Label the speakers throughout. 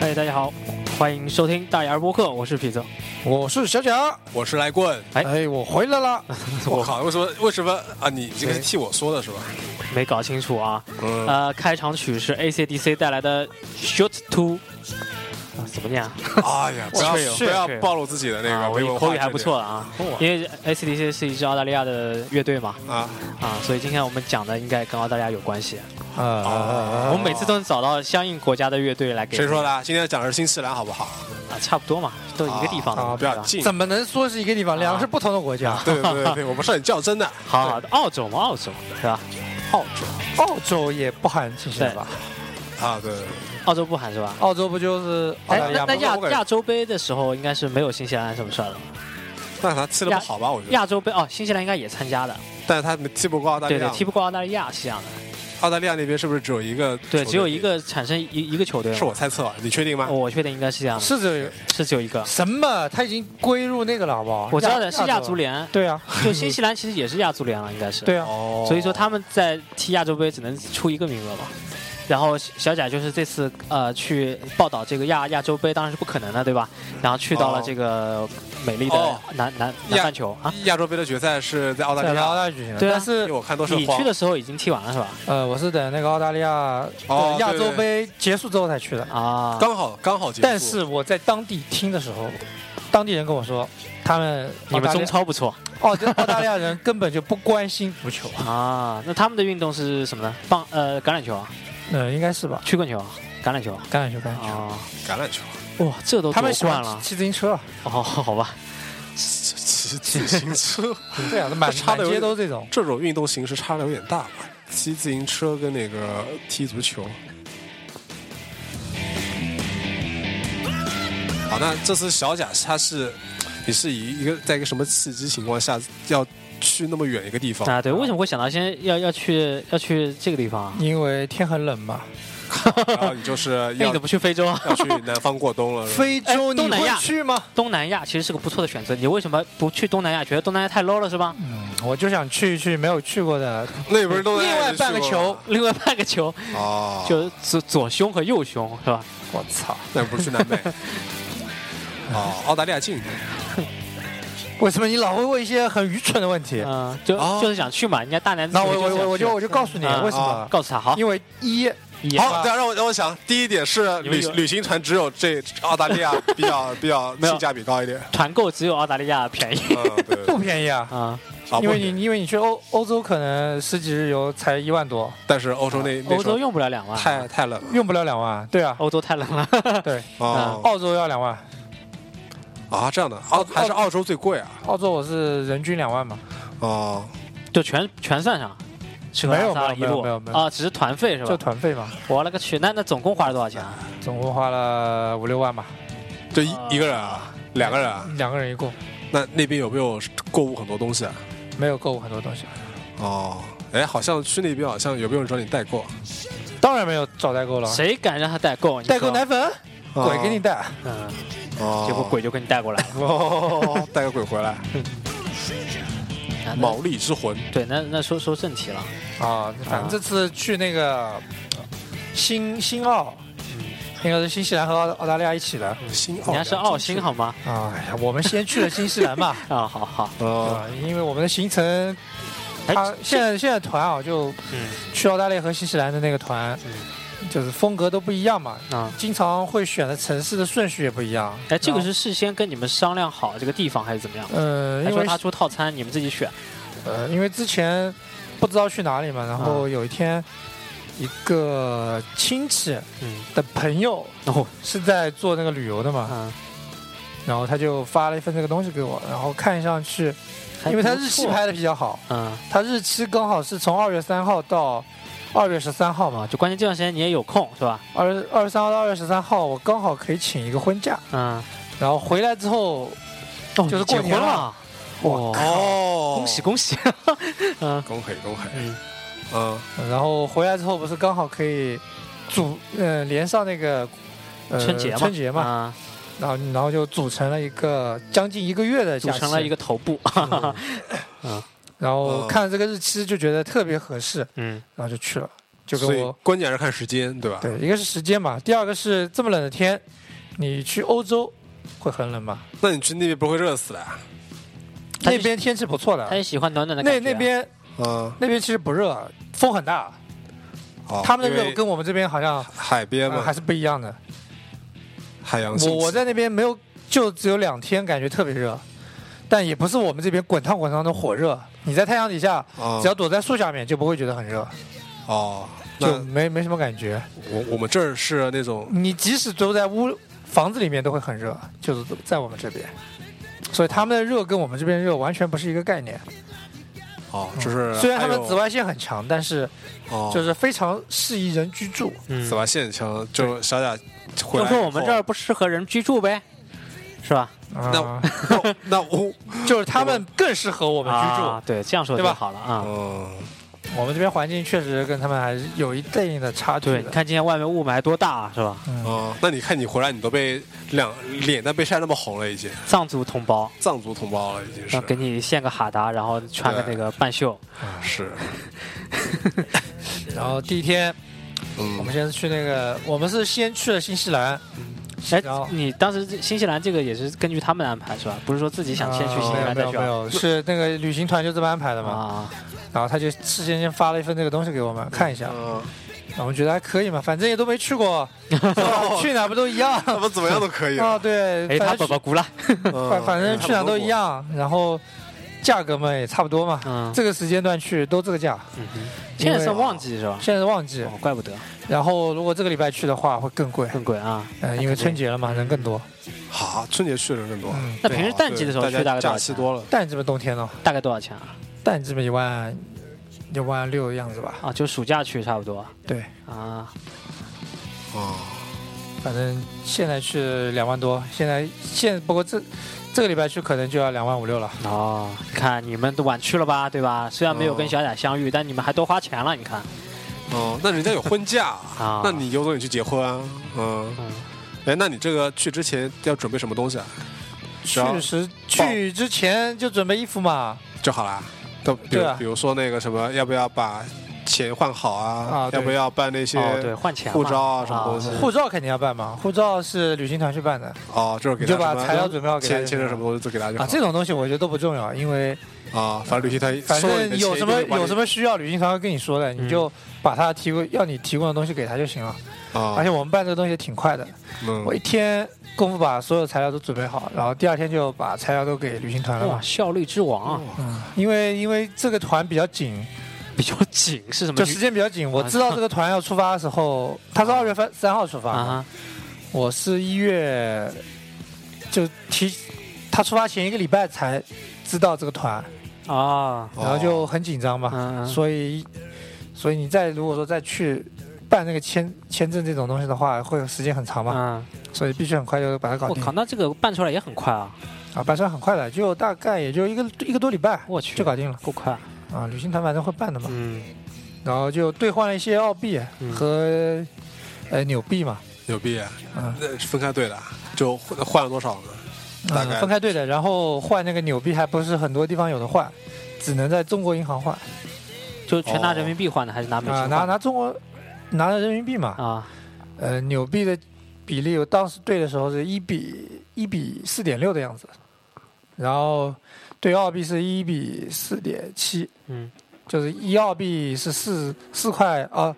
Speaker 1: 哎好，欢迎收听大牙播客，我是痞子。
Speaker 2: 我是小贾，
Speaker 3: 我是来棍。
Speaker 1: 哎
Speaker 2: 哎，我回来了，
Speaker 3: 我靠，为什么为什么啊？你这个是替我说的是吧？
Speaker 1: 没搞清楚啊，
Speaker 3: 嗯，
Speaker 1: 呃，开场曲是 AC/DC 带来的《Shoot To》，啊，怎么念啊？
Speaker 3: 哎呀，不
Speaker 1: 我
Speaker 3: 要
Speaker 1: 确有
Speaker 3: 不要
Speaker 1: 确有
Speaker 3: 暴露自己的那
Speaker 1: 啊
Speaker 3: 个
Speaker 1: 我
Speaker 3: 没文化
Speaker 1: 口语还不错了啊，
Speaker 3: 哦
Speaker 1: 因为 AC/DC 是一支澳大利亚的乐队嘛，
Speaker 3: 缺点啊。
Speaker 1: 啊，所以今天我们讲的应该跟澳大利亚有关系。
Speaker 2: 啊啊
Speaker 1: 我
Speaker 2: 啊
Speaker 1: 们每次都能找到相应国家的乐队来给
Speaker 3: 哦谁说的啊？今天讲的是新西兰，好不好？
Speaker 1: 啊？差不多嘛，都一个地方的嘛，
Speaker 3: 啊，不要
Speaker 1: 对吧
Speaker 3: 近。
Speaker 2: 怎么能说是一个地方？两个是不同的国
Speaker 1: 啊
Speaker 2: 家。
Speaker 3: 对对对对，我们是很较真的。
Speaker 1: 好好，澳洲嘛，澳洲对吧？
Speaker 3: 澳洲
Speaker 2: 澳洲也不含新西兰吧？
Speaker 3: 啊，对，对
Speaker 1: 澳洲不含是吧？
Speaker 2: 澳洲不就是啊澳
Speaker 1: 哎
Speaker 2: 大利，
Speaker 1: 那那
Speaker 2: 亚吗？
Speaker 1: 亚
Speaker 3: 我感觉
Speaker 1: 亚洲杯的时候应该是没有新西兰什么事儿了。
Speaker 3: 但是他踢的不好吧？我觉得，
Speaker 1: 亚洲杯哦，新西兰应该也参加的，
Speaker 3: 但是他没踢不过澳大利
Speaker 1: 对对
Speaker 3: 亚，。
Speaker 1: 踢不过澳大利亚是这样的，
Speaker 3: 澳大利亚那边是不是只有一个？
Speaker 1: 对，只有一。个产生一一个球队嘛，
Speaker 3: 是我猜测，你确定吗
Speaker 1: 哦，？我确定应该是这样的，
Speaker 2: 是这
Speaker 1: 是只有一个，
Speaker 2: 什么？他已经归入那个了，好不好？
Speaker 1: 我知道的是亚足。 联，
Speaker 2: 对啊，
Speaker 1: 就新西兰其实也是亚足联了，应该是，
Speaker 2: 对啊，
Speaker 3: 哦
Speaker 1: 所以说他们在踢亚洲杯只能出一个名额嘛。然后小小贾就是这次呃去报道这个亚亚洲杯，当然是不可能的，对吧？然后去到了
Speaker 3: 哦
Speaker 1: 这个美丽
Speaker 3: 哦
Speaker 1: 的南南南
Speaker 3: 亚
Speaker 1: 半球啊，
Speaker 3: 亚洲杯的决赛是在澳大
Speaker 2: 在
Speaker 3: 利
Speaker 2: 澳
Speaker 3: 亚，
Speaker 2: 大利亚举行的。
Speaker 1: 对啊
Speaker 2: 但
Speaker 3: 因为
Speaker 2: 是
Speaker 3: 我看都是
Speaker 1: 你
Speaker 3: 黄
Speaker 1: 去的时候已经踢完了是吧？
Speaker 2: 呃，我是等那个澳大利亚
Speaker 3: 哦
Speaker 2: 呃亚
Speaker 3: 对
Speaker 2: 洲
Speaker 3: 对
Speaker 2: 杯结束之后才去的。
Speaker 1: 啊，
Speaker 3: 刚好刚好结束。
Speaker 2: 但是我在当地听的时候，当地人跟我说，他们
Speaker 1: 你们中
Speaker 2: 从
Speaker 1: 超不错
Speaker 2: 澳大哦澳大利亚人根本就不关心 足球，
Speaker 1: 啊，那他们的运动是什么呢？棒呃橄榄球啊，
Speaker 2: 呃，应该是吧？
Speaker 1: 曲棍球啊，橄榄球啊
Speaker 2: 橄榄球，橄榄球。
Speaker 1: 啊，
Speaker 3: 橄榄球，
Speaker 1: 哇，这都
Speaker 2: 哦他们
Speaker 1: 夺
Speaker 2: 喜
Speaker 1: 冠
Speaker 2: 欢
Speaker 1: 了
Speaker 2: 骑自行车，
Speaker 1: 哦，好吧，
Speaker 3: 骑骑骑自行车，
Speaker 2: 对啊，满
Speaker 3: 差
Speaker 2: 满
Speaker 3: 得有
Speaker 2: 街
Speaker 3: 点
Speaker 2: 都这种。
Speaker 3: 这种运动形式差的有点大吧？骑自行车跟那个踢足球。好，那这次小贾他是，你是以一个在一个什么契机情况下要去那么远一个地方？
Speaker 1: 啊对，为什么会想到先要要去要去这个地方啊？
Speaker 2: 因为天很冷嘛，
Speaker 3: 然后你就是
Speaker 1: 那你
Speaker 3: 要
Speaker 1: 怎么不去非洲 啊？
Speaker 3: 要去南方过冬了，是吧
Speaker 2: 非
Speaker 1: 哎
Speaker 2: 洲你
Speaker 1: 东南
Speaker 2: 会
Speaker 1: 亚
Speaker 2: 去吗？
Speaker 1: 东南亚其实是个不错的选择，你为什么不去东南亚？觉得东南亚太 low 了是吧？
Speaker 2: 嗯，我就想去一去没有去过的。
Speaker 3: 那不是都
Speaker 2: 另外半个球
Speaker 1: 另外半个球
Speaker 3: 哦，
Speaker 1: 就左左胸和右胸是吧？
Speaker 2: 我操，
Speaker 3: 那不是去 南美？哦，澳大利亚近一点
Speaker 2: 为什么你老会问一些很愚蠢的问题？
Speaker 1: 嗯，就
Speaker 3: 哦
Speaker 1: 就是想去嘛，人家大男子
Speaker 2: 那
Speaker 1: 主义
Speaker 2: 我
Speaker 1: 是
Speaker 2: 我
Speaker 1: 想
Speaker 2: 我我
Speaker 1: 去
Speaker 2: 就我就告诉你
Speaker 1: 嗯
Speaker 2: 为什
Speaker 3: 啊
Speaker 2: 么，
Speaker 1: 告诉他好，
Speaker 2: 因为一
Speaker 1: 也
Speaker 3: 好，对，让我让我想，第一点是
Speaker 1: 你们
Speaker 3: 旅
Speaker 1: 有
Speaker 3: 旅行团只有这澳大利亚 比较比较
Speaker 1: 没有
Speaker 3: 性价比高一点。
Speaker 1: 团购只有澳大利亚便宜
Speaker 3: 嗯，对，
Speaker 2: 不便宜 啊，
Speaker 1: 啊，
Speaker 3: 啊
Speaker 2: 因
Speaker 3: 不
Speaker 2: 为你因为你去欧欧洲可能十几日游才一万多，
Speaker 3: 但是欧洲那
Speaker 1: 啊
Speaker 3: 那
Speaker 1: 嗯欧
Speaker 3: 时
Speaker 1: 洲
Speaker 3: 候
Speaker 1: 用不了两万，
Speaker 3: 太太冷了
Speaker 2: 用不了两万。对啊，
Speaker 1: 欧洲太冷了，
Speaker 2: 对，
Speaker 3: 哦
Speaker 1: 嗯
Speaker 2: 澳洲要两万，
Speaker 3: 啊，这样的澳还是澳洲最贵啊
Speaker 2: 澳洲我是人均两万嘛。
Speaker 3: 哦
Speaker 1: 就全全算上。吃喝
Speaker 2: 没有
Speaker 1: 拉撒一
Speaker 2: 没有
Speaker 1: 路
Speaker 2: 没有没有
Speaker 1: 啊，只是团费是
Speaker 2: 就
Speaker 1: 吧？
Speaker 2: 团费嘛，
Speaker 1: 我勒个去，那那总共花了多少钱啊？
Speaker 2: 总共花了五六万吧，
Speaker 3: 就一一个人啊，两个人啊，
Speaker 2: 两个人一共
Speaker 3: 那那边有没有购物很多东西啊？
Speaker 2: 没有购物很多东西，
Speaker 3: 哦，哎，好像去那边好像有没有人找你代购啊？
Speaker 2: 当然没有找代购了，
Speaker 1: 谁敢让他代购？你
Speaker 2: 代购
Speaker 1: 说
Speaker 2: 奶粉，
Speaker 3: 哦
Speaker 2: 鬼给你带，
Speaker 1: 嗯，
Speaker 3: 哦
Speaker 1: 结果鬼就给你带过来了。
Speaker 3: 哦， 带个鬼回来，
Speaker 1: 啊那
Speaker 3: 毛利之魂
Speaker 1: 对，那那说说正题了，
Speaker 2: 啊，反
Speaker 1: 啊
Speaker 2: 正这次去那个呃新新澳，应该是新西兰和澳澳大利亚一起的。
Speaker 3: 新
Speaker 1: 人
Speaker 3: 奥
Speaker 1: 家是澳新好吗？
Speaker 2: 哎呀，我们先去了新西兰 嘛，
Speaker 1: 啊，好好，
Speaker 2: 对
Speaker 3: 哦
Speaker 2: 吧？因为我们的行程，
Speaker 1: 哎
Speaker 2: 它现在现在团啊，就
Speaker 1: 嗯
Speaker 2: 去澳大利亚和新西兰的那个团，就是风格都不一样嘛，
Speaker 1: 啊，
Speaker 2: 经常会选的城市的顺序也不一样。
Speaker 1: 哎，这个
Speaker 2: 然
Speaker 1: 是
Speaker 2: 后
Speaker 1: 事先跟你们商量好这个地方还是怎么样？
Speaker 2: 呃，
Speaker 1: 还
Speaker 2: 因
Speaker 1: 说
Speaker 2: 为
Speaker 1: 他出套餐，你们自己选
Speaker 2: 呃，因为之前不知道去哪里嘛，然
Speaker 1: 啊
Speaker 2: 后有一天一个亲戚
Speaker 1: 嗯
Speaker 2: 的朋友
Speaker 1: 哦
Speaker 2: 是在做那个旅游的嘛，
Speaker 1: 啊？
Speaker 2: 然后他就发了一份这个东西给我，然后看上去，
Speaker 1: 还
Speaker 2: 因为他
Speaker 1: 不
Speaker 2: 日期
Speaker 1: 错
Speaker 2: 排的比较好，
Speaker 1: 嗯
Speaker 2: 他日期刚好是从二月三号到二月十三号
Speaker 1: 啊，，
Speaker 2: 嘛
Speaker 1: 就关键这段时间你也有空是吧？
Speaker 2: 二二十三号到二月十三号，我刚好可以请一个婚假，
Speaker 1: 嗯，
Speaker 2: 然后回来之后，
Speaker 1: 哦
Speaker 2: 就是
Speaker 1: 你
Speaker 2: 过
Speaker 1: 结
Speaker 2: 年
Speaker 1: 婚了
Speaker 2: 了，
Speaker 1: 哇，
Speaker 3: 哦，
Speaker 1: 恭喜恭喜， 嗯
Speaker 3: 恭喜恭喜，
Speaker 1: 嗯，
Speaker 3: 嗯，
Speaker 2: 然后回来之后不是刚好可以组呃连上那个。呃
Speaker 1: 春节嘛，
Speaker 2: 春节嘛，
Speaker 1: 啊，
Speaker 2: 然后然后就组成了一个将近一个月的
Speaker 1: 组
Speaker 2: 假期，嗯
Speaker 1: 成了一个头部，
Speaker 2: 然后
Speaker 3: 嗯
Speaker 2: 看了这个日期就觉得特别合适，
Speaker 1: 嗯，
Speaker 2: 然后就去了，就
Speaker 3: 所
Speaker 2: 跟
Speaker 3: 以
Speaker 2: 我
Speaker 3: 关键还是看时间，对吧？
Speaker 2: 对，一个是时间嘛，第二个是这么冷的天，你去欧洲会很冷吗？
Speaker 3: 那你去那边不会热死的啊？
Speaker 1: 他就
Speaker 2: 那边天气不错的
Speaker 1: 他，也喜欢暖暖的感觉、
Speaker 2: 那
Speaker 1: 啊。
Speaker 2: 那边
Speaker 3: 嗯，
Speaker 2: 那边其实不热，风很大，
Speaker 3: 哦
Speaker 2: 他们的
Speaker 3: 因
Speaker 2: 热
Speaker 3: 为
Speaker 2: 跟我们这边好像、
Speaker 3: 海边
Speaker 2: 呃
Speaker 3: 嘛，
Speaker 2: 还是不一样的。
Speaker 3: 海洋性
Speaker 2: 我我在那边没有，就只有两天，感觉特别热，但也不是我们这边滚烫滚烫的火热。你在太阳底下，
Speaker 3: 啊
Speaker 2: 只要躲在树下面，就不会觉得很热，
Speaker 3: 哦，那
Speaker 2: 就没没什么感觉。
Speaker 3: 我我们这儿是那种
Speaker 2: 你即使都在屋房子里面都会很热，就是在我们这边，所以他们的热跟我们这边热完全不是一个概念。
Speaker 3: 哦，就是
Speaker 1: 啊
Speaker 2: 虽然他们
Speaker 3: 哎呦
Speaker 2: 紫外线很强，但是
Speaker 3: 哦，
Speaker 2: 就是非常适宜人居住。
Speaker 1: 嗯
Speaker 3: 紫外线强，就小贾回
Speaker 1: 就
Speaker 3: 来
Speaker 1: 说我们
Speaker 3: 以后
Speaker 1: 这儿不适合人居住呗，是吧？
Speaker 2: 啊，
Speaker 3: 哦那我
Speaker 2: 就是他们更适合我们居住。
Speaker 1: 啊、对，这样说
Speaker 2: 对
Speaker 1: 就
Speaker 2: 吧
Speaker 1: 好了啊。
Speaker 3: 嗯
Speaker 2: 我们这边环境确实跟他们还是有一对应的差距
Speaker 1: 对，你
Speaker 2: 的。
Speaker 1: 看今天外面雾霾多大、啊，是吧？
Speaker 2: 嗯，
Speaker 3: 哦，那你看你回来，你都被两脸蛋被晒那么红了，已经
Speaker 1: 藏族同胞，
Speaker 3: 藏族同胞了，已经
Speaker 2: 啊
Speaker 1: 然后给
Speaker 3: 是
Speaker 1: 你献个哈达，然后穿个那个半袖，
Speaker 3: 是
Speaker 2: 然后第一天 我
Speaker 3: 嗯
Speaker 2: 们先是去那个，我们是先去了新西兰，
Speaker 1: 哎
Speaker 2: 然后，
Speaker 1: 你当时新西兰这个也是根据他们安排是吧？不是说自己想先去新西
Speaker 2: 啊
Speaker 1: 兰
Speaker 2: 没
Speaker 1: 再
Speaker 2: 有
Speaker 1: 去
Speaker 2: 没有没
Speaker 1: 啊
Speaker 2: 有，是那个旅行团就这么安排的嘛。
Speaker 1: 啊？
Speaker 2: 然后他就事先先发了一份这个东西给我们看一下，
Speaker 3: 嗯，
Speaker 2: 我们觉得还可以嘛，反正也都没去过，去哪不都一样？
Speaker 3: 他们怎么样都可以
Speaker 2: 啊，
Speaker 3: 了，
Speaker 2: 对，
Speaker 1: 哎，他
Speaker 2: 反
Speaker 1: 宝
Speaker 2: 正
Speaker 1: 宝哭了，
Speaker 3: 嗯
Speaker 2: 反反正去哪都一。样，然后价格嘛也差不多嘛，
Speaker 1: 嗯，
Speaker 2: 这个时间段去都这个价，
Speaker 1: 嗯哼现在是旺季是吧？
Speaker 2: 现在是旺季，
Speaker 1: 哦，怪不得
Speaker 2: 然后如果这个礼拜去的话会更贵，
Speaker 1: 更贵啊。
Speaker 2: 呃，因为春节了嘛，人更多。
Speaker 3: 好，春节去的人更多，
Speaker 2: 嗯，
Speaker 1: 那
Speaker 2: 对
Speaker 1: 平时淡季的时候
Speaker 3: 哦
Speaker 1: 去
Speaker 3: 对
Speaker 1: 大概多
Speaker 3: 家
Speaker 1: 少
Speaker 3: 假期
Speaker 1: 钱啊？
Speaker 3: 多了，
Speaker 2: 淡季嘛冬天呢，
Speaker 1: 大概多少钱啊？
Speaker 2: 淡季嘛一万一万六的样子吧，
Speaker 1: 啊，就暑假去差不多
Speaker 2: 对，
Speaker 1: 啊。
Speaker 3: 啊，
Speaker 2: 反正现在去两万多，现在现不过这这个礼拜去可能就要两万五六了。
Speaker 1: 哦，你看你们都晚去了吧，对吧？虽然没
Speaker 2: 哦
Speaker 1: 有跟小雅相遇，但你们还多花钱了，你看
Speaker 3: 哦，那人家有 婚假，
Speaker 1: 啊。
Speaker 3: 那你有种你去结婚啊，嗯，
Speaker 1: 嗯
Speaker 3: 哎，那你这个去之前要准备什么东西啊？只要
Speaker 2: 去时去之前就准备衣服嘛，
Speaker 3: 就好啦。都比
Speaker 2: 对
Speaker 3: 如
Speaker 2: 啊
Speaker 3: 比如说那个什么，要不要把钱换好啊？
Speaker 2: 啊对
Speaker 3: 要不要办那些？
Speaker 1: 哦，对，换钱嘛
Speaker 3: 护照啊什么东西
Speaker 2: 护照肯定要办嘛，护照是旅行团去办的
Speaker 3: 哦，就是给
Speaker 2: 你就
Speaker 3: 他
Speaker 2: 把
Speaker 3: 什么
Speaker 2: 材料准备好给他
Speaker 3: 签
Speaker 2: 就行
Speaker 3: 签着
Speaker 2: 了
Speaker 3: 什么东西都给他就好
Speaker 2: 啊。这种东西我觉得都不重要，因为
Speaker 3: 啊，反正旅行团
Speaker 2: 反
Speaker 3: 收了你
Speaker 2: 正
Speaker 3: 的钱
Speaker 2: 有什么
Speaker 3: 一定会把你
Speaker 2: 有什么需要，旅行团会跟你说
Speaker 3: 嗯
Speaker 2: 的，你就把他提供要你提供的东西给他就行了。
Speaker 3: 啊，
Speaker 2: 而且我们办这个东西也挺快的，
Speaker 3: 嗯
Speaker 2: 我一啊天功夫把所有材料都准备好，然后第二天就把材料都给旅行团了
Speaker 1: 哇，
Speaker 2: 嘛。
Speaker 1: 效率之王
Speaker 3: 哦
Speaker 1: 啊，
Speaker 2: 嗯，因为因为这个团比较紧，
Speaker 1: 比较紧是什么
Speaker 2: 就
Speaker 1: 女？
Speaker 2: 时间比较紧。我知
Speaker 3: 啊
Speaker 2: 道这个团要出发的时候，他是二月份三号出发嘛，
Speaker 1: 啊
Speaker 2: 我是一月就提他出发前一个礼拜才知道这个团，
Speaker 1: 哈啊，
Speaker 3: 哦
Speaker 2: 然后就很紧张嘛。
Speaker 1: 嗯，嗯
Speaker 2: 所以所以你再如果说再去办那个签签证这种东西的话，会有时间很长嘛，
Speaker 1: 嗯，
Speaker 2: 所以必须很快就把它搞
Speaker 1: 我
Speaker 2: 定
Speaker 1: 靠，。那这个办出来也很快啊，
Speaker 2: 啊，办出来很快的，就大概也就一个一个多礼拜
Speaker 1: 我去，
Speaker 2: 就搞定了
Speaker 1: 够快，
Speaker 2: 啊。旅行团反正会办的嘛，
Speaker 1: 嗯，
Speaker 2: 然后就兑换了一些澳币
Speaker 1: 嗯
Speaker 2: 和、呃纽币嘛，
Speaker 3: 牛逼啊，
Speaker 2: 嗯
Speaker 3: 那是分开对的啊，就换换了多少呢？大概
Speaker 2: 嗯分开兑的，然后换那个纽币还不是很多地方有的换，只能在中国银行换啊、
Speaker 1: 就全拿人民币换的还是拿美金换的？
Speaker 2: 哦拿拿中国拿的人民币嘛，
Speaker 1: 啊，
Speaker 2: 呃纽币的比例我当时兑的时候是一比一比四点六的样子，然后兑澳币是一比四点七，
Speaker 1: 嗯，
Speaker 2: 就是一澳币是四四块啊，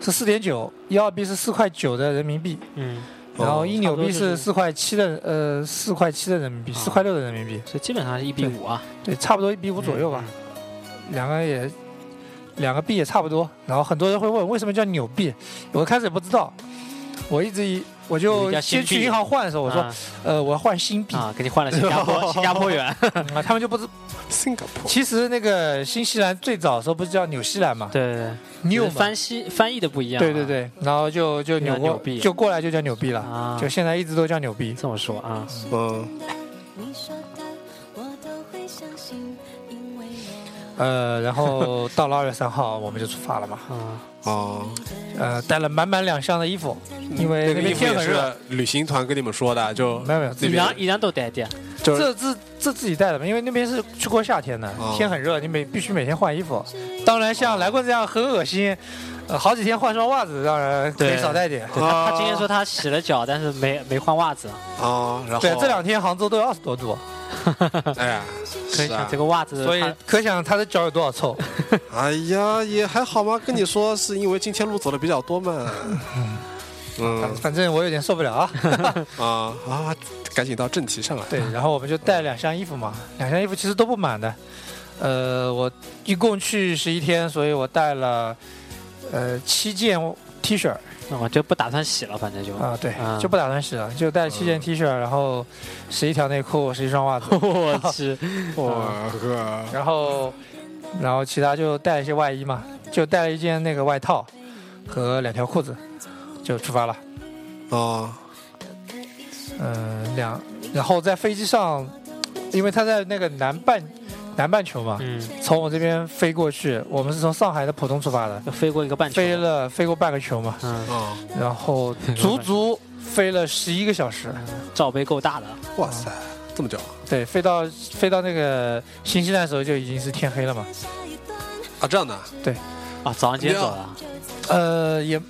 Speaker 2: 是四点九，一澳币是四块九的人民币，
Speaker 1: 嗯，
Speaker 2: 然
Speaker 3: 哦
Speaker 2: 后一纽币
Speaker 1: 差不多就是是
Speaker 2: 四块七的呃四块七的人民币，
Speaker 1: 啊
Speaker 2: 四块六的人民币，
Speaker 1: 所以基本上是一比五啊，
Speaker 2: 对，差不多一比五左右吧，
Speaker 1: 嗯。
Speaker 2: 两个也两个币也差不多。然后很多人会问为什么叫纽币，我开始也不知道，我一直以我
Speaker 1: 你
Speaker 2: 就
Speaker 1: 叫新
Speaker 2: 先
Speaker 1: 币
Speaker 2: 去银行换的时候，我说、
Speaker 1: 啊
Speaker 2: 呃我要换新币啊、
Speaker 1: 啊，给你换了新加坡新加坡元，
Speaker 2: 他们就不知。
Speaker 3: 新加坡
Speaker 2: 其实那个新西兰最早的时候不是叫纽西兰嘛，
Speaker 1: 对 对
Speaker 2: 纽
Speaker 1: 对，
Speaker 2: 嘛
Speaker 1: 翻西翻译的不一样啊，
Speaker 2: 对对对，然后就就
Speaker 1: 就叫
Speaker 2: 扭过
Speaker 1: 纽币
Speaker 2: 就过来就叫纽币了，
Speaker 1: 啊，
Speaker 2: 就现在一直都叫纽币。
Speaker 1: 这么说啊，
Speaker 3: 嗯
Speaker 4: 你说的我都会相信，因为我
Speaker 2: 呃，然后到了二月三号我们就出发了嘛，
Speaker 1: 嗯，
Speaker 3: 哦，
Speaker 2: 呃，带了满满两箱的衣服，
Speaker 1: 嗯
Speaker 2: 因为
Speaker 3: 那
Speaker 2: 那
Speaker 3: 个
Speaker 2: 边
Speaker 3: 衣服
Speaker 2: 天
Speaker 3: 也
Speaker 2: 很热。
Speaker 3: 是旅行团跟你们说的，就
Speaker 2: 没有没有，
Speaker 1: 依
Speaker 3: 那边
Speaker 1: 然依然都带点，
Speaker 3: 就是
Speaker 2: 这自这自己带的嘛，因为那边是去过夏天的
Speaker 3: 哦，
Speaker 2: 天很热，你每必须每天换衣服。当然，像来过这样很恶心，呃好几天换双袜子，当然可以
Speaker 1: 对
Speaker 2: 少带点。
Speaker 1: 对他
Speaker 3: 哦
Speaker 1: 他今天说他洗了脚，但是没没换袜子，
Speaker 3: 啊，然后
Speaker 2: 对，这两天杭州都有二十多度，
Speaker 3: 哎呀，
Speaker 1: 可以
Speaker 3: 是
Speaker 1: 想
Speaker 3: 啊
Speaker 1: 这，个袜子，
Speaker 2: 所以
Speaker 1: 他
Speaker 2: 可想他的脚有多少臭。
Speaker 3: 哎呀，也还好吧。跟你说，是因为今天路走的比较多 嘛。嗯
Speaker 2: 反正我有点受不了啊。
Speaker 3: 啊啊，赶紧到正题上来。
Speaker 2: 对，然后我们就带两箱衣服嘛，两箱衣服其实都不满的。呃，我一共去十一天，所以我带了呃七件 T 恤儿
Speaker 1: 那哦我就不打算洗了，反正就
Speaker 2: 啊，嗯对，
Speaker 1: 嗯，
Speaker 2: 就不打算洗了，就带了七件 T 恤儿，然后十一条内裤，十一双袜子
Speaker 1: 我去，
Speaker 3: 我呵，
Speaker 2: 然后 然后其他就带了一些外衣嘛，就带了一件那个外套和两条裤子，就出发了。
Speaker 3: 啊，
Speaker 2: 嗯，两，然后在飞机上，因为他在那个南半南半球嘛，
Speaker 1: 嗯，
Speaker 2: 从我这边飞过去，我们是从上海的浦东出发的，
Speaker 1: 就飞过一个半球，
Speaker 2: 飞，了飞过半个球嘛，
Speaker 1: 嗯，
Speaker 3: 啊，
Speaker 2: 然后足足飞了十一个小时，
Speaker 1: 罩杯够大的，
Speaker 3: 哇塞，
Speaker 2: 嗯
Speaker 3: 这么久啊
Speaker 2: 对，飞到飞到那个新西兰的时候就已经是天黑了嘛，
Speaker 3: 啊？这样的，
Speaker 1: 啊，早上几点走的？
Speaker 2: 呃，也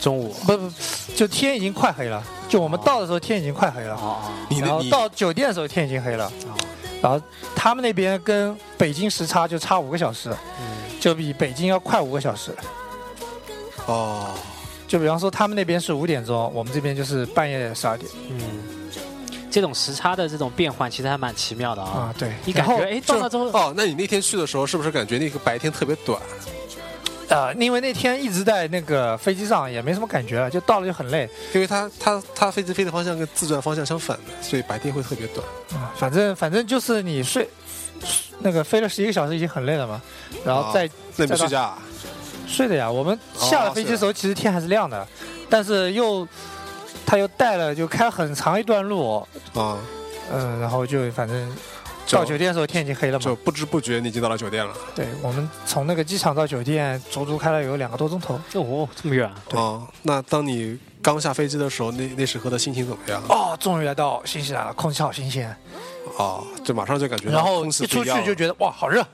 Speaker 1: 中午，
Speaker 2: 不不，就天已经快黑了，就我们到的时候天已经快黑了，
Speaker 1: 哦
Speaker 3: 你
Speaker 2: 然
Speaker 3: 的
Speaker 2: 后
Speaker 3: 你
Speaker 2: 到酒店的时候天已经黑了，
Speaker 1: 哦，
Speaker 2: 然后他们那边跟北京时差就差五个小时，
Speaker 1: 嗯，
Speaker 2: 就比北京要快五个小时，
Speaker 3: 哦，
Speaker 2: 就比方说他们那边是五点钟，我们这边就是半夜十二点
Speaker 1: 嗯，这种时差的这种变换其实还蛮奇妙的啊
Speaker 2: 啊，，对，
Speaker 1: 你感觉
Speaker 2: 然后
Speaker 1: 哎，
Speaker 2: 就
Speaker 1: 撞到之后，
Speaker 3: 哦，那你那天去的时候，是不是感觉那个白天特别短？
Speaker 2: 呃，因为那天一直在那个飞机上，也没什么感觉了，就到了就很累。
Speaker 3: 因为它它它飞机飞的方向跟自转方向相反的，所以白天会特别短。
Speaker 2: 啊反正反正就是你睡，那个飞了十一个小时已经很累了嘛，然后再、
Speaker 3: 那你们睡觉啊？
Speaker 2: 睡的呀。我们下了飞机的时候，其实天还是亮的，但是又他又带了，就开很长一段路，
Speaker 3: 啊，
Speaker 2: 嗯、然后就反正到酒店的时候天已经黑了
Speaker 3: 就
Speaker 2: 嘛。
Speaker 3: 不知不觉你已经到了酒店了。
Speaker 2: 对，我们从那个机场到酒店足足开了有两个多钟头。
Speaker 1: 哦，这么远，
Speaker 2: 对
Speaker 3: 哦，那当你刚下飞机的时候，那那时候的心情怎么样？
Speaker 2: 哦，终于来到新西兰了，空气好新鲜。
Speaker 3: 哦，就马上就感觉到
Speaker 2: 然后
Speaker 3: 空
Speaker 2: 一
Speaker 3: 气
Speaker 2: 出
Speaker 3: 不样
Speaker 2: 去就觉得哇，好 热，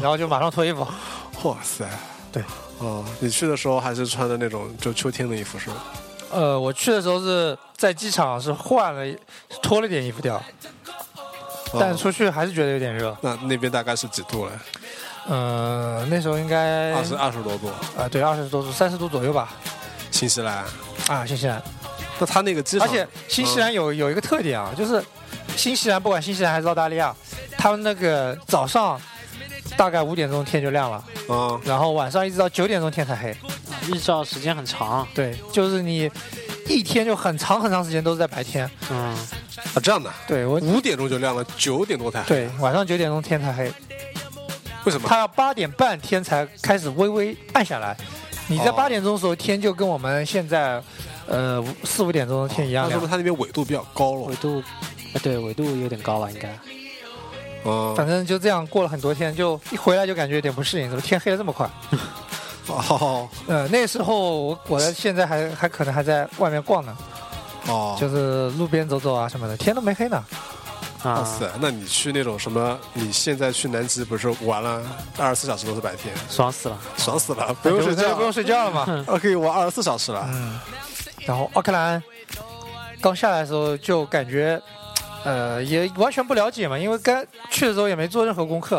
Speaker 2: 然后就马上脱衣服。
Speaker 3: 哇塞，
Speaker 2: 对，
Speaker 3: 哦，你去的时候还是穿的那种就秋天的衣服是吗？
Speaker 2: 呃，我去的时候是在机场是换了一脱了点衣服掉，
Speaker 3: 哦
Speaker 2: 但出去还是觉得有点热。
Speaker 3: 那那边大概是几度了？
Speaker 2: 嗯、那时候应该
Speaker 3: 二十二十多度，
Speaker 2: 呃对二十多度三十度左右吧。
Speaker 3: 新西兰。
Speaker 2: 啊，新西兰，
Speaker 3: 那它那个机场，
Speaker 2: 而且新西兰
Speaker 3: 嗯
Speaker 2: 有、有一个特点啊，就是新西兰不管新西兰还是澳大利亚，他们那个早上大概五点钟天就亮了，
Speaker 3: 啊，
Speaker 2: 然后晚上一直到九点钟天才黑。
Speaker 1: 日照时间很长，
Speaker 2: 对，就是你一天就很长很长时间都是在白天。
Speaker 1: 嗯，
Speaker 3: 啊这样的，
Speaker 2: 对我
Speaker 3: 五点钟就亮了，九点多才，
Speaker 2: 对，晚上九点钟天才黑，
Speaker 3: 为什么？
Speaker 2: 它要八点半天才开始微微暗下来。你在
Speaker 3: 哦
Speaker 2: 八点钟的时候，天就跟我们现在，呃，五四五点钟的天一样
Speaker 3: 那
Speaker 2: 亮
Speaker 3: 说明。它那边纬度比较高
Speaker 1: 纬
Speaker 3: 了。
Speaker 1: 度，啊对，纬度有点高吧，应该，
Speaker 3: 嗯，
Speaker 2: 反正就这样过了很多天，就一回来就感觉有点不适应，怎么天黑的这么快？
Speaker 3: 哦
Speaker 2: 呃，那时候我我现在还还可能还在外面逛呢，
Speaker 3: 哦，
Speaker 2: 就是路边走走啊什么的，天都没黑呢。
Speaker 1: 啊
Speaker 3: 哇，塞，那你去那种什么，你现在去南极不是玩了二十四小时都是白天，
Speaker 1: 爽死了，
Speaker 3: 爽死了，不用睡
Speaker 2: 那
Speaker 3: 觉
Speaker 2: 就不，用睡觉了嘛。
Speaker 3: 啊可以玩二十四小时了。
Speaker 2: 嗯，然后奥克兰刚下来的时候就感觉，呃，也完全不了解嘛，因为刚去的时候也没做任何功课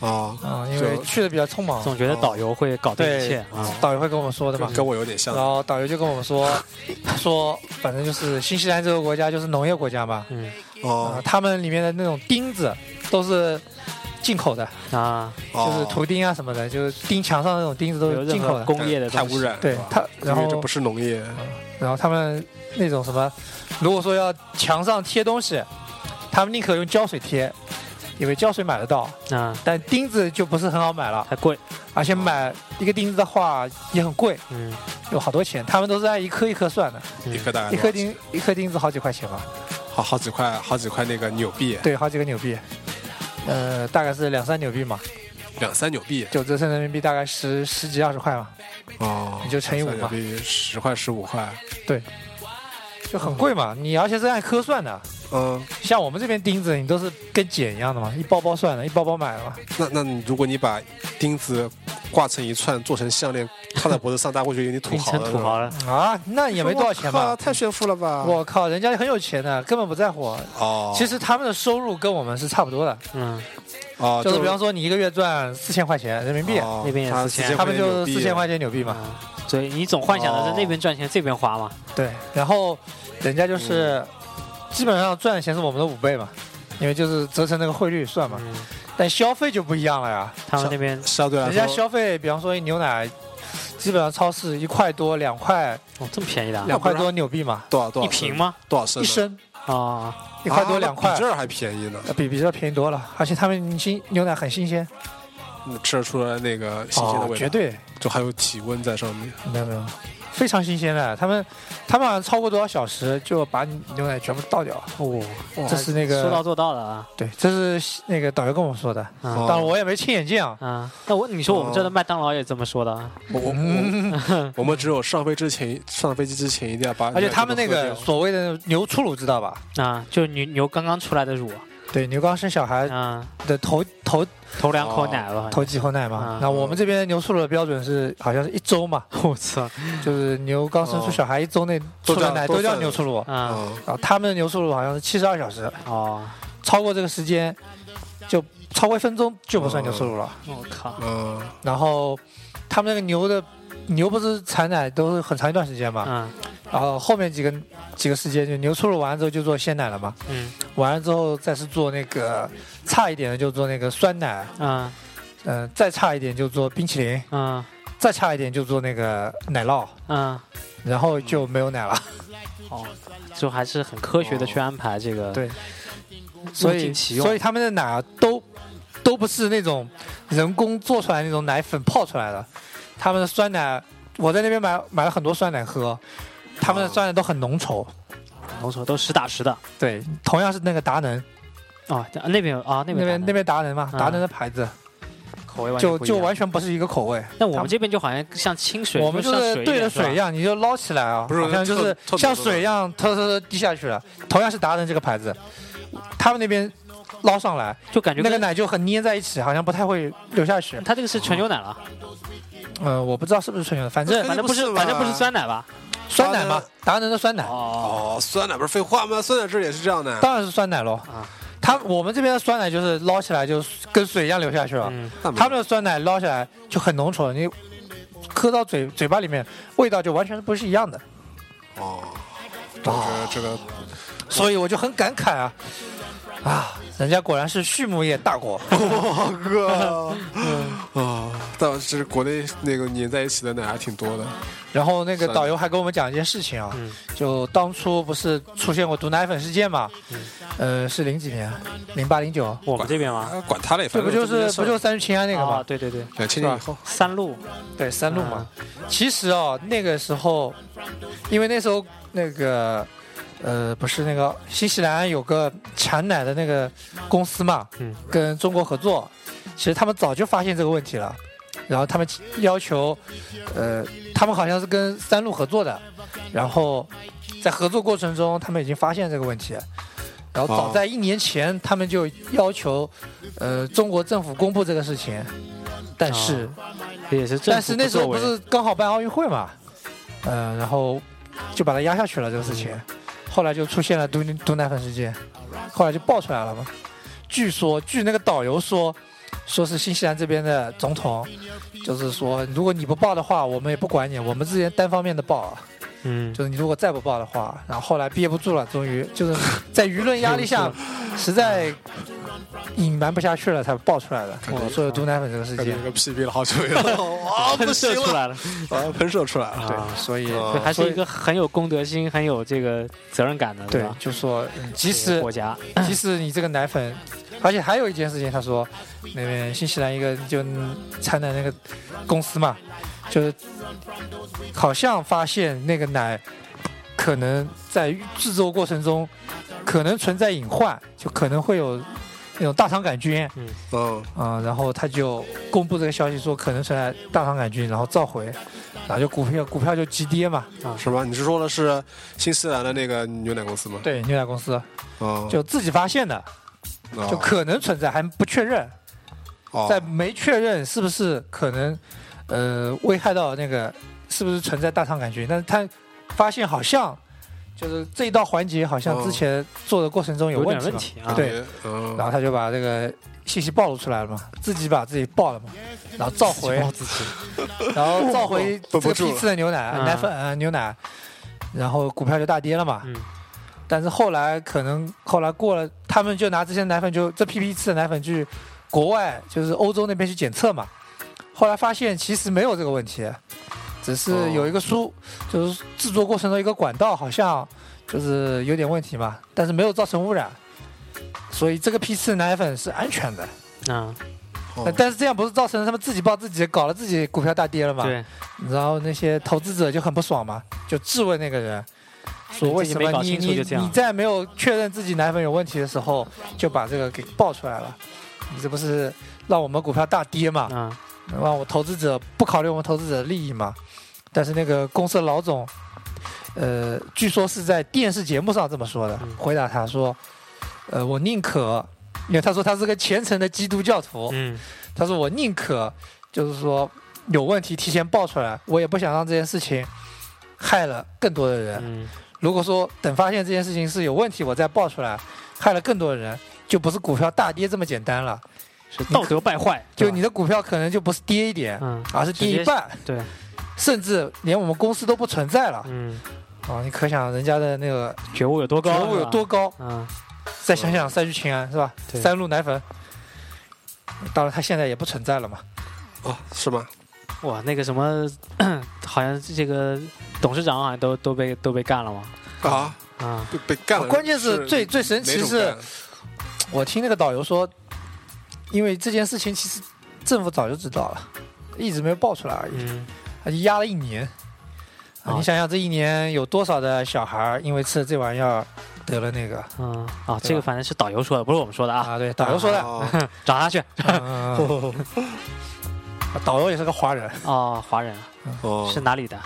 Speaker 3: 啊，
Speaker 2: 啊、因为
Speaker 3: 就
Speaker 2: 去的比较匆忙，
Speaker 1: 总觉得导游会搞定一切
Speaker 2: 对
Speaker 1: 啊，，
Speaker 2: 导游会跟我们说的嘛。
Speaker 3: 跟我有点像
Speaker 2: 然。后导游就跟我们说，说反正就是新西兰这个国家就是农业国家嘛，
Speaker 1: 嗯
Speaker 2: 啊、
Speaker 3: 哦
Speaker 2: 他们里面的那种钉子都是进口的，
Speaker 1: 啊，
Speaker 2: 就是
Speaker 3: 哦
Speaker 2: 图钉啊什么的，就是钉墙上的那种钉子都
Speaker 1: 没有
Speaker 2: 是进
Speaker 1: 任
Speaker 2: 口
Speaker 1: 何
Speaker 2: 的。
Speaker 1: 工业的
Speaker 3: 太
Speaker 1: 东西
Speaker 3: 污染，了，
Speaker 2: 对
Speaker 3: 是吧
Speaker 2: 他，然
Speaker 3: 啊因为这
Speaker 2: 后
Speaker 3: 不是农业
Speaker 2: 然后他们那种什么，如果说要墙上贴东西，他们宁可用胶水贴，因为胶水买得到，
Speaker 1: 啊，
Speaker 2: 但钉子就不是很好买了，
Speaker 1: 太贵，
Speaker 2: 而且买一个钉子的话也很贵，
Speaker 1: 嗯，
Speaker 2: 有好多钱。他们都是按一颗一颗算的，
Speaker 1: 嗯
Speaker 3: 一颗大概
Speaker 2: 一
Speaker 3: 哎多少
Speaker 2: 颗钉一颗钉子好几块钱吧，
Speaker 3: 好好几块，好几块那个纽币，
Speaker 2: 对，好几个纽币，呃，大概是两三纽币嘛，
Speaker 3: 两三纽币
Speaker 2: 九折成人民币大概十十几二十块嘛，
Speaker 3: 哦，
Speaker 2: 你就乘以五
Speaker 3: 两三
Speaker 2: 嘛
Speaker 3: 纽币十块十五块，
Speaker 2: 就很贵嘛。你而且是按颗算的，
Speaker 3: 嗯，
Speaker 2: 像我们这边钉子你都是跟碱一样的嘛，一包包算的，一包包买的嘛。
Speaker 3: 那那你如果你把钉子挂成一串，做成项链，套在脖子上，大家会觉得你土
Speaker 1: 变
Speaker 3: 豪
Speaker 1: 成
Speaker 3: 了。
Speaker 1: 土豪了。
Speaker 2: 啊，那也没多少钱
Speaker 3: 我靠
Speaker 2: 吧？
Speaker 3: 太炫富了吧！
Speaker 2: 我靠，人家很有钱的，根本不在乎。
Speaker 3: 哦，
Speaker 2: 其实他们的收入跟我们是差不多的，
Speaker 1: 嗯，
Speaker 3: 哦，
Speaker 2: 就是
Speaker 3: 是
Speaker 2: 比方说你一个月赚四千块钱人民币，
Speaker 3: 哦
Speaker 1: 那边也
Speaker 3: 他
Speaker 1: 4000
Speaker 3: 4000
Speaker 2: 他们就
Speaker 3: 牛逼
Speaker 2: 四千块钱纽币嘛。
Speaker 1: 嗯所以你总幻想的
Speaker 3: 哦
Speaker 1: 在那边赚钱，这边花嘛。
Speaker 2: 对，然后人家就是
Speaker 3: 嗯
Speaker 2: 基本上赚的钱是我们的五倍嘛，因为就是折成那个汇率算嘛。
Speaker 1: 嗯，
Speaker 2: 但消费就不一样了呀，
Speaker 1: 他们那边
Speaker 3: 相对来啊
Speaker 2: 人
Speaker 3: 说，
Speaker 2: 家消费，比方说牛奶，基本上超市一块多、两块、
Speaker 1: 哦这么便宜的啊，
Speaker 2: 两块多纽币嘛，
Speaker 3: 多少多
Speaker 1: 一
Speaker 3: 少
Speaker 1: 瓶
Speaker 3: 升
Speaker 1: 吗？
Speaker 3: 多少升
Speaker 2: 一
Speaker 3: 呢？
Speaker 2: 升
Speaker 1: 啊，
Speaker 2: 一块
Speaker 3: 啊
Speaker 2: 多两块
Speaker 3: 比，这儿还便宜呢。
Speaker 2: 呃比比这便宜多了。而且他们新牛奶很新鲜，
Speaker 3: 嗯吃出来那个新鲜的味道，
Speaker 2: 哦绝对
Speaker 3: 就还有体温在上面。
Speaker 2: 没有没有，非常新鲜的。他们他们好像超过多少小时就把牛奶全部倒掉，
Speaker 1: 哦，
Speaker 2: 这是那
Speaker 1: 说到
Speaker 2: 个
Speaker 1: 做到的啊。
Speaker 2: 对，这是那个导游跟我说的，
Speaker 1: 嗯
Speaker 3: 哦
Speaker 2: 啊当然我也没亲眼见啊。
Speaker 1: 啊，那我你说我们这儿的麦当劳也这么说的啊，
Speaker 3: 我 我我，我们只有上飞之前，上飞机之前一定要把。
Speaker 2: 而且他们那
Speaker 3: 喝
Speaker 2: 个
Speaker 3: 掉
Speaker 2: 所谓的牛初乳知道吧？
Speaker 1: 啊，就是牛牛刚刚出来的乳
Speaker 2: 对，牛刚生小孩
Speaker 1: 啊，
Speaker 2: 的头头
Speaker 1: 头两
Speaker 3: 哦
Speaker 1: 口奶吧。
Speaker 2: 哎头几口奶嘛
Speaker 1: 啊。
Speaker 2: 那我们这边牛初乳的标准是好像是一周 嘛，
Speaker 1: 我操
Speaker 2: 就是牛刚生出小孩一周内出
Speaker 3: 都
Speaker 2: 的
Speaker 3: 叫
Speaker 2: 奶
Speaker 3: 都
Speaker 2: 哦都叫
Speaker 3: 算
Speaker 2: 牛初乳。
Speaker 1: 啊
Speaker 3: 嗯，
Speaker 2: 啊，他们的牛初乳好像是七十二小时，
Speaker 1: 哦，
Speaker 2: 超过这个时间就超过一分钟就不算牛初乳了。
Speaker 1: 我靠，
Speaker 3: 嗯，
Speaker 2: 然后他们那个牛的牛不是产奶都是很长一段时间嘛，
Speaker 1: 嗯
Speaker 2: 然后后面几个几个时间就牛初乳完了之后就做鲜奶了嘛，
Speaker 1: 嗯
Speaker 2: 完了之后再是做那个差一点的就做那个酸奶，
Speaker 1: 嗯
Speaker 2: 嗯、再差一点就做冰淇淋，
Speaker 1: 嗯
Speaker 2: 再差一点就做那个奶酪，
Speaker 1: 嗯，
Speaker 2: 然后就没有奶了。
Speaker 1: 哦，就还是很科学的去安排这个，
Speaker 2: 对所以
Speaker 1: 其嗯用
Speaker 2: 所以他们的奶啊都都不是那种人工做出来那种奶粉泡出来的，他们的酸奶，我在那边买买了很多酸奶喝，他们的
Speaker 3: 哦
Speaker 2: 酸奶都很浓稠。
Speaker 1: 浓缩都实打实的。
Speaker 2: 对，同样是那个达能，
Speaker 1: 哦，那边有啊，那
Speaker 2: 那
Speaker 1: 边
Speaker 2: 边那
Speaker 1: 边
Speaker 2: 边达能嘛，
Speaker 1: 嗯
Speaker 2: 达能的牌子
Speaker 1: 口味完全
Speaker 2: 就
Speaker 1: 不一
Speaker 2: 就
Speaker 1: 样
Speaker 2: 完。全不是一个口味。
Speaker 1: 那我们这边就好像像清水，
Speaker 2: 我们
Speaker 1: 就
Speaker 2: 就
Speaker 1: 像
Speaker 2: 是对着水
Speaker 1: 一
Speaker 2: 一
Speaker 1: 样，
Speaker 2: 样，你就捞起来啊，
Speaker 3: 不是
Speaker 2: 好像就
Speaker 3: 特
Speaker 2: 是
Speaker 3: 特别
Speaker 2: 像
Speaker 3: 多
Speaker 2: 水一样，偷偷的滴下去了。同样是达能这个牌子，他们那边捞上来，
Speaker 1: 就感觉
Speaker 2: 那个
Speaker 1: 跟嗯
Speaker 2: 奶就很粘在一起，好像不太会流下去。
Speaker 1: 它这个是纯牛奶了，
Speaker 2: 呃，我不知道是不是纯牛奶，反正
Speaker 3: 肯
Speaker 1: 反
Speaker 3: 定
Speaker 1: 正
Speaker 3: 不
Speaker 1: 不是
Speaker 3: 是吧
Speaker 1: 反正不是酸奶吧？
Speaker 2: 酸奶嘛，达能的酸奶，
Speaker 1: 哦，
Speaker 3: 哦，酸奶不是废话吗？酸奶这也是这样的，
Speaker 2: 当然是酸奶喽
Speaker 1: 啊。
Speaker 2: 他我们这边的酸奶就是捞起来就跟水一样流下去了，
Speaker 1: 嗯，
Speaker 3: 那没
Speaker 2: 他们的酸奶捞起来就很浓稠，你喝到嘴嘴巴里面味道就完全不是一样的。
Speaker 3: 哦，这
Speaker 2: 哦
Speaker 3: 个 这个
Speaker 2: 所以我就很感慨啊，啊，人家果然是畜牧业大 国。
Speaker 3: 哇
Speaker 2: 哦
Speaker 3: 哥啊，但是国内那个粘在一起的奶还挺多的。
Speaker 2: 然后那个
Speaker 3: 算了
Speaker 2: 导游还跟我们讲一件事情啊，
Speaker 1: 嗯
Speaker 2: 就当初不是出现过毒奶粉事件嘛，
Speaker 3: 嗯
Speaker 2: 呃，是零几年，零八零九，
Speaker 1: 我们这边吗？
Speaker 3: 啊，管他嘞，
Speaker 2: 对，
Speaker 3: 反
Speaker 2: 不就
Speaker 3: 正
Speaker 2: 是
Speaker 3: 这
Speaker 2: 不
Speaker 3: 么件事儿
Speaker 2: 就是三聚氰胺那个嘛
Speaker 1: 啊，？对对对，
Speaker 3: 两千年以后
Speaker 1: 三鹿，
Speaker 2: 对，三鹿嘛。其实哦，那个时候，因为那时候那个，呃，不是那个新西兰有个产奶的那个公司嘛，
Speaker 1: 嗯
Speaker 2: 跟中国合作，其实他们早就发现这个问题了，然后他们要求，呃，他们好像是跟三鹿合作的，然后在合作过程中，他们已经发现这个问题。然后早
Speaker 3: 哦
Speaker 2: 在一年前，他们就要求，呃，中国政府公布这个事情，但是
Speaker 1: 哦也是政府
Speaker 2: 但是那时候
Speaker 1: 作
Speaker 2: 不
Speaker 1: 为
Speaker 2: 是刚好办奥运会嘛，嗯、然后就把它压下去了这个事
Speaker 1: 嗯
Speaker 2: 情，后来就出现了毒毒奶粉事件，后来就爆出来了嘛。据说，据那个导游说，说是新西兰这边的总统，就是说，如果你不报的话，我们也不管你，我们之前单方面的报，啊
Speaker 1: 嗯，
Speaker 2: 就是你如果再不报的话，然后后来憋不住了，终于就是在舆论压 力下，实在隐瞒不下去了，才爆出来的。我说的毒奶粉这个事
Speaker 3: 感觉
Speaker 2: 件
Speaker 3: 那，个屁屁了好 久以后，啊，
Speaker 1: 喷
Speaker 3: 不
Speaker 1: 射
Speaker 3: 行
Speaker 1: 出
Speaker 3: 了，
Speaker 1: 来了，
Speaker 3: 啊，喷射出来了。
Speaker 1: 啊
Speaker 2: 对，所以
Speaker 1: 对，还
Speaker 2: 所
Speaker 1: 是
Speaker 2: 以
Speaker 1: 一个很有公德心、很有这个责任感的，
Speaker 2: 对
Speaker 1: 吧，？
Speaker 2: 就说嗯
Speaker 1: 其
Speaker 2: 即使
Speaker 1: 国家，
Speaker 2: 即使你这个奶粉，而且还有一件事情，他说那边新西兰一个就呃产奶那个公司嘛，就是好像发现那个奶可能在制作过程中可能存在隐患，就可能会有那种大肠杆菌
Speaker 3: 嗯，
Speaker 2: 啊、然后他就公布这个消息说可能存在大肠杆菌，然后召回，然后就股票股票就急跌嘛，
Speaker 3: 是吗？你是说的是新西兰的那个牛奶公司吗？
Speaker 2: 对牛奶公司
Speaker 3: 嗯，
Speaker 2: 就自己发现的，
Speaker 3: 哦
Speaker 2: 就可能存在还不确认。
Speaker 3: 哦，
Speaker 2: 在没确认是不是可能呃危害到那个是不是存在大肠杆菌，但是他发现好像就是这一道环节好像
Speaker 3: 哦
Speaker 2: 之前做的过程中有
Speaker 1: 有
Speaker 2: 问
Speaker 1: 点
Speaker 2: 题嘛，
Speaker 1: 问题啊。
Speaker 2: 对，
Speaker 3: 嗯，
Speaker 2: 然后他就把这个信息暴露出来了嘛，自己把自己爆了嘛，然后召回， 然后召回
Speaker 3: 绷
Speaker 2: 这
Speaker 3: 不
Speaker 2: 个
Speaker 3: 住
Speaker 2: 批
Speaker 3: 了
Speaker 2: 次的牛奶、
Speaker 1: 嗯
Speaker 2: 奶粉、呃牛奶，然后股票就大跌了嘛。
Speaker 1: 嗯，
Speaker 2: 但是后来可能后来过了，他们就拿这些奶粉就这批批次的奶粉去国外，就是欧洲那边去检测嘛。后来发现其实没有这个问题，只
Speaker 3: 哦
Speaker 2: 是有一个输，就是制作过程中一个管道好像就是有点问题嘛，但是没有造成污染，所以这个批次奶粉是安全的。
Speaker 1: 啊，
Speaker 3: 哦
Speaker 2: 那但是这样不是造成他们自己报自己，搞了自己股票大跌了嘛？
Speaker 1: 对，
Speaker 2: 然后那些投资者就很不爽嘛，就质问那个人，说为什
Speaker 1: 哎自己没
Speaker 2: 么
Speaker 1: 搞
Speaker 2: 你
Speaker 1: 清楚
Speaker 2: 你
Speaker 1: 就这样
Speaker 2: 你在没有确认自己奶粉有问题的时候就把这个给爆出来了，你这不是让我们股票大跌嘛？
Speaker 1: 啊，
Speaker 2: 让我投资者不考虑我们投资者的利益嘛？但是那个公司的老总，呃，据说是在电视节目上这么说的
Speaker 1: 嗯，
Speaker 2: 回答他说，呃，我宁可，因为他说他是个虔诚的基督教徒，
Speaker 1: 嗯，
Speaker 2: 他说我宁可就是说有问题提前爆出来，我也不想让这件事情害了更多的人。
Speaker 1: 嗯，
Speaker 2: 如果说等发现这件事情是有问题，我再爆出来，害了更多的人，就不是股票大跌这么简单了，
Speaker 1: 是道德败坏，
Speaker 2: 就
Speaker 1: 对吧
Speaker 2: 你，的股票可能就不是跌一点，
Speaker 1: 嗯，
Speaker 2: 而是跌一半，
Speaker 1: 对，
Speaker 2: 甚至连我们公司都不存在了。
Speaker 1: 嗯，
Speaker 2: 哦，你可想人家的那个
Speaker 1: 觉悟有多高？
Speaker 2: 觉悟有多高？
Speaker 1: 啊？
Speaker 2: 再想想三聚氰胺是吧？
Speaker 1: 对
Speaker 2: 三鹿奶粉，当然它现在也不存在了嘛。
Speaker 3: 哦是吗？
Speaker 1: 嗯，哇，那个什么，好像这个董事长好像都都被都被干了嘛？
Speaker 3: 啊，
Speaker 1: 啊，
Speaker 3: 被被干了，
Speaker 2: 关键是最最神
Speaker 3: 哪
Speaker 2: 奇
Speaker 3: 种
Speaker 2: 是
Speaker 3: 干，
Speaker 2: 我听那个导游说，因为这件事情其实政府早就知道了，一直没有爆出来而已，
Speaker 1: 嗯，
Speaker 2: 他就压了一年。啊
Speaker 1: 哦
Speaker 2: 你想想这一年有多少的小孩儿因为吃了这玩意儿得了那个
Speaker 1: 嗯，啊，这个反正是导游说的，不是我们说的啊，
Speaker 2: 啊？对，导游说的，
Speaker 3: 哦
Speaker 1: 找他去。
Speaker 2: 嗯嗯嗯啊导游也是个华人，
Speaker 1: 哦，华人
Speaker 3: 哦
Speaker 1: 是哪里的？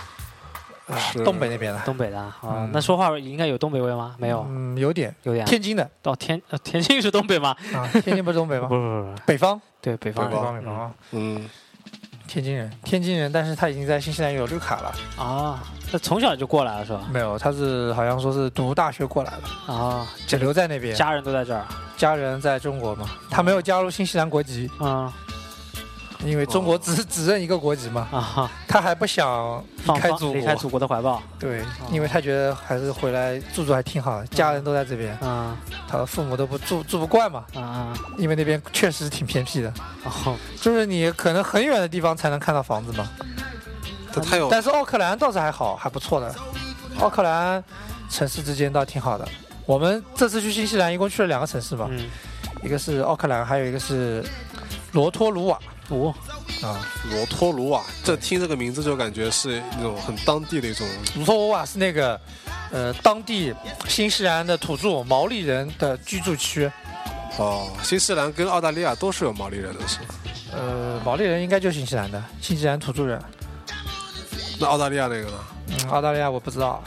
Speaker 2: 啊
Speaker 3: 是
Speaker 2: 东北那边的，
Speaker 1: 东北的啊。哦
Speaker 2: 嗯
Speaker 1: 那说话应该有东北哦味吗？没有，
Speaker 2: 嗯，有点
Speaker 1: 有点。
Speaker 2: 天津的
Speaker 1: 哦，天呃天津是东北吗？
Speaker 2: 啊， 天津不是东北
Speaker 1: 不
Speaker 2: 吗？
Speaker 1: 不不不，
Speaker 2: 北方，
Speaker 1: 对，北方
Speaker 2: 北
Speaker 1: 人
Speaker 2: 方，北方啊，
Speaker 3: 嗯
Speaker 2: 天津人，天津人，但是他已经在新西兰有绿卡了，
Speaker 1: 嗯啊，那从小就过来了是吧？
Speaker 2: 没有，他是好像说是读大学过来的，
Speaker 1: 啊，
Speaker 2: 就留在那边。
Speaker 1: 家人都在这儿。啊
Speaker 2: 家人在中国嘛，他没有加入新西兰国籍，
Speaker 1: 嗯
Speaker 2: 因为中国只只认一个国籍嘛，
Speaker 1: 啊哈，
Speaker 2: 他还不想
Speaker 1: 放
Speaker 2: 离开
Speaker 1: 放
Speaker 2: 祖
Speaker 1: 离开
Speaker 2: 国，
Speaker 1: 祖国哦的怀抱。
Speaker 2: 对，因为他觉得还是回来住住还挺好的，家人都在这边，
Speaker 1: 嗯
Speaker 2: 他的父母都不住住不惯嘛，
Speaker 1: 嗯嗯，
Speaker 2: 因为那边确实挺偏僻的，
Speaker 1: 哦，
Speaker 2: 就是你可能很远的地方才能看到房子嘛，
Speaker 3: 他他有
Speaker 2: 但是奥克兰倒是还好，还不错的，奥克兰城市之间倒挺好的。我们这次去新西兰一共去了两个城市嘛，
Speaker 1: 嗯，
Speaker 2: 一个是奥克兰，还有一个是罗托鲁瓦
Speaker 1: 五
Speaker 2: 啊。
Speaker 3: 罗托鲁瓦，这听这个名字就感觉是那种很当地的一种
Speaker 2: 卢托瓦啊是那个呃当地新西兰的土著毛利人的居住区，
Speaker 3: 哦。新西兰跟澳大利亚都是有毛利人的，是吗？
Speaker 2: 呃，毛利人应该就是新西兰的新西兰土著人。
Speaker 3: 那澳大利亚那个呢？
Speaker 2: 嗯，澳大利亚我不知道，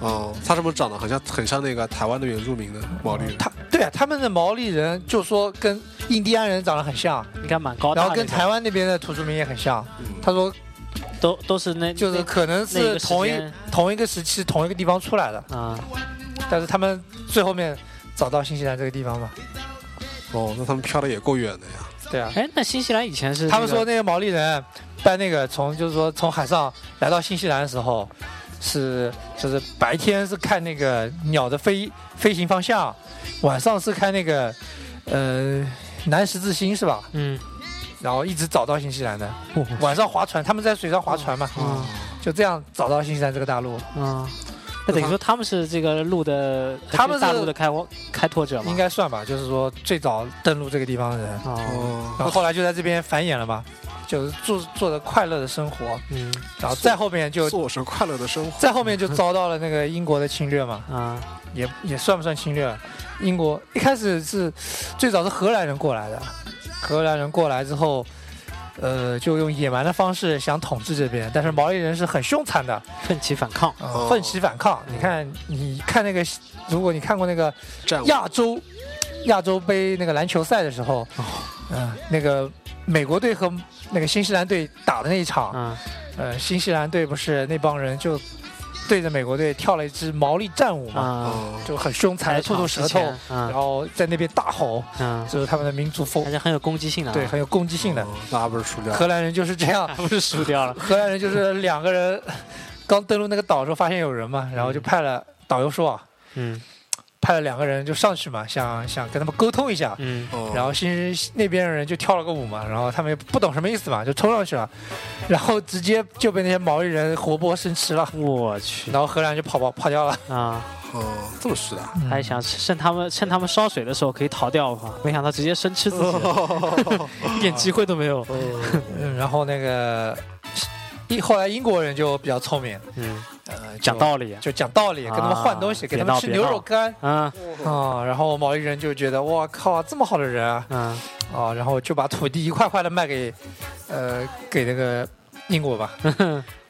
Speaker 3: 哦，他怎么长得很像很像那个台湾的原住民的毛利人？
Speaker 2: 他对啊，他们的毛利人就说跟印第安人长得很像，
Speaker 1: 应该蛮高大
Speaker 2: 然
Speaker 1: 的那种。
Speaker 2: 后跟台湾那边的土著民也很像。
Speaker 3: 嗯
Speaker 2: 他说
Speaker 1: 都都是那
Speaker 2: 就是可能
Speaker 1: 那那
Speaker 2: 是
Speaker 1: 个时
Speaker 2: 同一
Speaker 1: 间
Speaker 2: 同一个时期同一个地方出来的，
Speaker 1: 那啊，
Speaker 2: 但是他们最后面找到新西兰这个地方嘛。
Speaker 3: 哦，那他们飘的也够远的呀。
Speaker 2: 对啊，
Speaker 1: 哎，那新西兰以前是
Speaker 2: 他们
Speaker 1: 那个
Speaker 2: 说那个毛利人在那个从就是说从海上来到新西兰的时候，是就是白天是看那个鸟的飞飞行方向，晚上是看那个呃南十字星是吧？
Speaker 1: 嗯，
Speaker 2: 然后一直找到新西兰的，晚上划船，他们在水上划船嘛，
Speaker 1: 嗯
Speaker 2: 就这样找到新西兰这个大陆，
Speaker 1: 嗯，那等于说他们是这个路的，呃
Speaker 2: 他们是
Speaker 1: 大陆的开拓开拓者嘛？
Speaker 2: 应该算吧，就是说最早登陆这个地方的人。
Speaker 1: 哦，
Speaker 3: 哦，
Speaker 2: 然后后来就在这边繁衍了嘛，就是做做着快乐的生活，
Speaker 1: 嗯
Speaker 2: 然后再后面就
Speaker 3: 做什么快乐的生活？
Speaker 2: 再后面就遭到了那个英国的侵略嘛，
Speaker 1: 啊
Speaker 2: 也也算不算侵略？啊英国一开始是最早是荷兰人过来的，荷兰人过来之后，呃，就用野蛮的方式想统治这边，但是毛利人是很凶残的，
Speaker 1: 奋起反抗，
Speaker 2: 呃
Speaker 3: 哦
Speaker 2: 奋起反抗。你看，你看那个，如果你看过那个
Speaker 3: 站稳哦
Speaker 2: 亚洲亚洲杯那个篮球赛的时候，嗯、那个美国队和那个新西兰队打的那一场，
Speaker 1: 嗯，
Speaker 2: 呃，新西兰队不是那帮人就对着美国队跳了一支毛利战舞嘛，
Speaker 1: 啊，
Speaker 3: 哦
Speaker 2: 就很凶残，
Speaker 1: 还
Speaker 2: 吐吐舌头，然
Speaker 1: 嗯
Speaker 2: 后在那边大吼，
Speaker 1: 嗯，
Speaker 2: 这是他们的民族风
Speaker 1: 还，是很有攻击性的、啊，
Speaker 2: 对，，很有攻击性的。
Speaker 3: 哦那不是输掉了
Speaker 2: 荷兰人就是这 样，
Speaker 1: 不是 输掉了，
Speaker 2: 荷兰人就是两个人刚登陆那个岛的时候发现有人嘛，然后就派了导游说啊，
Speaker 1: 嗯
Speaker 2: 派了两个人就上去嘛，想想跟他们沟通一下。
Speaker 1: 嗯
Speaker 3: 哦
Speaker 2: 然后新那边的人就跳了个舞嘛，然后他们也不懂什么意思嘛，就冲上去了，然后直接就被那些毛利人活剥生吃了，
Speaker 1: 我去
Speaker 2: 然后荷兰就跑跑跑掉了。
Speaker 1: 啊！
Speaker 3: 哦，这么输的啊，
Speaker 2: 嗯
Speaker 1: 还想趁他们趁他们烧水的时候可以逃掉哈，没想到直接生吃自己 了，一点机会都没有。
Speaker 2: 嗯，然后那个英后来英国人就比较聪明，
Speaker 1: 嗯，
Speaker 2: 呃，
Speaker 1: 讲
Speaker 2: 理
Speaker 1: 道理
Speaker 2: 就讲道理，跟他们换东西，
Speaker 1: 啊
Speaker 2: 给他们吃
Speaker 1: 别闹别
Speaker 2: 牛
Speaker 1: 闹
Speaker 2: 肉干
Speaker 1: 啊，
Speaker 2: 啊、然后毛利人就觉得哇靠，这么好的人啊，
Speaker 1: 嗯
Speaker 2: 啊，然后就把土地一块块的卖给，呃，给那个英国吧，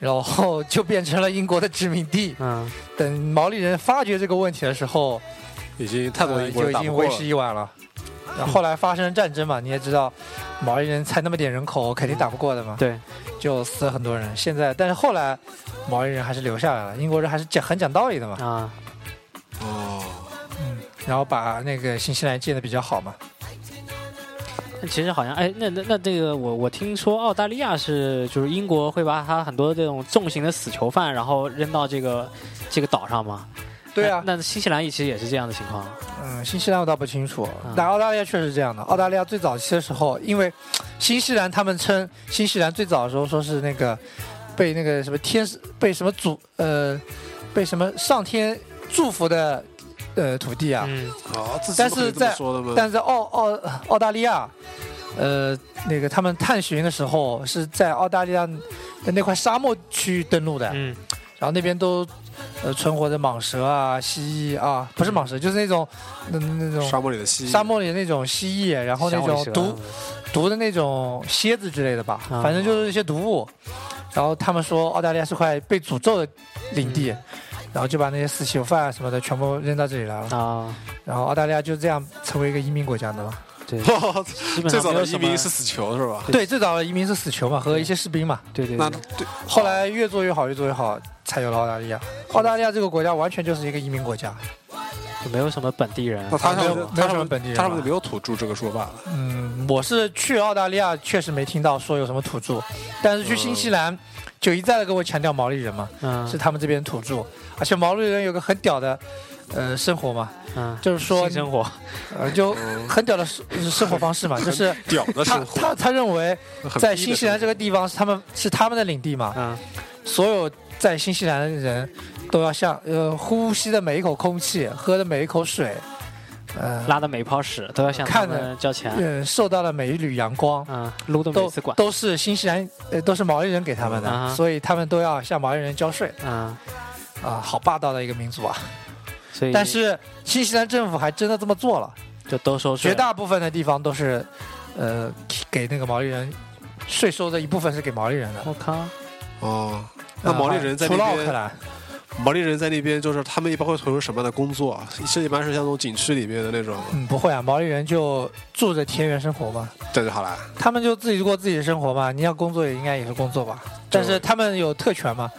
Speaker 2: 然后就变成了英国的殖民地。
Speaker 1: 嗯
Speaker 2: 等毛利人发觉这个问题的时候，
Speaker 3: 已经太多
Speaker 2: 呃
Speaker 3: 啊英国
Speaker 2: 就
Speaker 3: 人
Speaker 2: 已
Speaker 3: 打不
Speaker 2: 经
Speaker 3: 过
Speaker 2: 为
Speaker 3: 了，
Speaker 2: 时已晚了。然后后来发生战争嘛，你也知道，毛利人才那么点人口，肯定打不过的嘛，
Speaker 1: 对，
Speaker 2: 就死了很多人。现在，但是后来毛利人还是留下来了，英国人还是讲很讲道理的嘛，
Speaker 1: 啊，
Speaker 3: 哦，
Speaker 2: 然后把那个新西兰建的比较好嘛。
Speaker 1: 但其实好像哎，那那那这个我我听说澳大利亚是就是英国会把他很多这种重型的死囚犯，然后扔到这个这个岛上嘛。
Speaker 2: 对啊，
Speaker 1: 那那新西兰其实也是这样的情况。
Speaker 2: 嗯，新西兰我倒不清楚
Speaker 1: 嗯，
Speaker 2: 但澳大利亚确实是这样的。澳大利亚最早期的时候，因为新西兰他们称新西兰最早的时候说是那个被那个什么天使被什么主呃被什么上天祝福的呃土地啊，
Speaker 1: 嗯
Speaker 3: 啊，这
Speaker 2: 但
Speaker 3: 怎么可以
Speaker 2: 是
Speaker 3: 这
Speaker 2: 在
Speaker 3: 么说的吗？
Speaker 2: 但是澳澳澳大利亚呃那个他们探寻的时候是在澳大利亚的那块沙漠区域登陆的，
Speaker 1: 嗯
Speaker 2: 然后那边都呃存活着蟒蛇啊、蜥蜴啊，不是蟒
Speaker 1: 嗯
Speaker 2: 蛇，就是那种那那那种
Speaker 3: 沙漠里的蜥蜴，
Speaker 2: 沙漠里那种蜥蜴，然后那
Speaker 1: 小尾
Speaker 2: 种
Speaker 1: 蛇
Speaker 2: 毒毒的那种蝎子之类的吧，
Speaker 1: 啊
Speaker 2: 反正就是一些毒物。然后他们说澳大利亚是块被诅咒的领地，
Speaker 1: 嗯
Speaker 2: 然后就把那些死囚犯啊什么的全部扔到这里来了。
Speaker 1: 啊，
Speaker 2: 然后澳大利亚就这样成为一个移民国家的嘛。
Speaker 1: 对，基 本
Speaker 3: 最
Speaker 1: 上
Speaker 3: 早
Speaker 1: 没
Speaker 3: 的
Speaker 1: 有
Speaker 3: 移
Speaker 1: 什
Speaker 3: 民
Speaker 1: 么
Speaker 3: 是死囚是吧？
Speaker 2: 对，最早的移民是死囚嘛和一些士兵嘛，
Speaker 1: 对对
Speaker 3: 那
Speaker 1: 对，
Speaker 3: 对，
Speaker 2: 后来越做越好，越做越好，才有了澳大利亚。
Speaker 1: 嗯
Speaker 2: 澳大利亚这个国家完全就是一个移民国家，
Speaker 1: 就没有什么本地人
Speaker 3: 那。他
Speaker 2: 没有
Speaker 3: 上
Speaker 2: 没有
Speaker 3: 他
Speaker 2: 什么
Speaker 3: 上
Speaker 2: 本地人
Speaker 3: 他上
Speaker 2: 吧
Speaker 3: 面没有土著这个说法了。
Speaker 2: 嗯，我是去澳大利亚确实没听到说有什么土著，但是去新西兰就一再的跟我强调毛利人嘛，
Speaker 1: 嗯
Speaker 2: 是他们这边土著，而且毛利人有个很屌的呃生活嘛，
Speaker 1: 嗯，
Speaker 2: 就是说
Speaker 1: 新生 活
Speaker 2: 呃就
Speaker 3: 嗯
Speaker 2: 很屌的生生活方式嘛，就是
Speaker 3: 屌 的
Speaker 2: 他
Speaker 3: 生活，
Speaker 2: 他他认为
Speaker 3: 很
Speaker 2: 在
Speaker 3: 逼的
Speaker 2: 新西兰这
Speaker 3: 生
Speaker 2: 个地方是他们是他们的领地嘛，
Speaker 1: 嗯
Speaker 2: 所有在新西兰的人都要像呃呼吸的每一口空气，喝的每一口水，呃
Speaker 1: 拉的每一泡屎都要向他
Speaker 2: 看着
Speaker 1: 们交钱。
Speaker 2: 呃受到的每一缕阳光。
Speaker 1: 嗯，撸的每
Speaker 2: 都
Speaker 1: 次管。
Speaker 2: 都是新西兰，呃，都是毛利人给他们的，
Speaker 1: 啊哈
Speaker 2: 所以他们都要向毛利人交税
Speaker 1: 嗯，
Speaker 2: 啊、好霸道的一个民族啊！
Speaker 1: 所以
Speaker 2: 但是新西兰政府还真的这么做了，
Speaker 1: 就都收税
Speaker 2: 绝
Speaker 1: 了。
Speaker 2: 大部分的地方都是，呃，给那个毛利人税收的一部分是给毛利人的。啊
Speaker 1: 我靠，
Speaker 3: 活哦。那毛利人在
Speaker 2: 除了
Speaker 3: 那
Speaker 2: 奥克
Speaker 3: 边，
Speaker 2: 兰，
Speaker 3: 毛利人在那边就是他们一般会从事什么样的工作啊？是一般是像那种景区里面的那种，
Speaker 2: 嗯，不会啊，毛利人就住着田园生活嘛，
Speaker 3: 这样就好了。
Speaker 2: 他们就自己过自己的生活嘛。你要工作也应该也是工作吧，但是他们有特权嘛，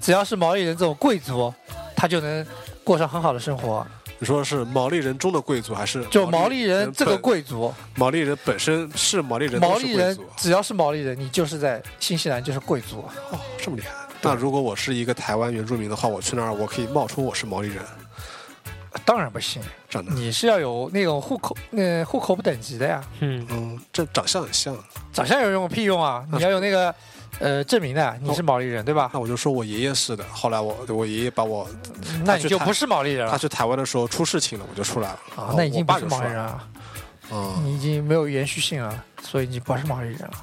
Speaker 2: 只要是毛利人这种贵族，他就能过上很好的生活。
Speaker 3: 你说是毛利人中的贵族，还是
Speaker 2: 就毛利人这个
Speaker 3: 本
Speaker 2: 贵族，
Speaker 3: 毛利人本身是毛利人，
Speaker 2: 毛
Speaker 3: 都是
Speaker 2: 利
Speaker 3: 贵
Speaker 2: 人啊
Speaker 3: 族。
Speaker 2: 只要是毛利人，你就是在新西兰就是贵族。啊
Speaker 3: 哦，这么厉害。那如果我是一个台湾原住民的话，我去那儿我可以冒充我是毛利人，
Speaker 2: 当然不行，
Speaker 3: 长得
Speaker 2: 你是要有那种户口，呃，户口不等级的呀，
Speaker 1: 嗯，
Speaker 3: 嗯，这长相很像。
Speaker 2: 长相有用个屁用啊！
Speaker 3: 嗯
Speaker 2: 你要有那个，呃，证明
Speaker 3: 哦
Speaker 2: 的你是毛利人对吧？
Speaker 3: 那我就说我爷爷是的。后来我我爷爷把我
Speaker 2: 那
Speaker 3: 哦他
Speaker 2: 你
Speaker 3: 去
Speaker 2: 就
Speaker 3: 探
Speaker 2: 不是毛利人
Speaker 3: 他
Speaker 2: 了
Speaker 3: 去台湾的时候出事情了，我就出来了。
Speaker 2: 啊，那已经
Speaker 3: 我
Speaker 2: 不
Speaker 3: 爸
Speaker 2: 是
Speaker 3: 就
Speaker 2: 毛
Speaker 3: 出
Speaker 2: 利
Speaker 3: 来
Speaker 2: 人
Speaker 3: 了。
Speaker 2: 了，
Speaker 3: 嗯，
Speaker 2: 你已经没有延续性了，所以你不是毛利人了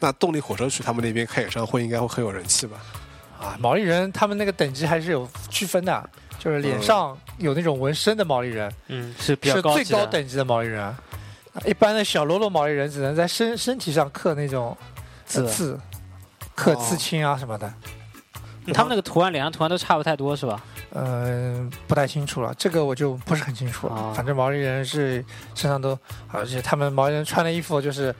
Speaker 3: 那动力火车去他们那边开演唱会应该会很有人气吧？
Speaker 2: 啊！毛利人他们那个等级还是有区分的，就是
Speaker 3: 嗯
Speaker 2: 脸上有那种纹身的毛利人，
Speaker 1: 嗯，是比较
Speaker 2: 是最
Speaker 1: 级的
Speaker 2: 高等级的毛利人。啊一般的小喽啰毛利人只能在身身体上刻那种呃
Speaker 1: 字哦
Speaker 2: 字，刻
Speaker 3: 哦
Speaker 2: 刺青啊什么的。
Speaker 1: 嗯他们那个图案脸上图案都差不太多是吧？
Speaker 2: 嗯、不太清楚了，这个我就不是很清楚了。
Speaker 1: 哦
Speaker 2: 反正毛利人是身上都，而且他们毛利人穿的衣服就是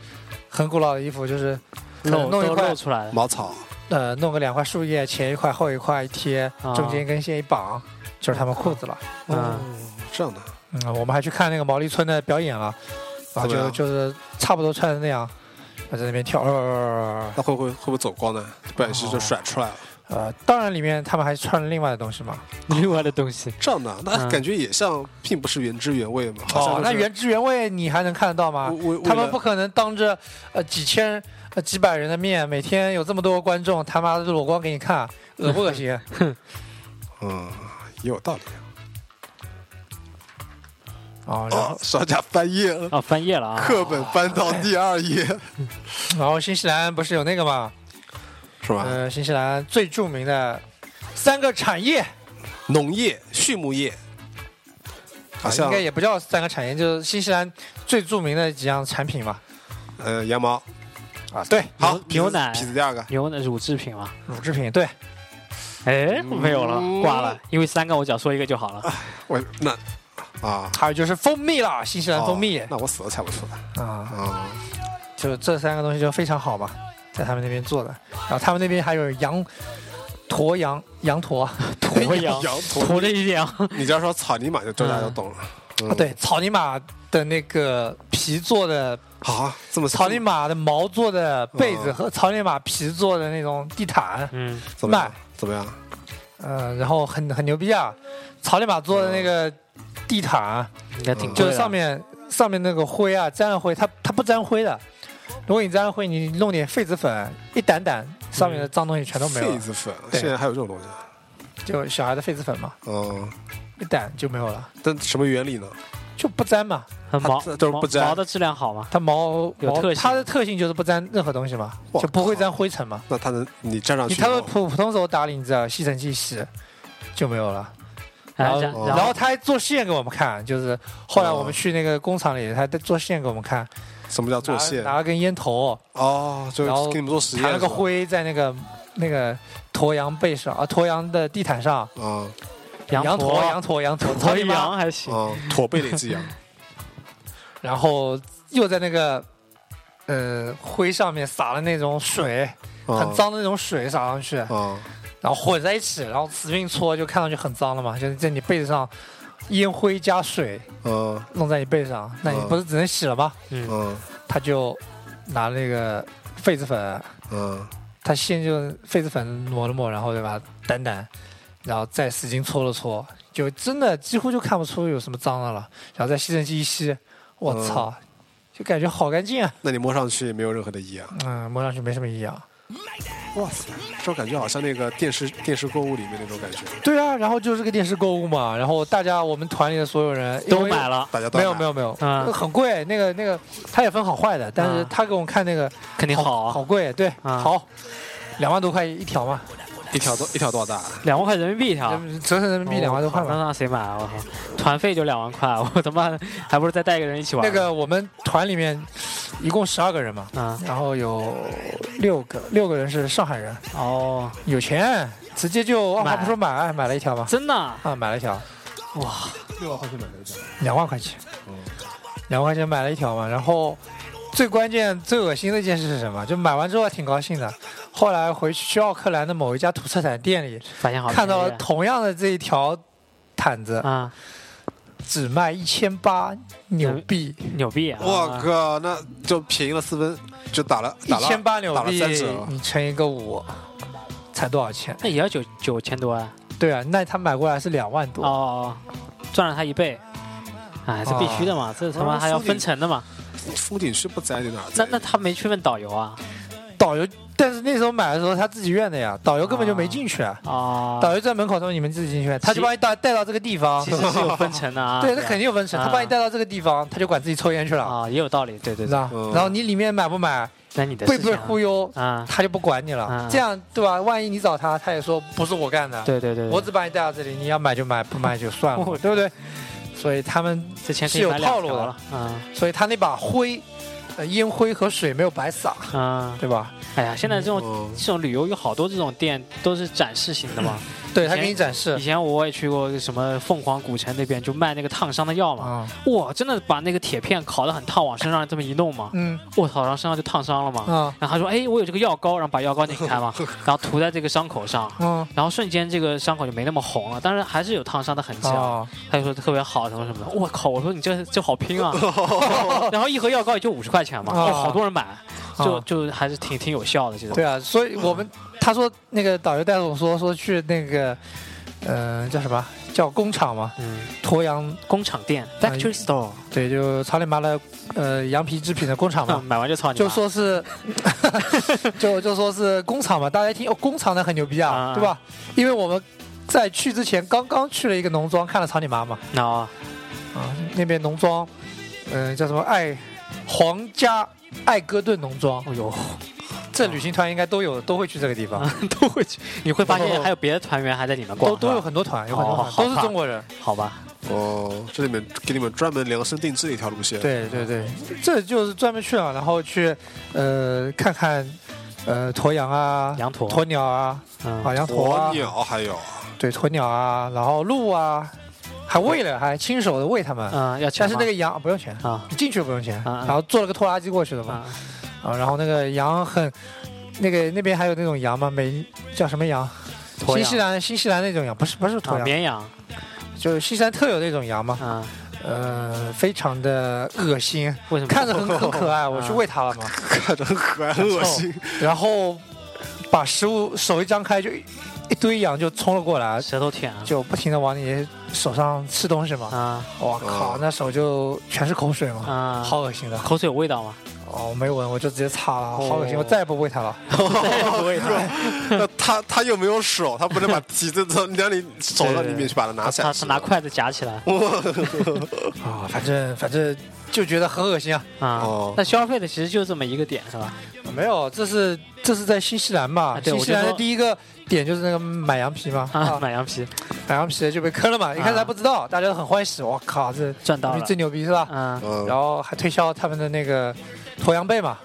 Speaker 2: 很古老的衣服，就是可能
Speaker 1: 露
Speaker 2: 弄一
Speaker 1: 都
Speaker 2: 块
Speaker 1: 露出来了。
Speaker 3: 嗯茅草，
Speaker 2: 呃弄个两块树叶，前一块后一块一贴，
Speaker 1: 哦
Speaker 2: 中间一根线一绑，就是他们裤子了。
Speaker 1: 嗯，
Speaker 3: 这样的，
Speaker 2: 嗯，我们还去看那个毛利村的表演了，然后
Speaker 3: 怎么
Speaker 2: 就
Speaker 3: 样
Speaker 2: 就是差不多穿成那样，啊在那边跳。呃
Speaker 3: 那会不会会不会走光呢？不小心就甩出来了。
Speaker 2: 呃，当然里面他们还穿了另外的东西嘛。
Speaker 1: 另外的东西，
Speaker 3: 这样的，那
Speaker 1: 嗯
Speaker 3: 感觉也像，并不是原汁原味嘛。好像
Speaker 2: 哦，那
Speaker 3: 就是
Speaker 2: 原汁原味你还能看得到吗？
Speaker 3: 为为
Speaker 2: 哦他
Speaker 3: 为
Speaker 2: 们
Speaker 3: 了
Speaker 2: 不可能当着呃几千、呃几百人的面，每天有这么多观众，他妈的裸光给你看，恶不恶心？
Speaker 3: 嗯，也有道理。
Speaker 2: 哦，然
Speaker 3: 啊
Speaker 2: 后，
Speaker 3: 少甲翻页了，
Speaker 1: 哦，翻页了啊！
Speaker 3: 课本翻到第二 页，
Speaker 2: 然后新西兰不是有那个嘛？
Speaker 3: 是吧？
Speaker 2: 呃，新西兰最著名的三个产业，
Speaker 3: 农业、畜牧业，好
Speaker 2: 啊
Speaker 3: 像
Speaker 2: 应该也不叫三个产业，就是新西兰最著名的几样产品嘛。
Speaker 3: 呃羊毛。
Speaker 2: 啊，对，
Speaker 3: 好，
Speaker 1: 牛
Speaker 3: 痞子
Speaker 1: 奶
Speaker 3: 痞子第二个，
Speaker 1: 牛奶乳制品嘛，
Speaker 2: 乳制品，对，
Speaker 1: 哎，没有了，挂了，因为三个我只要说一个就好了。
Speaker 3: 我那啊，
Speaker 2: 还有就是蜂蜜啦，新西兰蜂蜜
Speaker 3: 哦那我死都猜不出
Speaker 2: 啊，
Speaker 3: 来啊。
Speaker 2: 就这三个东西就非常好嘛，在他们那边做的。然后他们那边还有羊驼羊羊驼，
Speaker 1: 鸵 羊，
Speaker 3: 羊驼，
Speaker 1: 鸵的一点， 哦
Speaker 3: 你只要说草泥马，就大家都懂了。嗯，
Speaker 2: 啊对，草泥马的那个皮做的，
Speaker 3: 好，啊这么
Speaker 2: 草泥马的毛做的被子和草泥马皮做的那种地毯，
Speaker 1: 嗯，
Speaker 3: 怎么样
Speaker 2: 卖？
Speaker 3: 怎么样？
Speaker 2: 嗯，然后很很牛逼啊，草泥马做的那个地毯，
Speaker 1: 应该挺贵的
Speaker 2: 就是上面上面那个灰啊，沾了灰，它它不沾灰的。如果你沾了灰，你弄点痱子粉，一掸掸，上面的脏东西全都没有
Speaker 3: 痱
Speaker 2: 了，
Speaker 3: 子粉，
Speaker 2: 对
Speaker 3: 现在还有这种东西？
Speaker 2: 就小孩的痱子粉嘛，
Speaker 3: 嗯，
Speaker 2: 一掸就没有了，
Speaker 3: 但什么原理呢？
Speaker 2: 就不沾嘛。
Speaker 1: 很毛
Speaker 3: 它都是不粘
Speaker 1: 毛毛的质量好嘛？
Speaker 2: 它毛
Speaker 1: 有
Speaker 2: 毛
Speaker 1: 特性
Speaker 2: 它的特性就是不沾任何东西嘛，
Speaker 3: 哇
Speaker 2: 就不会沾灰尘嘛。
Speaker 3: 那它能你站上
Speaker 2: 你
Speaker 3: 去以
Speaker 2: 他
Speaker 3: 后，
Speaker 2: 们普普通手打理，你知道吸尘器洗就没有了。
Speaker 1: 然
Speaker 2: 然
Speaker 1: 后
Speaker 2: 后，
Speaker 1: 哎然
Speaker 2: 然
Speaker 1: 后
Speaker 2: 后他还做试验给我们看，就是后来
Speaker 3: 哦
Speaker 2: 我们去那个工厂里，他在做试验给我们看，
Speaker 3: 什么叫做
Speaker 2: 拿
Speaker 3: 线？
Speaker 2: 拿了根烟头，
Speaker 3: 哦，就
Speaker 2: 然后
Speaker 3: 给你们做实验
Speaker 2: 弹了个
Speaker 3: 是吧
Speaker 2: 灰在那个那个鸵羊背上啊，鸵羊的地毯上，
Speaker 3: 啊
Speaker 1: 羊
Speaker 2: 羊
Speaker 1: 驼、
Speaker 2: 驼羊驼羊驼
Speaker 1: 鸵
Speaker 2: 一
Speaker 1: 羊
Speaker 2: 样，
Speaker 1: 还行，
Speaker 3: 啊，
Speaker 2: 嗯
Speaker 3: 驼背的只羊，
Speaker 2: 然后又在那个呃灰上面撒了那种水，
Speaker 1: 哦
Speaker 3: 啊
Speaker 2: 很脏的那种水撒上去，
Speaker 3: 啊，
Speaker 2: 然后混在一起，然后使劲搓，就看上去很脏了嘛，就是在你背上烟灰加水
Speaker 3: 嗯
Speaker 2: 弄在你背上，那你
Speaker 1: 哦
Speaker 3: 嗯
Speaker 2: 不是只能洗了吗？
Speaker 1: 嗯，
Speaker 3: 嗯
Speaker 2: 他就拿那个痱子粉，
Speaker 3: 嗯，
Speaker 2: 他先就痱子粉抹了抹，然后再把它掸掸，然后再使劲搓了搓，就真的几乎就看不出有什么脏的了。然后再吸尘器一吸，我
Speaker 3: 嗯
Speaker 2: 操，就感觉好干净啊！
Speaker 3: 那你摸上去也没有任何的异样。
Speaker 2: 嗯，摸上去没什么异样。
Speaker 3: 哇塞，这种感觉好像那个电视电视购物里面那种感觉，
Speaker 2: 对啊，然后就是个电视购物嘛，然后大家我们团里的所有人
Speaker 1: 都买
Speaker 2: 了。
Speaker 1: 了，
Speaker 3: 大家都
Speaker 2: 没有
Speaker 3: 买
Speaker 2: 没有没有，
Speaker 1: 嗯
Speaker 2: 那个很贵，那个那个，它也分好坏的，但是
Speaker 1: 嗯
Speaker 2: 他给我们看那个
Speaker 1: 肯定好啊，
Speaker 2: 好贵，对，
Speaker 1: 嗯
Speaker 2: 好，两万多块一条嘛，
Speaker 3: 一条多一条多少大？
Speaker 1: 两万块人民币一条。
Speaker 2: 折成人民币两万多块
Speaker 1: 那
Speaker 2: 嘛。
Speaker 1: 让谁买啊？我靠，团费就两万块，我他妈还不如再带一个人一起玩。
Speaker 2: 那个我们团里面一共十二个人嘛，
Speaker 1: 啊，
Speaker 2: 然后有六个六个人是上海人，
Speaker 1: 哦，
Speaker 2: 有钱直接就二话
Speaker 1: 买
Speaker 2: 不说买买了一条嘛，
Speaker 1: 真的啊，
Speaker 2: 啊买了一条，
Speaker 3: 六万块钱买了一条，
Speaker 2: 两万块钱
Speaker 3: 嗯，
Speaker 2: 两万块钱买了一条嘛，然后。最关键、最恶心的一件事是什么？就买完之后还挺高兴的，后来回去去奥克兰的某一家土特产店里，
Speaker 1: 发现好
Speaker 2: 看到了
Speaker 1: 便宜
Speaker 2: 同样的这一条毯子，
Speaker 1: 啊，
Speaker 2: 只卖一千八纽币，
Speaker 1: 牛逼啊！
Speaker 3: 我靠，那就便宜了四分，就打了
Speaker 2: 一
Speaker 3: 打了
Speaker 2: 千八纽
Speaker 3: 打了
Speaker 2: 币
Speaker 3: 三折，
Speaker 2: 你乘一个五，才多少钱？
Speaker 1: 那也要九九千多啊！
Speaker 2: 对啊，那他买过来是两万
Speaker 1: 哦
Speaker 2: 多，
Speaker 1: 哦，哦赚了他一倍。哎，这必须的嘛，这他妈还要分成的嘛。
Speaker 3: 风景区不栽你哪儿栽
Speaker 1: 那那他没去问导游啊？
Speaker 2: 导游，但是那时候买的时候他自己愿的呀，导游根本就没进去，啊、
Speaker 1: 哦，
Speaker 2: 导游在门口说你们自己进去，他就把你带带到这个地方
Speaker 1: 其，实是有分成的啊。
Speaker 2: 对，那肯定有分成，
Speaker 1: 啊
Speaker 2: 他把你带到这个地方，他就管自己抽烟去了，
Speaker 1: 啊，也有道理。对对
Speaker 2: 你知
Speaker 1: 对，
Speaker 2: 道吧
Speaker 3: 嗯？
Speaker 2: 然后你里面买不买，
Speaker 1: 那你的
Speaker 2: 被
Speaker 1: 事
Speaker 2: 不被
Speaker 1: 情啊
Speaker 2: 忽悠，
Speaker 1: 啊？
Speaker 2: 他就不管你了
Speaker 1: 啊，
Speaker 2: 这样对吧？万一你找他，他也说不是我干的，
Speaker 1: 对对对，
Speaker 2: 我只把你带到这里，你要买就买，不买就算了，
Speaker 1: 我
Speaker 2: 对不对？所以他们，
Speaker 1: 之前
Speaker 2: 是有套路的
Speaker 1: 了。嗯
Speaker 2: 所以他那把灰，呃，烟灰和水没有白洒，
Speaker 1: 嗯
Speaker 2: 对吧？
Speaker 1: 哎呀，现在这种、
Speaker 2: 嗯
Speaker 3: 哦
Speaker 1: 这种旅游有好多这种店都是展示型的嘛。
Speaker 2: 对
Speaker 1: 以
Speaker 2: 他
Speaker 1: 前
Speaker 2: 给你展示
Speaker 1: 以前我也去过什么凤凰古城那边，就卖那个烫伤的药嘛。
Speaker 2: 啊，
Speaker 1: 哇，真的把那个铁片烤得很烫，往身上这么一弄嘛，
Speaker 2: 嗯
Speaker 1: 我操，然后身上就烫伤了嘛。
Speaker 2: 啊
Speaker 1: 然后他说，哎，我有这个药膏，然后把药膏拧开 嘛，然后涂在这个伤口上。
Speaker 2: 嗯
Speaker 1: 然后瞬间这个伤口就没那么红了，但是还是有烫伤的痕迹啊。
Speaker 2: 啊，
Speaker 1: 他就说特别好什么什么的，我靠！我说你这这好拼 啊！然后一盒药膏也就五十块钱嘛，
Speaker 2: 啊
Speaker 1: 哦，好多人买，就
Speaker 2: 啊
Speaker 1: 就还是挺挺有效的这种。
Speaker 2: 对啊，所以我们他说那个导游带着我说说去那个，呃，叫什么叫工厂嘛，
Speaker 1: 嗯，
Speaker 2: 鄱阳
Speaker 1: 工厂店
Speaker 2: 哎
Speaker 1: （factory store）
Speaker 2: 对，就草里麻的呃羊皮制品的工厂嘛
Speaker 1: 嗯，，买完就操你妈！
Speaker 2: 就说是， 就就说是工厂嘛，大家一听哦，工厂那很牛逼啊
Speaker 1: 啊，
Speaker 2: 对吧？因为我们在去之前刚刚去了一个农庄，看了草泥马嘛，
Speaker 1: 啊，
Speaker 2: 啊，那边农庄，嗯、叫什么爱皇家艾格顿农庄，
Speaker 1: 哦呦，啊
Speaker 2: 这旅行团应该都有，都会去这个地方，
Speaker 1: 都会去，你会发
Speaker 2: 不不
Speaker 1: 现
Speaker 2: 不
Speaker 1: 还有别的团员还在里面逛，
Speaker 2: 哦都都有
Speaker 1: 是吧
Speaker 2: 很多团，有很多
Speaker 1: 啊哦
Speaker 2: 团，
Speaker 1: 好
Speaker 2: 都是中国人。
Speaker 1: 好吧？
Speaker 3: 哦，这里面给你们专门量身定制的一条路线。，
Speaker 2: 对对对，这就是专门去了，然后去呃看看呃鸵羊啊、
Speaker 1: 羊驼，
Speaker 2: 鸵鸟啊、啊
Speaker 1: 嗯，
Speaker 2: 羊驼啊
Speaker 3: 鸵。鸟还有
Speaker 2: 对，鸵鸟啊，然后鹿啊，还喂了，还亲手的喂它们。
Speaker 1: 嗯，要钱
Speaker 2: 啊
Speaker 1: 吗
Speaker 2: 但是那个羊不用钱，
Speaker 1: 啊
Speaker 2: 你进去不用钱。
Speaker 1: 啊啊
Speaker 2: 然后坐了个拖拉机过去的嘛。
Speaker 1: 啊，
Speaker 2: 啊，然后那个羊很，那个那边还有那种羊嘛，美叫什么羊？
Speaker 1: 鸵
Speaker 2: 新
Speaker 1: 羊
Speaker 2: 西兰新西兰那种羊，不是不是鸵
Speaker 1: 啊，
Speaker 2: 羊，
Speaker 1: 绵羊，
Speaker 2: 就是新西兰特有那种羊嘛。
Speaker 1: 嗯，
Speaker 2: 呃，非常的 恶心，
Speaker 1: 为什么
Speaker 2: 看着很很可爱，我去
Speaker 1: 啊
Speaker 2: 喂它 了嘛。
Speaker 3: 看着很可爱，很恶心。
Speaker 2: 然后把食物手一张开，就一一堆羊就冲了过来，
Speaker 1: 舌头舔啊？
Speaker 2: 就不停的往你手上吃东西嘛。
Speaker 1: 啊
Speaker 2: 我靠，
Speaker 3: 嗯
Speaker 2: 那手就全是口水嘛，
Speaker 1: 啊，
Speaker 2: 好恶心的。
Speaker 1: 口水有味道吗？
Speaker 2: 哦，我没闻，我就直接擦了，
Speaker 1: 哦
Speaker 2: 好恶心，我再也不喂它了。
Speaker 3: 哦那他他又没有手，他不能把蹄子从让你手到里面去把它拿起来
Speaker 1: 他
Speaker 3: 吃
Speaker 1: 他拿筷子夹起来
Speaker 2: 啊，反正反正就觉得很恶心啊。
Speaker 1: 啊
Speaker 3: 哦。
Speaker 1: 那消费的其实就这么一个点是吧？
Speaker 2: 没有，这是这是在新西兰嘛？
Speaker 1: 啊对
Speaker 2: 新西兰
Speaker 1: 我就
Speaker 2: 的
Speaker 1: 说
Speaker 2: 第一个点就是那个买羊皮嘛，
Speaker 1: 啊，
Speaker 2: 啊，
Speaker 1: 买羊皮
Speaker 2: 买羊皮就被坑了嘛。一开始还不知道，大家都很欢喜，我靠，这
Speaker 1: 赚到了。
Speaker 2: 最啊牛逼是吧？
Speaker 1: 嗯，
Speaker 2: 然
Speaker 3: 嗯，
Speaker 2: 后还推销他们的那个驼羊背嘛，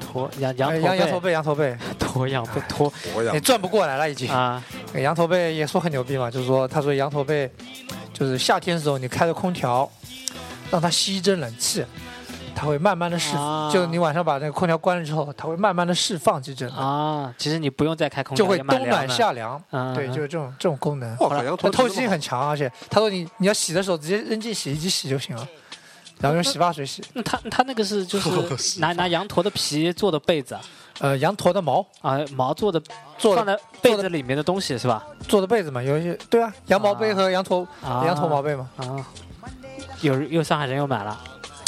Speaker 1: 驼羊
Speaker 2: 哎
Speaker 1: 羊
Speaker 2: 羊羊
Speaker 1: 驼
Speaker 2: 驼背，羊驼背，啊
Speaker 1: 驼羊不驼
Speaker 3: 我养
Speaker 2: 也转不过来了已经。哎
Speaker 1: 啊
Speaker 2: 羊驼背也说很牛逼嘛，就是说他说羊驼背，就是夏天的时候你开着空调，让它吸一阵冷气，它会慢慢的释，
Speaker 1: 啊
Speaker 2: 就你晚上把那个空调关了之后，它会慢慢的释放几阵，
Speaker 1: 啊！其实你不用再开空调，
Speaker 2: 就会
Speaker 1: 也蛮
Speaker 2: 冬
Speaker 1: 凉
Speaker 2: 暖
Speaker 1: 的
Speaker 2: 夏凉。
Speaker 1: 嗯，
Speaker 2: 对，就是这种这种功能。
Speaker 1: 哦
Speaker 3: 我靠，羊
Speaker 2: 它
Speaker 3: 驼
Speaker 2: 透气性很强，而且他说你你要洗的时候直接扔进洗衣机洗就行了，然后用洗发水洗。
Speaker 1: 那他他那个是 就
Speaker 3: 我
Speaker 1: 是
Speaker 3: 是
Speaker 1: 拿拿羊驼的皮做的被子啊
Speaker 2: 呃，羊驼的毛
Speaker 1: 啊，毛做的
Speaker 2: 做
Speaker 1: 放
Speaker 2: 的
Speaker 1: 在被子里面的东西是吧？
Speaker 2: 做的被子嘛，有一些对啊，羊毛被和羊驼
Speaker 1: 啊，
Speaker 2: 羊驼毛被嘛，
Speaker 1: 啊，有又上海人又买了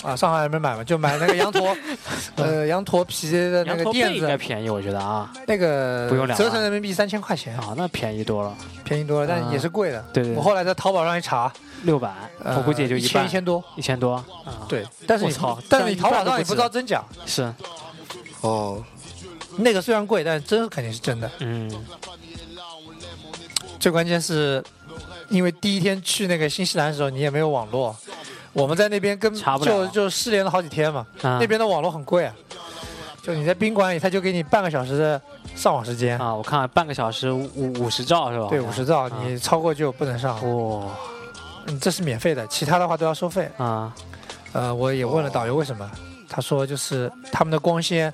Speaker 2: 啊，上海还没买嘛，就买那个羊驼， 呃，羊驼皮的那
Speaker 1: 羊
Speaker 2: 个
Speaker 1: 驼
Speaker 2: 垫
Speaker 1: 被应
Speaker 2: 子
Speaker 1: 该，便宜，我觉得啊
Speaker 2: 那个
Speaker 1: 不用两万
Speaker 2: 折成人民币三千块钱，
Speaker 1: 啊，那便宜多了，
Speaker 2: 便宜多了，但
Speaker 1: 啊
Speaker 2: 也是贵的。
Speaker 1: 对对对
Speaker 2: 我后来在淘宝上一查，
Speaker 1: 六百，
Speaker 2: 呃
Speaker 1: 我估计也就
Speaker 2: 一
Speaker 1: 一
Speaker 2: 千
Speaker 1: 半
Speaker 2: 一，千多。
Speaker 1: 一千多啊，
Speaker 2: 对，但是你
Speaker 1: 我操
Speaker 2: 但是你
Speaker 1: 这
Speaker 2: 淘
Speaker 1: 样一半
Speaker 2: 宝
Speaker 1: 都不
Speaker 2: 上你不
Speaker 1: 止
Speaker 2: 知道真假，
Speaker 1: 是，
Speaker 3: 哦，
Speaker 2: 那个虽然贵，但真肯定是真的。
Speaker 1: 嗯
Speaker 2: 最关键是，因为第一天去那个新西兰的时候，你也没有网络，我们在那边跟
Speaker 1: 查不了
Speaker 2: 就就失联了好几天嘛。
Speaker 1: 啊，
Speaker 2: 那边的网络很贵啊，就你在宾馆里，他就给你半个小时的上网时间，
Speaker 1: 啊，我看半个小时五五十兆是吧？
Speaker 2: 对，五十兆，
Speaker 1: 啊
Speaker 2: 你超过就不能上，
Speaker 1: 哇
Speaker 2: 嗯这是免费的，其他的话都要收费。
Speaker 1: 啊
Speaker 2: 呃，我也问了导游为什么，他说就是他们的光纤，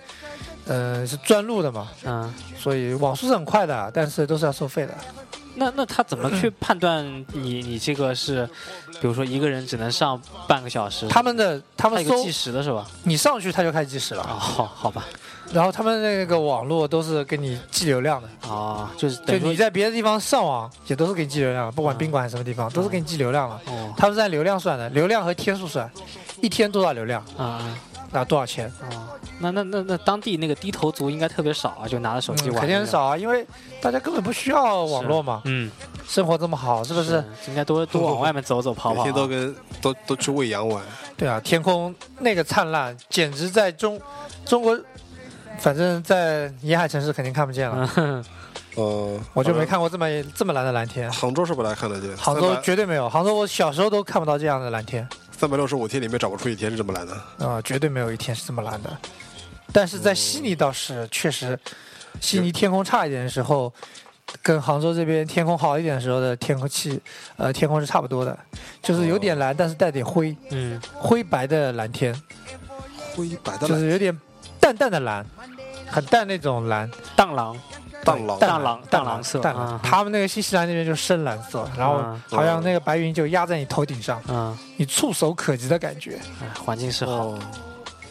Speaker 2: 呃，是专路的嘛，
Speaker 1: 嗯，
Speaker 2: 所以网速是很快的，但是都是要收费的。
Speaker 1: 那那他怎么去判断你你这个是，比如说一个人只能上半个小时？
Speaker 2: 他们的他
Speaker 1: 嗯他
Speaker 2: 们
Speaker 1: 有个
Speaker 2: 搜
Speaker 1: 计时的是吧？
Speaker 2: 你上去，他就开始计时了
Speaker 1: 哦，。好好吧，
Speaker 2: 然后他们那个网络都是给你记流量的，
Speaker 1: 哦，就是
Speaker 2: 就
Speaker 1: 等
Speaker 2: 你
Speaker 1: 于
Speaker 2: 在别的地方上网也都是给你记流量的，不管
Speaker 1: 嗯
Speaker 2: 宾馆还是什么地方，都是给你记流量了。
Speaker 1: 说哦
Speaker 2: 他们是按流量算的，流量和天数算，一天多少流量，
Speaker 1: 啊
Speaker 2: 那多少钱？
Speaker 1: 哦，那那那那当地那个低头族应该特别少啊，就拿着手
Speaker 2: 嗯
Speaker 1: 机玩，
Speaker 2: 肯定很。少啊，因为大家根本不需要网络嘛，
Speaker 1: 嗯，
Speaker 2: 生活这么好，是不是？？
Speaker 1: 应该多多往外面走走跑
Speaker 3: 每
Speaker 1: 跑啊。
Speaker 3: 天都跟都都去喂羊玩，
Speaker 2: 对啊，天空那个灿烂，简直在中中国，反正在沿海城市肯定看不见了，
Speaker 1: 嗯
Speaker 3: 嗯，
Speaker 2: 我就没。看过这么这么蓝的蓝天。
Speaker 3: 杭州是不大看得见，
Speaker 2: 杭州绝对没有，杭州我小时候都看不到这样的蓝天。
Speaker 3: 三百六十五天里面找不出一天是这么蓝的。
Speaker 2: 啊、绝对没有一天是这么蓝的。但是在悉尼倒是确实，悉尼天空差一点的时候，跟杭州这边天空好一点的时候的天空气，呃，天空是差不多的，就是有点蓝，但是带点灰，
Speaker 1: 嗯，
Speaker 2: 灰白的蓝天，
Speaker 3: 灰白的
Speaker 2: 就
Speaker 3: 蓝
Speaker 2: 是有点淡淡的蓝，很淡那种蓝，
Speaker 1: 当郎，
Speaker 3: 淡狼，
Speaker 1: 淡
Speaker 2: 蓝
Speaker 1: 蓝
Speaker 2: 淡
Speaker 1: 淡蓝色
Speaker 2: 淡蓝
Speaker 1: 啊。
Speaker 2: 他们那个新西兰那边就是深蓝色，然后
Speaker 1: 啊
Speaker 2: 好像那个白云就压在你头顶上，
Speaker 1: 嗯，
Speaker 2: 你触手可及的感觉。
Speaker 1: 哎环境
Speaker 3: 哦
Speaker 1: 是
Speaker 2: 嗯
Speaker 1: 好。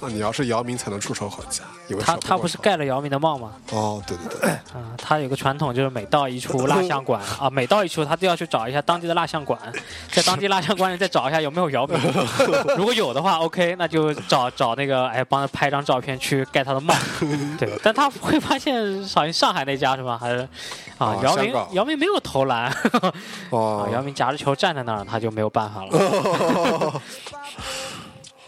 Speaker 3: 那你要是姚明才能出手好家，以为
Speaker 1: 他
Speaker 3: 手
Speaker 1: 他不是
Speaker 3: 够
Speaker 1: 盖了姚明的梦吗？
Speaker 3: 长哦，对对对，
Speaker 1: 啊，他有个传统，就是每到一处蜡像 馆啊，每到一处他都要去找一下当地的蜡像馆，在当地蜡像馆里再找一下有没有姚 明，如果有的话，OK，那就找找那个哎，帮他拍张照片去盖他的 帽。对，但他会发现，好像上海那家是吧？还是啊
Speaker 3: 啊，
Speaker 2: 哦
Speaker 1: 姚
Speaker 3: 香
Speaker 1: 明
Speaker 3: 港
Speaker 1: 姚明没有投篮 啊，
Speaker 3: 哦，
Speaker 1: 姚明夹着球站在那儿，他就没有办法 了。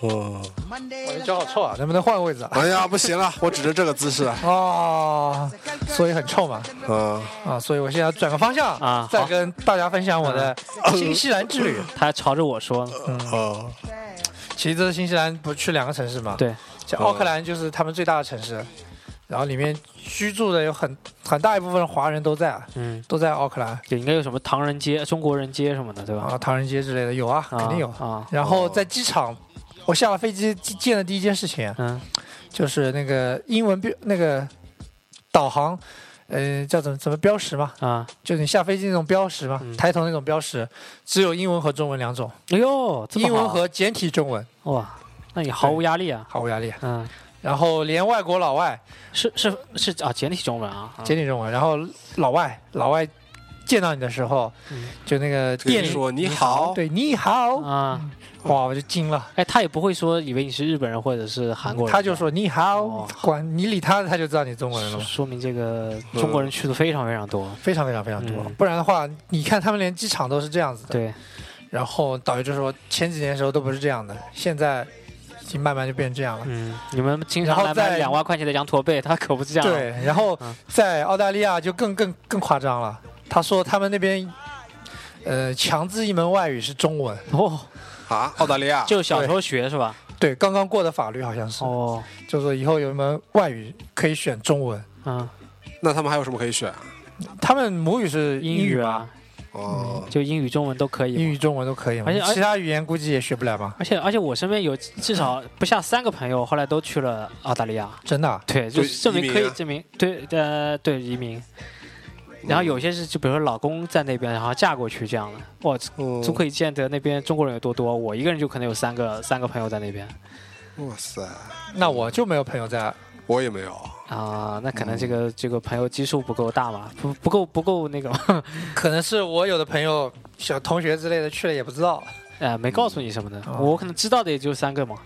Speaker 3: 哦，
Speaker 2: 我的脚好臭啊，能不能换个位置啊？
Speaker 3: 哎呀，不行了，我指着这个姿势，
Speaker 1: 啊
Speaker 2: 哦，所以很臭嘛。
Speaker 3: 嗯，
Speaker 2: 啊，所以我现在要转个方向
Speaker 1: 啊
Speaker 2: 再
Speaker 1: 好嗯
Speaker 2: 跟大家分享我的新西 兰之旅。
Speaker 1: 他还朝着我说呢，
Speaker 3: 哦，
Speaker 2: 其实这次新西兰不去两个城市嘛？，
Speaker 1: 对，
Speaker 2: 像奥克兰就是他们最大的城市，然后里面居住的有很很大一部分华人都在啊，
Speaker 1: 嗯，
Speaker 2: 都在奥克兰
Speaker 1: 就应该有什么唐人街、中国人街什么的，对吧？
Speaker 2: 啊，唐人街之类的有啊，肯定有。
Speaker 1: 啊，
Speaker 2: 然后在机场，我下了飞机见的第一件事情
Speaker 1: 嗯
Speaker 2: 就是那个英文标那个导航，呃，叫怎么怎么标识嘛，
Speaker 1: 啊，
Speaker 2: 就是你下飞机那种标识嘛，
Speaker 1: 嗯
Speaker 2: 抬头那种标识，只有英文和中文两种，
Speaker 1: 哎呦，这么
Speaker 2: 英文
Speaker 1: 好
Speaker 2: 和简体中文，
Speaker 1: 哇，那你毫无压力啊。
Speaker 2: 毫无压力。
Speaker 1: 嗯，
Speaker 2: 然后连外国老外
Speaker 1: 是是是啊，简体中文啊，啊
Speaker 2: 简体中文，然后老外老外见到你的时候，
Speaker 1: 嗯
Speaker 2: 就那个
Speaker 3: 跟
Speaker 2: 店
Speaker 3: 你
Speaker 2: 里
Speaker 3: 说你好，嗯
Speaker 2: 对你好，
Speaker 1: 啊，
Speaker 2: 哇，我就惊了。
Speaker 1: 哎，他也不会说以为你是日本人或者是韩国人，
Speaker 2: 嗯他就说你好
Speaker 1: 哦，
Speaker 2: 管你理他，他就知道你中国人了
Speaker 1: 说
Speaker 2: 嘛。
Speaker 1: 说明这个中国人去的非常非常多。
Speaker 2: 非常非常非常多，
Speaker 1: 嗯
Speaker 2: 不然的话，你看他们连机场都是这样子的。
Speaker 1: 对，
Speaker 2: 然后导游就说，前几年的时候都不是这样的，现在已经慢慢就变成这样了。
Speaker 1: 嗯，你们经
Speaker 2: 然
Speaker 1: 常
Speaker 2: 后
Speaker 1: 来
Speaker 2: 在
Speaker 1: 买两万块钱的羊驼背，他可不是这样。，
Speaker 2: 对，然后
Speaker 1: 嗯
Speaker 2: 在澳大利亚就更更更夸张了。他说他们那边，呃，强制一门外语是中文。
Speaker 1: 哦，
Speaker 3: 啊，澳大利亚，
Speaker 1: 就小时候学是吧？
Speaker 2: 对，刚刚过的法律好像是，
Speaker 1: 哦，
Speaker 2: 就说以后有一门外语可以选中文。
Speaker 1: 嗯，
Speaker 3: 那他们还有什么可以选？
Speaker 2: 他们母语是
Speaker 1: 英
Speaker 2: 语
Speaker 1: 语
Speaker 2: 吧，
Speaker 1: 啊，
Speaker 3: 哦，
Speaker 1: 就英语、中文都可以嘛。
Speaker 2: 英语、中文都可以嘛，
Speaker 1: 而且而
Speaker 2: 其他语言估计也学不来吧？
Speaker 1: 而且而且我身边有至少不下三个朋友，后来都去了澳大利亚。
Speaker 2: 真的啊，
Speaker 1: 对，就
Speaker 3: 对
Speaker 1: 是证
Speaker 3: 移
Speaker 1: 明
Speaker 3: 民
Speaker 1: 可以
Speaker 3: 啊
Speaker 1: 证明，对，呃，对移民。然后有些是就比如说老公在那边，然后嫁过去这样的，哇，足
Speaker 3: 嗯，
Speaker 1: 可以见得那边中国人有多多。我一个人就可能有三个三个朋友在那边
Speaker 3: 哇塞，
Speaker 2: 那我就没有朋友在。
Speaker 3: 我也没有，
Speaker 1: 啊、那可能这
Speaker 3: 嗯
Speaker 1: 个、这个朋友基数不够大嘛，不不够不够那个嘛，
Speaker 2: 可能是我有的朋友、小同学之类的去了也不知道。
Speaker 1: 呃，没告诉你什么的，
Speaker 3: 嗯
Speaker 2: 哦
Speaker 1: 我可能知道的也就三个嘛。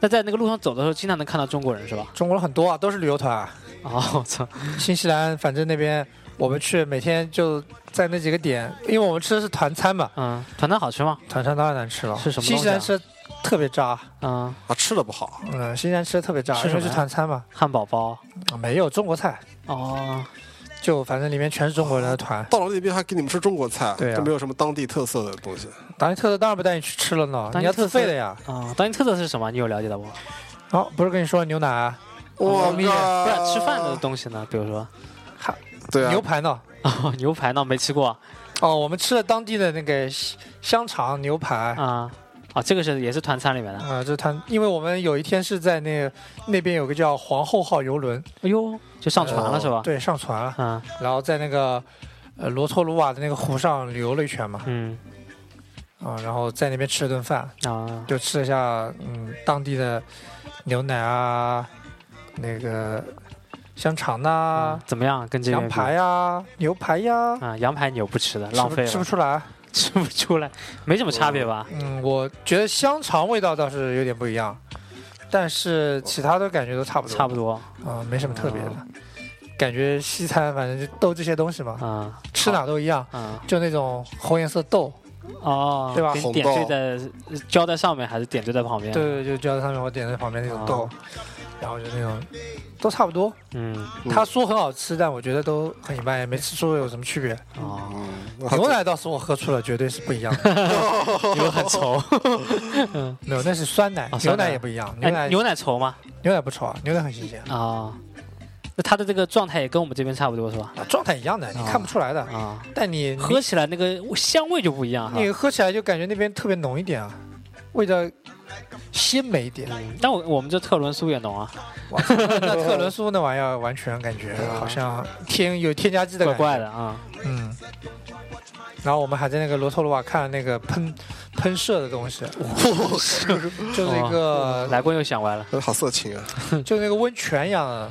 Speaker 1: 那在那个路上走的时候，经常能看到中国人是吧？
Speaker 2: 中国人很多啊，都是旅游团啊。
Speaker 1: 哦，我操，
Speaker 2: 新西兰反正那边我们去，每天就在那几个点，因为我们吃的是团餐嘛，
Speaker 1: 嗯，团团好吃吗？
Speaker 2: 团餐当然难吃了。
Speaker 1: 是什么
Speaker 2: 新西兰
Speaker 1: 东西
Speaker 2: 吃的特别渣，
Speaker 1: 嗯，
Speaker 3: 啊，吃的不好，
Speaker 2: 嗯，新西兰吃的特别渣，
Speaker 1: 吃什
Speaker 2: 因
Speaker 1: 么
Speaker 2: 为
Speaker 1: 呀
Speaker 2: 是团餐嘛，
Speaker 1: 汉堡包。
Speaker 2: 啊没有中国菜，
Speaker 1: 哦，
Speaker 2: 就反正里面全是中国人的团。
Speaker 3: 到了那边还给你们吃中国菜，
Speaker 2: 对啊
Speaker 3: 都没有什么当地特色的东西，
Speaker 2: 当地特色当然不带你去吃了呢，
Speaker 1: 当地
Speaker 2: 你要自费的呀。
Speaker 1: 啊、当地特色是什么？你有了解到不？
Speaker 2: 哦，不是跟你说牛奶啊、
Speaker 3: 哇
Speaker 2: 蜜饯
Speaker 1: 不是吃饭的东西呢，比如说、
Speaker 3: 对啊，
Speaker 2: 牛排呢？
Speaker 1: 哦、 牛排呢，没吃过
Speaker 2: 哦，我们吃了当地的那个香香肠牛排。
Speaker 1: 啊啊，这个是也是团餐里面的。
Speaker 2: 啊、这团，因为我们有一天是在那那边有个叫皇后号游轮，
Speaker 1: 哎呦，就上船了是吧？
Speaker 2: 呃对，上船了，
Speaker 1: 嗯
Speaker 2: 然后在那个呃罗托鲁瓦的那个湖上游了一圈嘛，
Speaker 1: 嗯
Speaker 2: 啊、然后在那边吃了顿饭，
Speaker 1: 啊
Speaker 2: 就吃了一下嗯当地的牛奶啊，那个香肠呐、
Speaker 1: 嗯怎么样？跟这边
Speaker 2: 啊羊
Speaker 1: 比
Speaker 2: 排呀、牛排呀、
Speaker 1: 啊，羊排你又不吃的，
Speaker 2: 吃
Speaker 1: 浪
Speaker 2: 不
Speaker 1: 费了，
Speaker 2: 吃不出来。
Speaker 1: 吃不出来，没什么差别吧？
Speaker 2: 嗯，我觉得香肠味道倒是有点不一样，但是其他的感觉都差不多，
Speaker 1: 差不多
Speaker 2: 啊、没什么特别的。
Speaker 1: 哦
Speaker 2: 感觉西餐反正就都这些东西嘛，
Speaker 1: 啊，
Speaker 2: 吃哪都一样，
Speaker 1: 啊
Speaker 2: 就那种红颜色豆，
Speaker 1: 哦，
Speaker 2: 对吧
Speaker 1: 给你
Speaker 3: 红
Speaker 1: 点
Speaker 3: 豆
Speaker 1: 缀在浇在上面还是点缀在旁边？，
Speaker 2: 对对，就浇在上面，我点在旁边那种
Speaker 1: 啊
Speaker 2: 豆，然后就那种都差不多。
Speaker 1: 嗯
Speaker 3: 嗯
Speaker 2: 他说很好吃，但我觉得都很一般，也没吃出有什么区别。
Speaker 1: 哦，
Speaker 3: 嗯，
Speaker 2: 牛奶倒是我喝出了，绝对是不一 样的。
Speaker 1: 你们很稠，
Speaker 2: 没有，那是酸奶
Speaker 1: 啊，
Speaker 2: 牛
Speaker 1: 酸奶
Speaker 2: 啊奶也不一样。牛
Speaker 1: 哎，
Speaker 2: 奶
Speaker 1: 牛奶稠吗？
Speaker 2: 牛奶不稠啊，牛奶很新鲜啊
Speaker 1: 啊。那它的这个状态也跟我们这边差不多是吧？
Speaker 2: 状态一样的，你看不出来的。
Speaker 1: 啊，
Speaker 2: 但你
Speaker 1: 喝起来那个香味就不一样哈
Speaker 2: 你。喝起来就感觉那边特别浓一点啊，味道鲜美一 点。
Speaker 1: 嗯但我我们这特仑苏也浓啊，
Speaker 2: 那特仑苏那玩意儿完全感觉好像添有添加剂啊的
Speaker 1: 怪
Speaker 2: 感觉。
Speaker 1: 怪的啊。
Speaker 2: 嗯。然后我们还在那个罗托鲁瓦看了那个喷喷射的东西，就是一个
Speaker 1: 来过又想歪了，
Speaker 3: 呃好色情啊！
Speaker 2: 就是那个温泉一样的。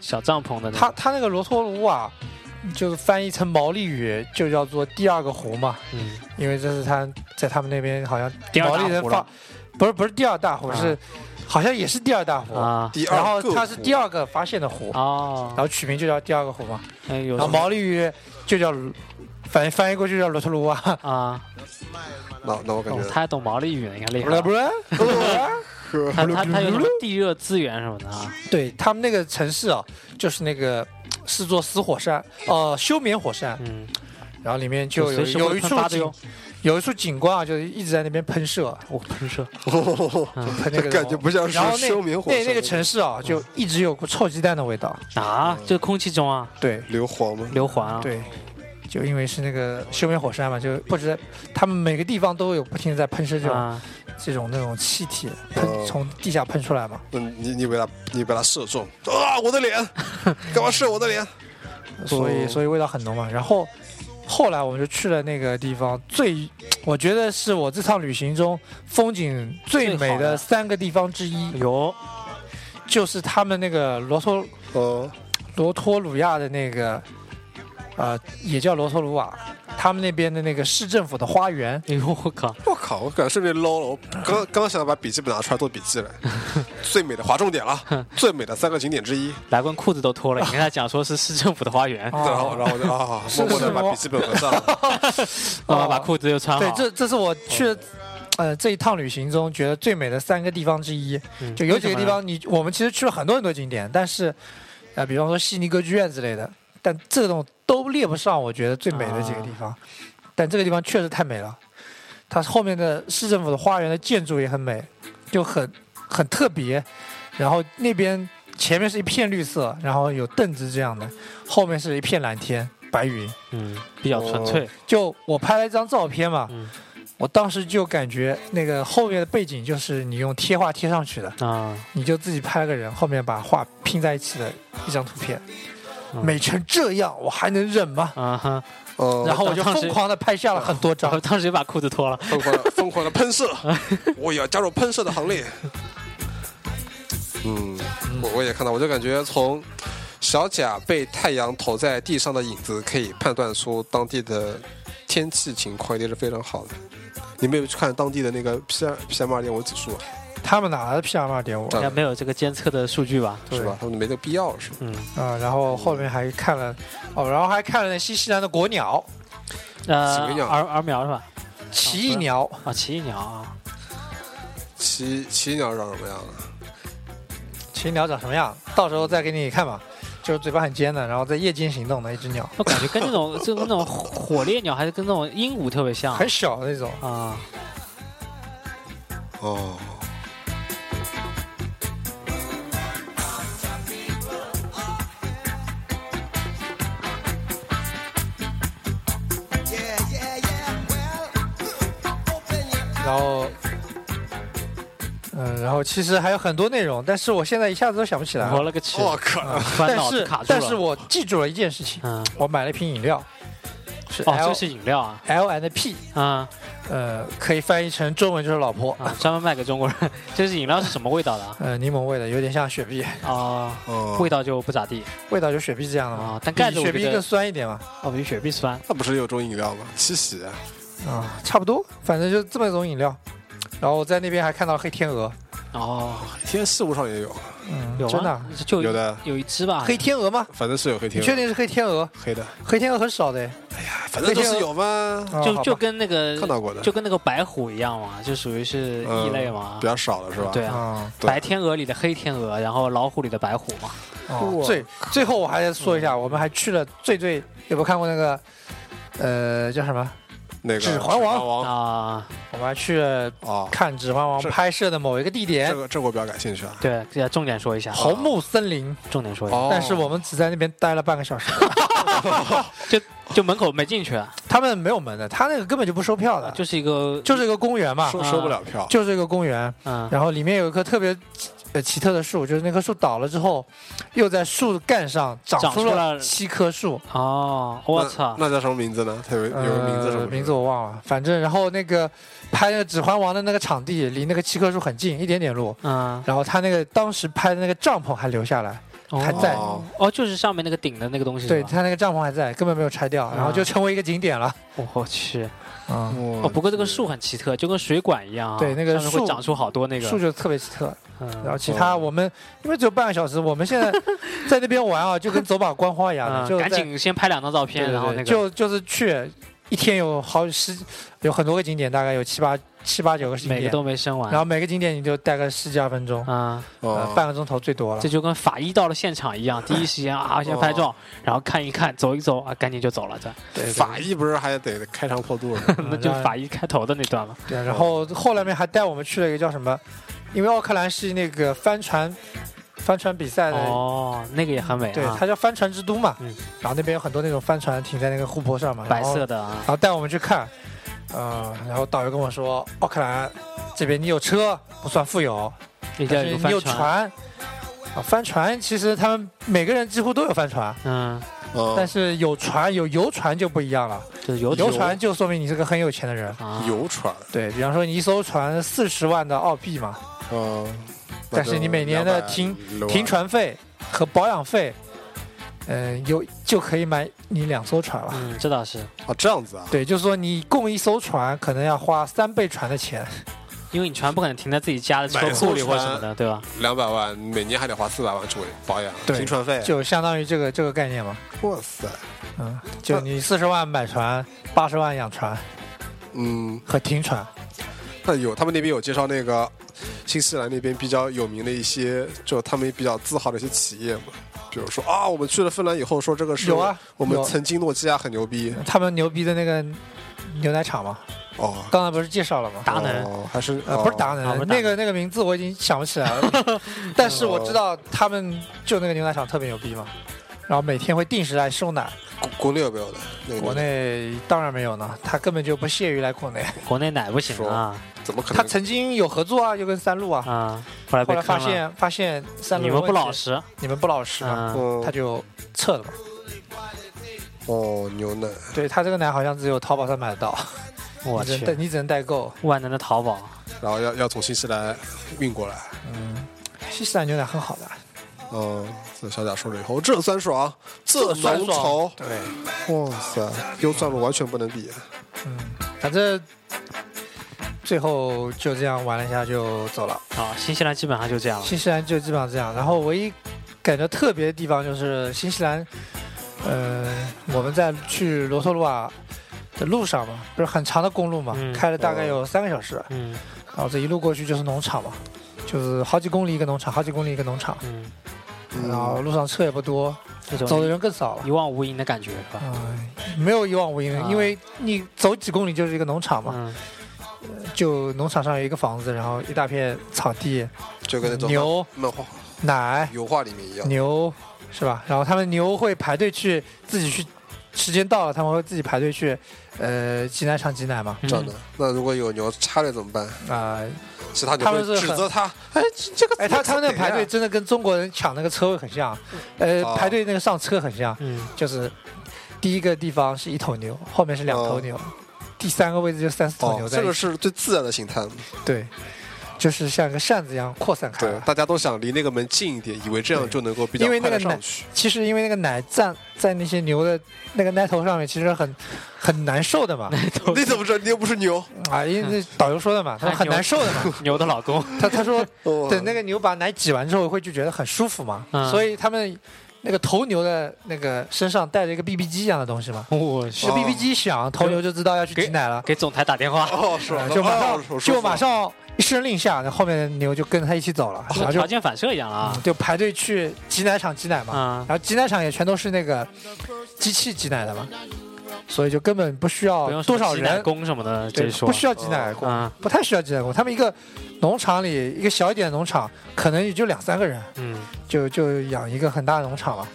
Speaker 1: 小帐篷的那
Speaker 2: 它
Speaker 1: 个，
Speaker 2: 它那个罗托鲁瓦就是翻译成毛利语就叫做第二个湖嘛，
Speaker 1: 嗯，
Speaker 2: 因为这是他在他们那边好像
Speaker 1: 第二
Speaker 2: 毛
Speaker 1: 大
Speaker 2: 利人
Speaker 1: 湖
Speaker 2: 发
Speaker 1: 了，
Speaker 2: 不是不是第二大湖，
Speaker 1: 啊
Speaker 2: 是好像也是第二大湖。
Speaker 1: 啊
Speaker 3: 第
Speaker 2: 然后
Speaker 3: 二个，
Speaker 2: 它是第，二个发现的湖，然
Speaker 1: 哦，
Speaker 2: 后取名就叫第二个湖嘛。
Speaker 1: 哎有
Speaker 2: 然
Speaker 1: 什
Speaker 2: 后
Speaker 1: 么
Speaker 2: 毛利语就叫，反正翻译过去就叫罗托鲁瓦。
Speaker 1: 啊？
Speaker 3: 嗯那那我感
Speaker 1: 哦
Speaker 3: 觉
Speaker 1: 他还懂毛利语呢，你看厉害
Speaker 2: 不是不
Speaker 1: 了。
Speaker 2: 是 不是
Speaker 1: 他他他有什么地热资源什么的啊？
Speaker 2: 对他们那个城市啊，就是那个是座死火山，呃，休眠火山，
Speaker 1: 嗯，
Speaker 2: 然后里面就有
Speaker 1: 随时会
Speaker 2: 有一
Speaker 1: 喷
Speaker 2: 处
Speaker 1: 发的
Speaker 2: 景
Speaker 1: 哟，
Speaker 2: 有一处景观啊，就是一直在那边喷射，
Speaker 1: 我哦喷射
Speaker 2: 喷那个
Speaker 3: 感觉不像是
Speaker 2: 然后那
Speaker 3: 休眠火嗯
Speaker 2: 那
Speaker 3: 山
Speaker 2: 那个城市啊，就一直有股臭鸡蛋的味道。
Speaker 1: 啊！这空气中啊，
Speaker 2: 对
Speaker 3: 硫磺吗？
Speaker 1: 硫磺啊，
Speaker 2: 对，就因为是那个休眠火山嘛，就不止他们每个地方都有不停的在喷射这种、
Speaker 1: 啊，
Speaker 2: 这种那种气体，喷、
Speaker 3: 哦
Speaker 2: 从地下喷出来嘛。
Speaker 3: 那嗯你你被他你被他射中啊！我的脸，干嘛射我的脸？
Speaker 2: 所以
Speaker 1: 哦
Speaker 2: 所以味道很浓嘛。然后后来我们就去了那个地方，最我觉得是我这趟旅行中风景最
Speaker 1: 最
Speaker 2: 美
Speaker 1: 好的
Speaker 2: 的三个地方之一，
Speaker 1: 有
Speaker 2: 就是他们那个罗托
Speaker 3: 哦，
Speaker 2: 罗托鲁亚的那个，呃，也叫罗托鲁瓦，他们那边的那个市政府的花园，
Speaker 1: 哎呦我靠，
Speaker 3: 哦我靠！我感觉顺便捞了，我刚刚想把笔记本拿出来做笔记来。最美的划重点了，最美的三个景点之一。
Speaker 1: 来棍裤子都 脱了，你跟他讲说是市政府的花园，
Speaker 2: 哦
Speaker 3: 然后然后我就啊，
Speaker 2: 是
Speaker 3: 默默的
Speaker 2: 是
Speaker 3: 把
Speaker 2: 我
Speaker 3: 笔记本合上了。
Speaker 1: 妈妈把裤子又穿
Speaker 2: 哦对，
Speaker 1: 好，
Speaker 2: 这这是我去的。呃，这一趟旅行中觉得最美的三个地方之一，
Speaker 1: 嗯
Speaker 2: 就有几个地方你我们其实去了很多很多景点，但是，呃，比方说悉尼歌剧院之类的，但这种都列不上我觉得最美的几个地方。但这个地方确实太美了，它后面的市政府的花园的建筑也很美，就很很特别。然后那边前面是一片绿色，然后有凳子这样的，后面是一片蓝天白云。
Speaker 1: 嗯，比较纯粹，
Speaker 2: 就我拍了一张照片嘛，
Speaker 1: 嗯
Speaker 2: 我当时就感觉那个后面的背景就是你用贴画贴上去的，
Speaker 1: 啊，
Speaker 2: 你就自己拍了个人，后面把画拼在一起的一张图片，
Speaker 1: 嗯
Speaker 2: 美成这样，我还能忍吗？
Speaker 1: 啊哈，
Speaker 3: 嗯，
Speaker 2: 然后我就
Speaker 1: 当时
Speaker 2: 疯狂的拍下了很多
Speaker 1: 然后
Speaker 2: 张，
Speaker 1: 当时就把裤子脱 了，
Speaker 3: 疯狂的疯狂的喷射，我也要加入喷射的行列。嗯，我我也看到，我就感觉从小贾被太阳投在地上的影子，可以判断出当地的天气情况一定是非常好的。你没有去看当地的那个 PM PM 二点五指数啊
Speaker 2: 他们哪来的 PM 二点五？
Speaker 1: 应该没有这个监测的数据吧？
Speaker 2: 对
Speaker 3: 是吧？？他们没那个必要，是吧？
Speaker 1: 嗯，
Speaker 2: 啊、然后后面还看了，哦，然后还看了新西兰的国鸟
Speaker 1: 呃
Speaker 3: 几个，鸟
Speaker 1: 儿儿苗是吧？
Speaker 2: 奇异鸟，
Speaker 1: 啊，奇异鸟啊，
Speaker 3: 奇奇鸟长什么样啊？
Speaker 2: 奇异鸟长什么样？到时候再给你看吧。就是嘴巴很尖的，然后在夜间行动的一只鸟，
Speaker 1: 我感觉跟那种就跟那种火火烈鸟还是跟那种鹦鹉特别像
Speaker 2: 很小的那种。
Speaker 1: 啊。
Speaker 3: 哦，
Speaker 2: 然后，嗯，然后其实还有很多内容，但是我现在一下子都想不起来
Speaker 1: 我
Speaker 2: 了。
Speaker 1: 了个去！
Speaker 3: 我靠！
Speaker 1: 把
Speaker 2: 但
Speaker 1: 脑子
Speaker 2: 是
Speaker 1: 卡住
Speaker 2: 啊但是
Speaker 1: 了。
Speaker 2: 我记住了一件事情，
Speaker 1: 嗯，
Speaker 2: 我买了一瓶饮料，是
Speaker 1: 哦，
Speaker 2: L
Speaker 1: 这是饮料啊，
Speaker 2: L and P，
Speaker 1: 啊
Speaker 2: 呃，可以翻译成中文就是老婆，
Speaker 1: 啊，专门卖给中国人。 这是饮料是什么味道的啊？
Speaker 2: 呃，柠檬味的，有点像雪碧，
Speaker 1: 哦，
Speaker 3: 哦，
Speaker 1: 味道就不咋地
Speaker 2: 味道就雪碧这样的嘛
Speaker 1: 啊，，但盖
Speaker 2: 比
Speaker 1: 着我
Speaker 2: 雪
Speaker 1: 觉
Speaker 2: 碧
Speaker 1: 得
Speaker 2: 更酸一点嘛，
Speaker 1: 哦比雪碧酸。
Speaker 3: 那不是有种饮料吗？七喜啊，
Speaker 2: 啊，差不多，反正就这么一种饮料。然后我在那边还看到了黑天鹅，
Speaker 1: 哦，
Speaker 3: 天事物上也有，
Speaker 2: 嗯，
Speaker 1: 有啊
Speaker 2: 真的
Speaker 1: 吗
Speaker 2: 啊，？
Speaker 1: 就
Speaker 3: 有的
Speaker 1: 有一只吧，
Speaker 2: 黑天鹅吗？
Speaker 3: 反正是有黑
Speaker 2: 你
Speaker 3: 天
Speaker 2: 确
Speaker 3: 鹅，
Speaker 2: 定是黑天鹅？
Speaker 3: 黑的，
Speaker 2: 黑天鹅很少的，
Speaker 3: 反正都是有嘛，
Speaker 2: 啊
Speaker 1: 就
Speaker 2: 好
Speaker 1: 就
Speaker 2: 吧
Speaker 1: 跟那个
Speaker 3: 看到过的
Speaker 1: 就跟那个白虎一样嘛，就属于是异类嘛
Speaker 3: 比。较少了是吧？
Speaker 1: 对啊，
Speaker 2: 啊，
Speaker 3: 对
Speaker 1: 白天鹅里的黑天鹅，然后老虎里的白虎嘛。
Speaker 2: 哦
Speaker 1: 啊
Speaker 3: 哇
Speaker 2: 最最后我还说一下，我们还去了最最有没有看过那个呃叫什么
Speaker 3: 那个《
Speaker 2: 指环王
Speaker 3: 王
Speaker 1: 啊，
Speaker 2: 我们还去了》
Speaker 3: 啊，
Speaker 2: 看《指环王
Speaker 3: 是》
Speaker 2: 拍摄的某一个地
Speaker 3: 这
Speaker 2: 点
Speaker 3: 个这个我比较感兴趣啊。
Speaker 1: 对，这重点说一下
Speaker 2: ——，红木森林，
Speaker 1: 重点说一下，
Speaker 3: 哦，
Speaker 2: 但是我们只在那边待了半个小 时。
Speaker 1: 就门口没进去，啊
Speaker 2: 他们没有门的，他那个根本就不收票的，
Speaker 1: 就是一个，
Speaker 2: 就是一个公园嘛，
Speaker 3: 收收不了票，
Speaker 2: 啊就是一个公
Speaker 3: 啊
Speaker 2: 园。
Speaker 1: 嗯，
Speaker 2: 然后里面有一棵特别呃奇特的树，就是那棵树倒了之后，又在树干上长
Speaker 1: 长
Speaker 2: 出
Speaker 1: 出
Speaker 2: 了
Speaker 1: 了
Speaker 2: 七棵树。
Speaker 1: 哦，我操，
Speaker 3: 那叫什么名字呢？它有有个名字什么
Speaker 2: 呃，
Speaker 3: 的？
Speaker 2: 名字我忘了，反正然后那个拍那个《指环王》的那个场地离那个七棵树很近，一点点路。
Speaker 1: 嗯，
Speaker 2: 然后他那个当时拍的那个帐篷还留下来，还在
Speaker 3: 哦
Speaker 1: 哦，就是上面那个顶的那个东西，
Speaker 2: 对，他那个帐篷还在，根本没有拆
Speaker 3: 啊
Speaker 2: 掉，然后就成为一个景点了。
Speaker 1: 我去，
Speaker 2: 嗯，
Speaker 1: 哦，不过这个树很奇特，就跟水管一样啊，
Speaker 2: 对那个
Speaker 1: 上面会
Speaker 2: 树
Speaker 1: 长出好多那
Speaker 2: 树
Speaker 1: 个，
Speaker 2: 就特别奇特。然后
Speaker 1: 嗯，
Speaker 2: 其他我们因为只有半个小时，我们 现在在那边玩啊，就跟走马观花一样的，
Speaker 1: 嗯
Speaker 2: 就
Speaker 1: 赶
Speaker 2: 在
Speaker 1: 紧先拍两张照
Speaker 2: 对
Speaker 1: 片，
Speaker 2: 对
Speaker 1: 然后
Speaker 2: 对，
Speaker 1: 那个，
Speaker 2: 就就是去一天有好十有很多个景点，大概有七八七八九个景
Speaker 1: 每个
Speaker 2: 点，
Speaker 1: 都没生完，
Speaker 2: 然后每个景点你就待个十几二分钟，
Speaker 1: 啊，
Speaker 2: 呃
Speaker 3: 哦，
Speaker 2: 半个钟头最多了
Speaker 1: 这。就跟法医到了现场一样，第一时间啊先拍
Speaker 2: 哦
Speaker 1: 照，然后看一看，走一走啊，赶紧就走了，这
Speaker 2: 对对
Speaker 3: 法医不是还得开膛破肚 吗？
Speaker 2: 嗯
Speaker 1: 那就法医开头的那段了，
Speaker 2: 对，然后后来面还带我们去了一个叫什么，因为奥克兰是那个帆船帆船比赛的。
Speaker 1: 哦，那个也很美
Speaker 2: 对，
Speaker 1: 啊
Speaker 2: 它，叫帆船之都嘛，
Speaker 1: 嗯
Speaker 2: 然后那边有很多那种帆船停在那个湖泊上嘛，
Speaker 1: 白
Speaker 2: 然后
Speaker 1: 色的啊
Speaker 2: 然，后带我们去看，呃，然后导游跟我说，奥克兰这边你有车不算富有，
Speaker 1: 那叫
Speaker 2: 但
Speaker 1: 一个
Speaker 2: 是你
Speaker 1: 帆
Speaker 2: 有
Speaker 1: 船，
Speaker 2: 船。啊，帆船其实他们每个人几乎都有帆船，
Speaker 1: 嗯，
Speaker 2: 但
Speaker 3: 嗯，
Speaker 2: 是有船有游船就不一样了。
Speaker 1: 就是游
Speaker 2: 游船就说明你是个很有钱的人。
Speaker 1: 啊，
Speaker 3: 游船，
Speaker 2: 对比方说，你一艘船四十万的澳币嘛，
Speaker 3: 嗯，
Speaker 2: 但是你每年的停停，船费和保养费，呃，有就可以买你两艘船了。
Speaker 1: 嗯，这倒是，
Speaker 3: 哦，这样子啊，
Speaker 2: 对，就是说你供一艘船可能要花三倍船的钱。
Speaker 1: 因为你船不可能停在自己家的车库里或什么的，对
Speaker 2: 哦
Speaker 1: 吧？
Speaker 3: 两百万，每年还得花四百万去保养，
Speaker 2: 对
Speaker 3: 停船费，
Speaker 2: 就相当于这个这个概念嘛。
Speaker 3: 哇塞，
Speaker 2: 嗯，就你四十万买船，八十万养船
Speaker 3: 嗯，
Speaker 2: 和停船。
Speaker 3: 那有他们那边有介绍那个新西兰那边比较有名的一些，就他们比较自豪的一些企业嘛，比如说啊，我们去了芬兰以后说这个是
Speaker 2: 有啊，
Speaker 3: 我们
Speaker 2: 有
Speaker 3: 曾经诺基亚很牛逼
Speaker 2: 他们牛逼的那个牛奶厂嘛，
Speaker 3: 哦，
Speaker 2: 刚才不是介绍了吗？
Speaker 1: 达能
Speaker 3: 哦还是
Speaker 2: 呃，不是达
Speaker 1: 啊不是
Speaker 2: 能，
Speaker 1: 达
Speaker 2: 那
Speaker 1: 能
Speaker 2: 个那个名字我已经想不起来了， 但是我知
Speaker 1: 哦
Speaker 2: 道他们就那个牛奶厂特别牛逼嘛，然后每天会定时来收奶。
Speaker 3: 国国内有没有的？那个
Speaker 2: 国内当然没有呢，他根本就不屑于来国内。
Speaker 1: 国内奶不行啊
Speaker 3: 怎么可
Speaker 2: 他
Speaker 3: 能？
Speaker 2: 曾经有合作啊，又跟三鹿啊，
Speaker 1: 啊！后来
Speaker 2: 后
Speaker 1: 被坑
Speaker 2: 来发
Speaker 1: 了，
Speaker 2: 现发现三鹿
Speaker 1: 你
Speaker 2: 有
Speaker 1: 们不
Speaker 2: 问题
Speaker 1: 老，实，
Speaker 2: 你们不老实嘛，
Speaker 1: 嗯，
Speaker 3: 嗯
Speaker 2: 他就撤了嘛。
Speaker 3: 哦，牛奶，
Speaker 2: 对他这个奶好像只有淘宝上买得到，
Speaker 1: 我
Speaker 2: 你只能
Speaker 1: 去
Speaker 2: 代，你只能代购。
Speaker 1: 万能的淘宝，
Speaker 3: 然后要要从新西兰运过来。
Speaker 2: 嗯，新西兰牛奶很好的，
Speaker 3: 嗯，这小贾说了以后，这酸爽，这
Speaker 2: 酸
Speaker 3: 浓
Speaker 2: 爽
Speaker 3: 稠，
Speaker 2: 对，
Speaker 3: 哇塞，优钻路完全不能比。
Speaker 2: 嗯，反正最后就这样玩了一下就走了。
Speaker 1: 啊，新西兰基本上就这样了，
Speaker 2: 新西兰就基本上这样，然后唯一感觉特别的地方就是新西兰，呃，我们在去罗托鲁瓦的路上嘛，不是很长的公路嘛，
Speaker 1: 嗯
Speaker 2: 开了大概有三个小时，
Speaker 1: 嗯
Speaker 2: 然后这一路过去就是农场嘛，就是好几公里一个农场，好几公里一个农场，
Speaker 1: 嗯，
Speaker 2: 然后
Speaker 3: 嗯，
Speaker 2: 路上车也不多，
Speaker 1: 这种
Speaker 2: 走的人更少了
Speaker 1: 一。望无垠的感觉是
Speaker 3: 啊
Speaker 1: 吧？
Speaker 2: 嗯，没有一望无垠
Speaker 1: 啊，
Speaker 2: 因为你走几公里就是一个农场嘛，
Speaker 1: 嗯，
Speaker 2: 就农场上有一个房子，然后一大片草地，
Speaker 3: 就跟那种
Speaker 2: 牛
Speaker 3: 漫画
Speaker 2: 奶
Speaker 3: 油画里面一样。
Speaker 2: 牛是吧？然后他们牛会排队去自己去，时间到了他们会自己排队去，呃，挤奶场挤奶
Speaker 1: 嗯
Speaker 2: 嘛。
Speaker 3: 这样的，那如果有牛插队怎么办？
Speaker 2: 啊、
Speaker 3: 其他牛
Speaker 2: 他们
Speaker 3: 会
Speaker 2: 是
Speaker 3: 指
Speaker 2: 很
Speaker 3: 责他，哎，这个
Speaker 2: 哎，他他们那排队
Speaker 3: 怎
Speaker 2: 真的跟中国人抢那个车位很像，呃，
Speaker 3: 哦
Speaker 2: 排队那个上车很像，
Speaker 1: 嗯，
Speaker 2: 就是第一个地方是一头牛，后面是两头牛，第三个位置就三四
Speaker 3: 么
Speaker 2: 头
Speaker 3: 样
Speaker 2: 牛
Speaker 3: 哦，
Speaker 2: 在一
Speaker 3: 这
Speaker 2: 起，
Speaker 3: 个是最自然的形态。
Speaker 2: 对，就是像一个扇子一样扩散开
Speaker 3: 对，
Speaker 2: 来。
Speaker 3: 哎大家都想离那个门近一点，以为这样
Speaker 2: 对
Speaker 3: 就能够比较
Speaker 2: 因为那
Speaker 3: 快
Speaker 2: 个
Speaker 3: 的
Speaker 2: 奶
Speaker 3: 上去。
Speaker 2: 其实因为那个奶站在那些牛的那个奶头上面，其实很很难受的嘛。
Speaker 3: 你怎么知道？你又不是牛。
Speaker 2: 啊，因
Speaker 3: 嗯
Speaker 2: 为那导游说的嘛，他说很难受的 嘛，
Speaker 1: 牛的老公，
Speaker 2: 他他说
Speaker 3: 哦
Speaker 2: 等那个牛把奶挤完之后会就觉得很舒服嘛，
Speaker 1: 嗯
Speaker 2: 所以他们那个头牛的那个身上带着一个 BB 机一样的东西嘛，
Speaker 1: 我去
Speaker 2: 这
Speaker 3: 哦
Speaker 2: BB 机响，头牛就知道要去挤奶了，
Speaker 1: 给总台打电话，
Speaker 3: 哦，是吧
Speaker 2: 啊？ 就马
Speaker 3: 哦
Speaker 2: 上就马，上一声令下，然后后面的牛就跟他一起走
Speaker 3: 哦
Speaker 2: 了，然后
Speaker 1: 条
Speaker 2: 就
Speaker 1: 件反射一样了啊，
Speaker 2: 就排队去
Speaker 3: 嗯
Speaker 2: 挤奶场挤奶嘛，
Speaker 1: 啊
Speaker 2: 然后挤奶场也全都是那个机器挤奶的嘛，所以就根本不需
Speaker 1: 不
Speaker 2: 要
Speaker 1: 用
Speaker 2: 哦多少
Speaker 1: 什么挤奶
Speaker 2: 人，
Speaker 1: 工什么的
Speaker 2: 对
Speaker 1: 这一，说
Speaker 2: 不，需要挤奶工，
Speaker 1: 嗯
Speaker 2: 不太需要挤奶工。他们一个农场里，一个小一点的农场，可能也就两三个人，
Speaker 1: 嗯，
Speaker 2: 就就养一个很大的农场嘛。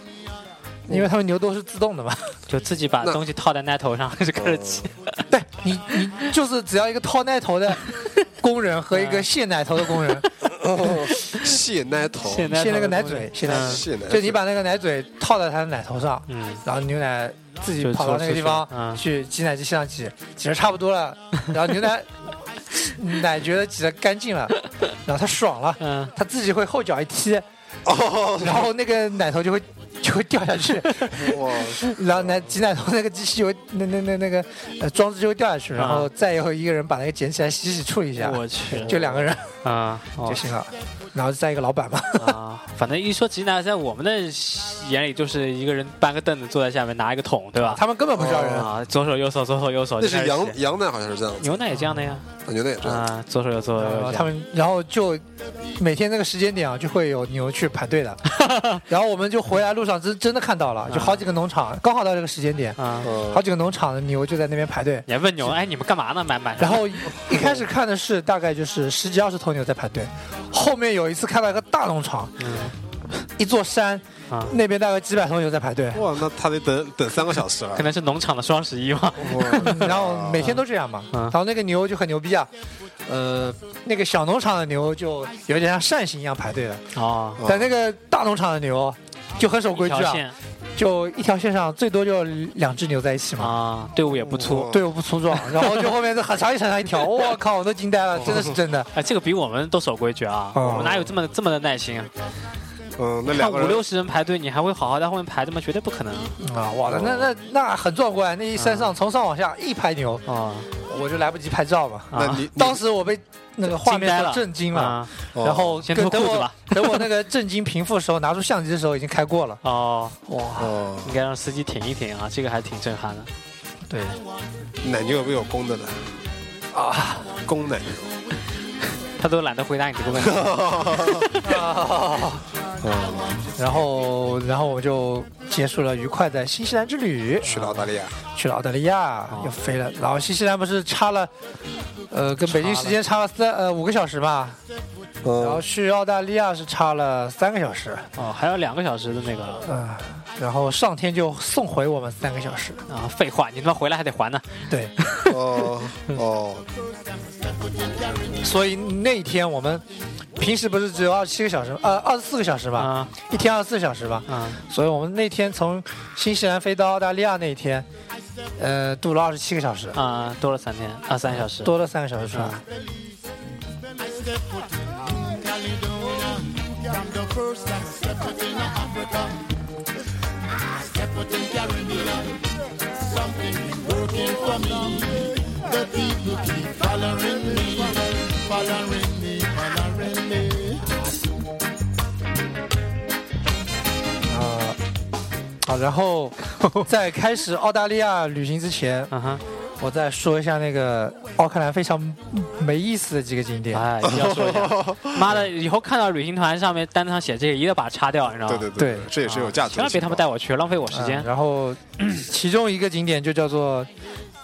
Speaker 2: 因为他们牛都是自动的嘛，
Speaker 1: 就自己把
Speaker 3: 那
Speaker 1: 东西套在奶头上 就开始挤，
Speaker 2: 对
Speaker 1: 嗯
Speaker 2: 你你就是只要一个掏奶头的工人 和
Speaker 1: 嗯
Speaker 2: 一个卸奶头的工人，
Speaker 3: 哦蟹奶头，
Speaker 1: 现在
Speaker 2: 卸那个奶嘴，卸奶
Speaker 1: 嗯
Speaker 2: 嘴，
Speaker 3: 蟹奶头，
Speaker 2: 就你把那个奶嘴套在他的奶头上，
Speaker 1: 嗯，
Speaker 2: 然后牛奶自己
Speaker 1: 就
Speaker 2: 跑到那个地方
Speaker 1: 抽出去嗯
Speaker 2: 去挤奶机上挤，挤的差不多了，然后牛奶奶觉得挤的干净了，然后它爽了，
Speaker 1: 嗯，
Speaker 2: 它自己会后脚一踢，
Speaker 1: 哦
Speaker 2: 然后那个奶头就会就会掉下去，
Speaker 3: 哇，
Speaker 2: 然后奶挤奶头那个机器就会那那那那个呃装置就会掉下去，然后再有一个人把那个捡起来洗洗处理一下，
Speaker 1: 啊我去，
Speaker 2: 就两个人
Speaker 1: 啊，哦
Speaker 2: 就行了，然后再一个老板嘛，
Speaker 1: 啊，反正一说挤奶，在我们的眼里就是一个人搬个凳子坐在下面，拿一个桶，对吧？
Speaker 2: 他们根本不知道人，
Speaker 1: 啊，左手右手，左手右手，
Speaker 3: 那
Speaker 1: 就开
Speaker 3: 是
Speaker 1: 始
Speaker 3: 羊
Speaker 1: 挤
Speaker 3: 羊奶好像是这样子，
Speaker 1: 牛奶也这样的呀，
Speaker 3: 牛奶也这样子。
Speaker 1: 啊，左手右手，
Speaker 2: 然
Speaker 1: 右
Speaker 2: 后
Speaker 1: 手
Speaker 2: 哦他们，呃然后就每天那个时间点啊，就会有牛去排队的。然后我们就回来路上真真的看到了，就好几个农场，刚好到这个时间点，
Speaker 1: 啊，
Speaker 3: 嗯
Speaker 2: 好几个农场的牛就在那边排队。
Speaker 1: 你还问牛，哎，你们干嘛呢？买买，
Speaker 2: 然后一开始看的是大概就是十几二十头牛在排队，后面有一次看到一个大农场，
Speaker 1: 嗯
Speaker 2: 一座山，
Speaker 1: 啊，
Speaker 2: 那边大概几百头牛在排队，
Speaker 3: 哇，那他得等等三个小时了
Speaker 1: 可。能是农场的双十一 嘛，
Speaker 3: 哇
Speaker 2: 然后每天都这样嘛。
Speaker 1: 嗯
Speaker 2: 然后那个牛就很牛逼啊，呃，那个小农场的牛就有点像扇形一样排队的，
Speaker 1: 哦，
Speaker 2: 但那个大农场的牛就很守规
Speaker 1: 一
Speaker 2: 矩
Speaker 1: 条
Speaker 2: 啊。
Speaker 1: 线
Speaker 2: 就一条线上最多就两只牛在一起嘛，
Speaker 1: 啊，队伍也不粗
Speaker 3: 哇，
Speaker 2: 哦队伍不冲
Speaker 1: 啊
Speaker 2: 撞， 然后就后面就很长一长长一 条，我靠，我都惊呆了，真的是真的。
Speaker 1: 哎，这个比我们都守规矩啊！
Speaker 2: 哦
Speaker 1: 我们哪有这么这么的耐心啊？
Speaker 3: 嗯，那
Speaker 1: 看
Speaker 3: 两个
Speaker 1: 五
Speaker 3: 人
Speaker 1: 六十人排队，你还会好好在后面排的吗？绝对不可能
Speaker 2: 啊，哇，
Speaker 1: 哦
Speaker 2: 那那那那很壮观，那一山
Speaker 1: 嗯
Speaker 2: 上从上往下一排牛，
Speaker 1: 啊！
Speaker 2: 我就来不及拍照嘛。
Speaker 1: 啊
Speaker 3: 那你哦
Speaker 2: 当时我被那个画
Speaker 1: 惊呆
Speaker 2: 面
Speaker 1: 了
Speaker 2: 震惊了，
Speaker 1: 啊
Speaker 2: 然后
Speaker 1: 先
Speaker 2: 跟
Speaker 1: 脱
Speaker 2: 等
Speaker 1: 裤子
Speaker 2: 我
Speaker 1: 吧
Speaker 2: 等我那个震惊平复的时候，拿出相机的时候已经开过了。
Speaker 1: 哦，
Speaker 2: 哇，
Speaker 3: 哦，
Speaker 1: 应该让司机停一停啊，这个还挺震撼的。
Speaker 2: 对，
Speaker 3: 奶牛有没有公的呢？啊，公奶牛。
Speaker 1: 他都懒得回答你这个问题。
Speaker 3: 哦嗯，
Speaker 2: 然后然后我就结束了愉快的新西兰之旅。
Speaker 3: 去了澳大利亚，
Speaker 2: 去了澳大利亚
Speaker 1: 哦
Speaker 2: 又飞了，然后新西兰不是差了，呃，跟北京时间差了三呃五个小时吧，然后
Speaker 3: 嗯，
Speaker 2: 去澳大利亚是差了三个小时，
Speaker 1: 哦，还有两个小时的那个
Speaker 2: 嗯、然后上天就送回我们三个小时，
Speaker 1: 啊，废话，你他妈回来还得还呢。
Speaker 2: 对，
Speaker 3: 哦哦，
Speaker 2: 所以那一天我们平时不是只有二十七个小时，呃，二十四个小时吧，
Speaker 1: 啊
Speaker 2: 一天二十四小时吧，
Speaker 1: 啊
Speaker 2: 所以我们那天从新西兰飞到澳大利亚那一天，呃，度了二十七个小时，
Speaker 1: 啊，多了三天啊，三个小时。
Speaker 2: 多了三个小时出来。
Speaker 1: 啊
Speaker 2: 啊、好，然后在开始澳大利亚旅行之前，
Speaker 1: 嗯哼，
Speaker 2: 我再说一下那个奥克兰非常没意思的几个景点。啊
Speaker 1: 哎，一定要说一 下，妈的，以后看到旅行团上面单子上写这个，一定要把它擦掉，你知 道吗？
Speaker 3: 哦
Speaker 1: 啊
Speaker 3: 对对
Speaker 2: 哦对
Speaker 3: 这也是有价值
Speaker 1: 千
Speaker 3: 的情况。
Speaker 1: 万别他妈带我去，浪费我时
Speaker 2: 嗯
Speaker 1: 间。
Speaker 2: 然后其中一个景点就叫做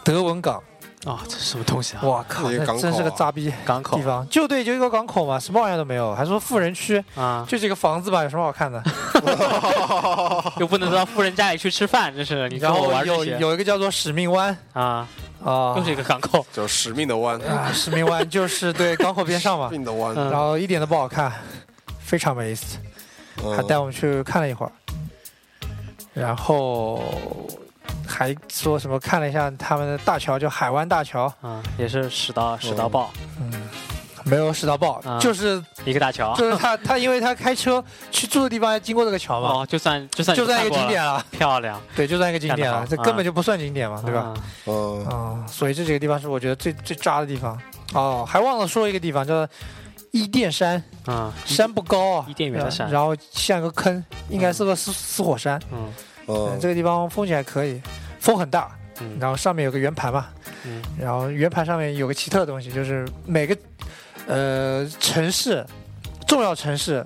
Speaker 2: 德文港，
Speaker 1: 哦，这是什么东西啊？
Speaker 2: 哇靠，
Speaker 3: 一个
Speaker 2: 那
Speaker 3: 港口
Speaker 2: 真是个渣逼
Speaker 1: 港口
Speaker 2: 地方。就对，就一个港口嘛，什么玩意儿都没有，还说富人区，
Speaker 1: 啊，
Speaker 2: 就这个房子吧，有什么好看的？
Speaker 1: 又不能到富人家里去吃饭，这 是你跟
Speaker 2: 然
Speaker 1: 我
Speaker 2: 后
Speaker 1: 玩这
Speaker 2: 有
Speaker 1: 些
Speaker 2: 有一个叫做使命湾
Speaker 1: 啊，
Speaker 2: 啊
Speaker 1: 又，是一个港口
Speaker 3: 就是使命的弯，
Speaker 2: 啊，使命湾就是对港口边上嘛
Speaker 3: 使，命的弯。
Speaker 1: 嗯
Speaker 2: 然后一点都不好看，非常没意思。
Speaker 3: 嗯
Speaker 2: 还带我们去看了一会儿，然后还说什么看了一下他们的大桥，叫海湾大桥，
Speaker 1: 啊，也是屎到屎到爆，
Speaker 2: 嗯，没有驶到爆，
Speaker 1: 啊
Speaker 2: 就是
Speaker 1: 一个大桥
Speaker 2: 就是他他因为他开车去住的地方要经过这个桥嘛，
Speaker 1: 哦，就算就算
Speaker 2: 就算一个景
Speaker 1: 经典，
Speaker 2: 点了，
Speaker 1: 漂亮，
Speaker 2: 对，就算一个景点了，
Speaker 1: 干得
Speaker 2: 这
Speaker 1: 好
Speaker 2: 根本就不算景点嘛，对吧？
Speaker 1: 啊？
Speaker 3: 嗯
Speaker 2: 嗯，所以这几个地方是我觉得最最渣的地方。哦，还忘了说一个地方叫伊甸山，
Speaker 1: 啊，
Speaker 2: 山不高啊，
Speaker 1: 伊甸园的山
Speaker 2: 然后像个坑，应该是个死死火山。
Speaker 1: 嗯
Speaker 2: 嗯，
Speaker 3: 嗯
Speaker 2: 这，个地方风景还可以，风很大，
Speaker 1: 嗯
Speaker 2: 然后上面有个圆盘嘛，
Speaker 1: 嗯
Speaker 2: 然后圆盘上面有个奇特的东西，就是每个呃城市重要城市，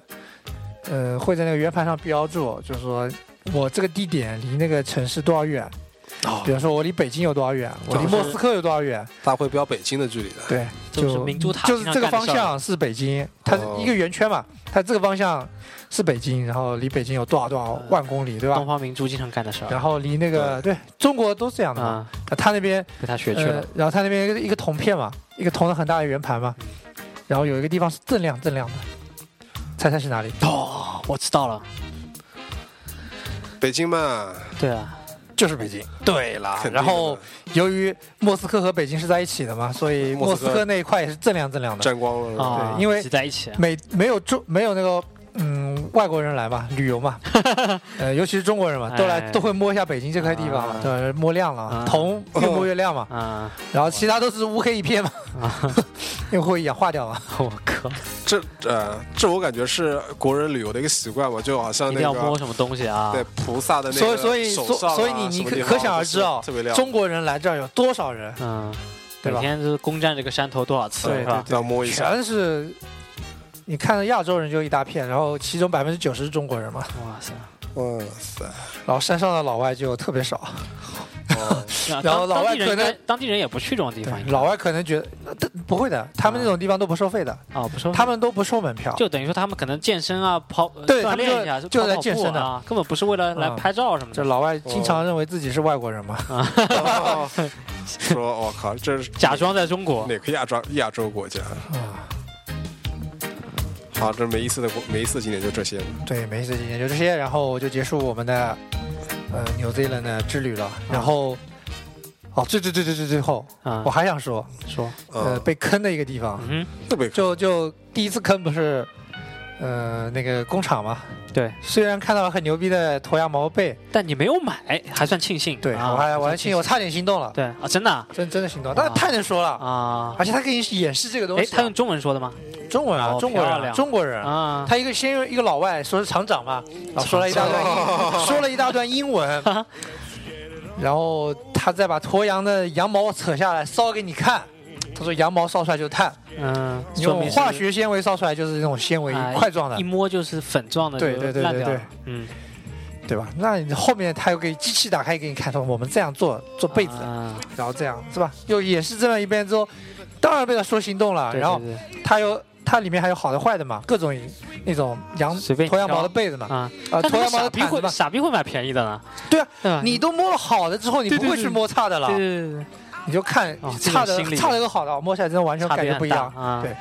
Speaker 2: 呃会在那个圆盘上标注，就是说我这个地点离那个城市多少远，
Speaker 3: 哦
Speaker 2: 比，如说我离北京有多少远，我离
Speaker 3: 就是
Speaker 2: 莫斯科有多少远，
Speaker 3: 大家会标北京的距离的。
Speaker 2: 对，
Speaker 1: 这
Speaker 2: 就
Speaker 1: 不是明珠塔
Speaker 2: 就
Speaker 1: 经
Speaker 2: 是
Speaker 1: 常
Speaker 2: 这个
Speaker 1: 干
Speaker 2: 方
Speaker 1: 的事儿
Speaker 2: 向是北京，它
Speaker 3: 哦
Speaker 2: 一个圆圈嘛，它这个方向是北京，然后离北京有多少多少
Speaker 1: 嗯
Speaker 2: 万公里，对吧
Speaker 1: 东？方明珠经常干的事儿
Speaker 2: 然后离那个对中国都是这样的嘛，
Speaker 1: 啊，
Speaker 2: 他那边
Speaker 1: 被他学去
Speaker 2: 呃
Speaker 1: 了。，
Speaker 2: 然后它那边一个一个铜片嘛，一个铜的很大的圆盘嘛，然后有一个地方是锃亮锃亮的，猜猜是哪里？
Speaker 1: 哦，我知道了，
Speaker 3: 北京嘛，
Speaker 1: 对啊，
Speaker 2: 就是北京。对了
Speaker 3: 肯定的
Speaker 2: 然后由于莫斯科和北京是在一起的嘛，所以
Speaker 3: 莫
Speaker 2: 莫
Speaker 3: 斯
Speaker 2: 斯
Speaker 3: 科
Speaker 2: 科那一块也是锃亮锃亮的。
Speaker 3: 沾光了是吧？
Speaker 1: 啊，
Speaker 2: 对因为
Speaker 1: 挤在一起，
Speaker 2: 美没有中没有那个嗯外国人来嘛，旅游嘛，呃尤其是中国人嘛，都来
Speaker 1: 哎
Speaker 2: 都会摸一下北京这块地方
Speaker 1: 啊
Speaker 2: 嘛，对吧，摸亮
Speaker 1: 啊
Speaker 2: 了，铜越摸越亮嘛，
Speaker 1: 啊，
Speaker 2: 然后其他都是乌黑一片嘛， 因为会氧化掉嘛。
Speaker 1: 我靠，
Speaker 3: 这呃，这我感觉是国人旅游的一个习惯吧，就好像
Speaker 1: 一
Speaker 3: 那
Speaker 1: 定要摸
Speaker 3: 个
Speaker 1: 什么东西啊
Speaker 3: 对？菩萨的那
Speaker 2: 所
Speaker 3: 个
Speaker 2: 以所以
Speaker 3: 手
Speaker 2: 所
Speaker 3: 上啊
Speaker 2: 所以你
Speaker 3: 什
Speaker 2: 你
Speaker 3: 么
Speaker 2: 可
Speaker 3: 地方
Speaker 2: 可想而知
Speaker 3: 都
Speaker 2: 啊
Speaker 3: 是特别，亮，
Speaker 2: 中国人来这儿有多少人，
Speaker 1: 嗯，
Speaker 2: 对
Speaker 1: 每
Speaker 2: 吧
Speaker 1: 天就是攻占这个山头多少次
Speaker 2: 对
Speaker 1: 是吧？
Speaker 3: 都嗯要摸一下，
Speaker 2: 全是。你看亚洲人就一大片，然后其中百分之九十是中国人嘛，
Speaker 1: 哇塞！
Speaker 3: 哇塞，
Speaker 2: 然后山上的老外就特别少，
Speaker 3: 哦
Speaker 1: 啊当
Speaker 2: 后老
Speaker 1: 当地
Speaker 2: 外
Speaker 1: 人
Speaker 2: 可
Speaker 1: 应该
Speaker 2: 能
Speaker 1: 当地人也不去这种地方，应该
Speaker 2: 老外可能觉得呃不会的，他们那种地方都不收费的，
Speaker 1: 啊不收费
Speaker 2: 他们都不收门票，
Speaker 1: 就等于说他们可能健身啊，跑
Speaker 2: 对
Speaker 1: 锻
Speaker 2: 他们
Speaker 1: 炼一下，
Speaker 2: 就就
Speaker 1: 跑
Speaker 2: 来
Speaker 1: 跑
Speaker 2: 健
Speaker 1: 步
Speaker 2: 身的
Speaker 1: 啊，根本不是为了来
Speaker 2: 嗯
Speaker 1: 拍照什么
Speaker 2: 这
Speaker 1: 的，
Speaker 2: 老外经常认为自己是外国人嘛，
Speaker 3: 哦说我靠，这是
Speaker 1: 假装在中国。
Speaker 3: 哪个亚洲亚洲国家？
Speaker 2: 啊，
Speaker 3: 好，这没意思的国，没意思的景点就这些了。
Speaker 2: 对，没事，今天就这些，然后就结束我们的呃 New Zealand 的之旅了，
Speaker 1: 嗯
Speaker 2: 然后哦，最最最最最最后，
Speaker 1: 啊
Speaker 2: 我，还想说，
Speaker 1: 说，
Speaker 2: 呃，
Speaker 3: 嗯，
Speaker 2: 被坑的一个地方，
Speaker 1: 嗯
Speaker 3: 特别
Speaker 2: 就就第一次坑不是，呃，那个工厂嘛，
Speaker 1: 哼，对，
Speaker 2: 虽然看到了很牛逼的驼羊毛被，
Speaker 1: 但你没有买，还算庆幸。
Speaker 2: 对、
Speaker 1: 啊
Speaker 2: 我还我还
Speaker 1: 算
Speaker 2: 心我差点心动了，
Speaker 1: 对啊，真的啊
Speaker 2: 真真的心动，但是太能说了，
Speaker 1: 啊，
Speaker 2: 而且他可以演示这个东
Speaker 1: 哎，
Speaker 2: 西
Speaker 1: 他
Speaker 2: 啊、
Speaker 1: 用中文说的吗？
Speaker 2: 中国人啊，
Speaker 1: 哦
Speaker 2: 中国人
Speaker 1: 漂
Speaker 2: 啊，
Speaker 1: 亮
Speaker 2: 中国人。
Speaker 1: 啊，
Speaker 2: 他一个先用一个老外说是厂长嘛，然后说了一大段
Speaker 1: 哦
Speaker 2: 英 说了一大段 英文，然后他再把驮羊的羊毛扯下来烧给你看，他说羊毛烧出来就是碳，
Speaker 1: 嗯，
Speaker 2: 你
Speaker 1: 说明
Speaker 2: 用
Speaker 1: 是
Speaker 2: 化学纤维烧出来就是那种纤维
Speaker 1: 啊
Speaker 2: 块状的
Speaker 1: 一，摸就是粉状的，
Speaker 2: 对
Speaker 1: 就
Speaker 2: 对对
Speaker 1: 烂
Speaker 2: 对
Speaker 1: 掉了
Speaker 2: 对。
Speaker 1: 嗯，
Speaker 2: 对吧？那你后面他又给机器打开给你看，说我们这样做做被子，
Speaker 1: 啊
Speaker 2: 然后这样是吧？又演示这么一遍之后，当然被他说心动了，
Speaker 1: 对
Speaker 2: 啊然后
Speaker 1: 对啊对
Speaker 2: 它有它里面还有好的坏的嘛，各种那种羊
Speaker 1: 随便
Speaker 2: 鸵羊
Speaker 1: 挑
Speaker 2: 毛的被子嘛，
Speaker 1: 啊，
Speaker 2: 啊，
Speaker 1: 但
Speaker 2: 鸵
Speaker 1: 他
Speaker 2: 羊毛
Speaker 1: 傻
Speaker 2: 的
Speaker 1: 逼
Speaker 2: 毯子
Speaker 1: 会
Speaker 2: 嘛，
Speaker 1: 傻逼会买便宜的呢，
Speaker 2: 对啊，
Speaker 1: 对吧？
Speaker 2: 你都摸了好的之后，你
Speaker 1: 对
Speaker 2: 不会
Speaker 1: 对
Speaker 2: 去
Speaker 1: 对
Speaker 2: 摸差的了
Speaker 1: 对，对对
Speaker 2: 你就看
Speaker 1: 哦这
Speaker 2: 差
Speaker 1: 种
Speaker 2: 的
Speaker 1: 心理
Speaker 2: 差的跟好的，摸起来真的完全
Speaker 1: 对，差
Speaker 2: 感
Speaker 1: 别
Speaker 2: 觉不一
Speaker 1: 很大
Speaker 2: 样。
Speaker 1: 啊。
Speaker 2: 对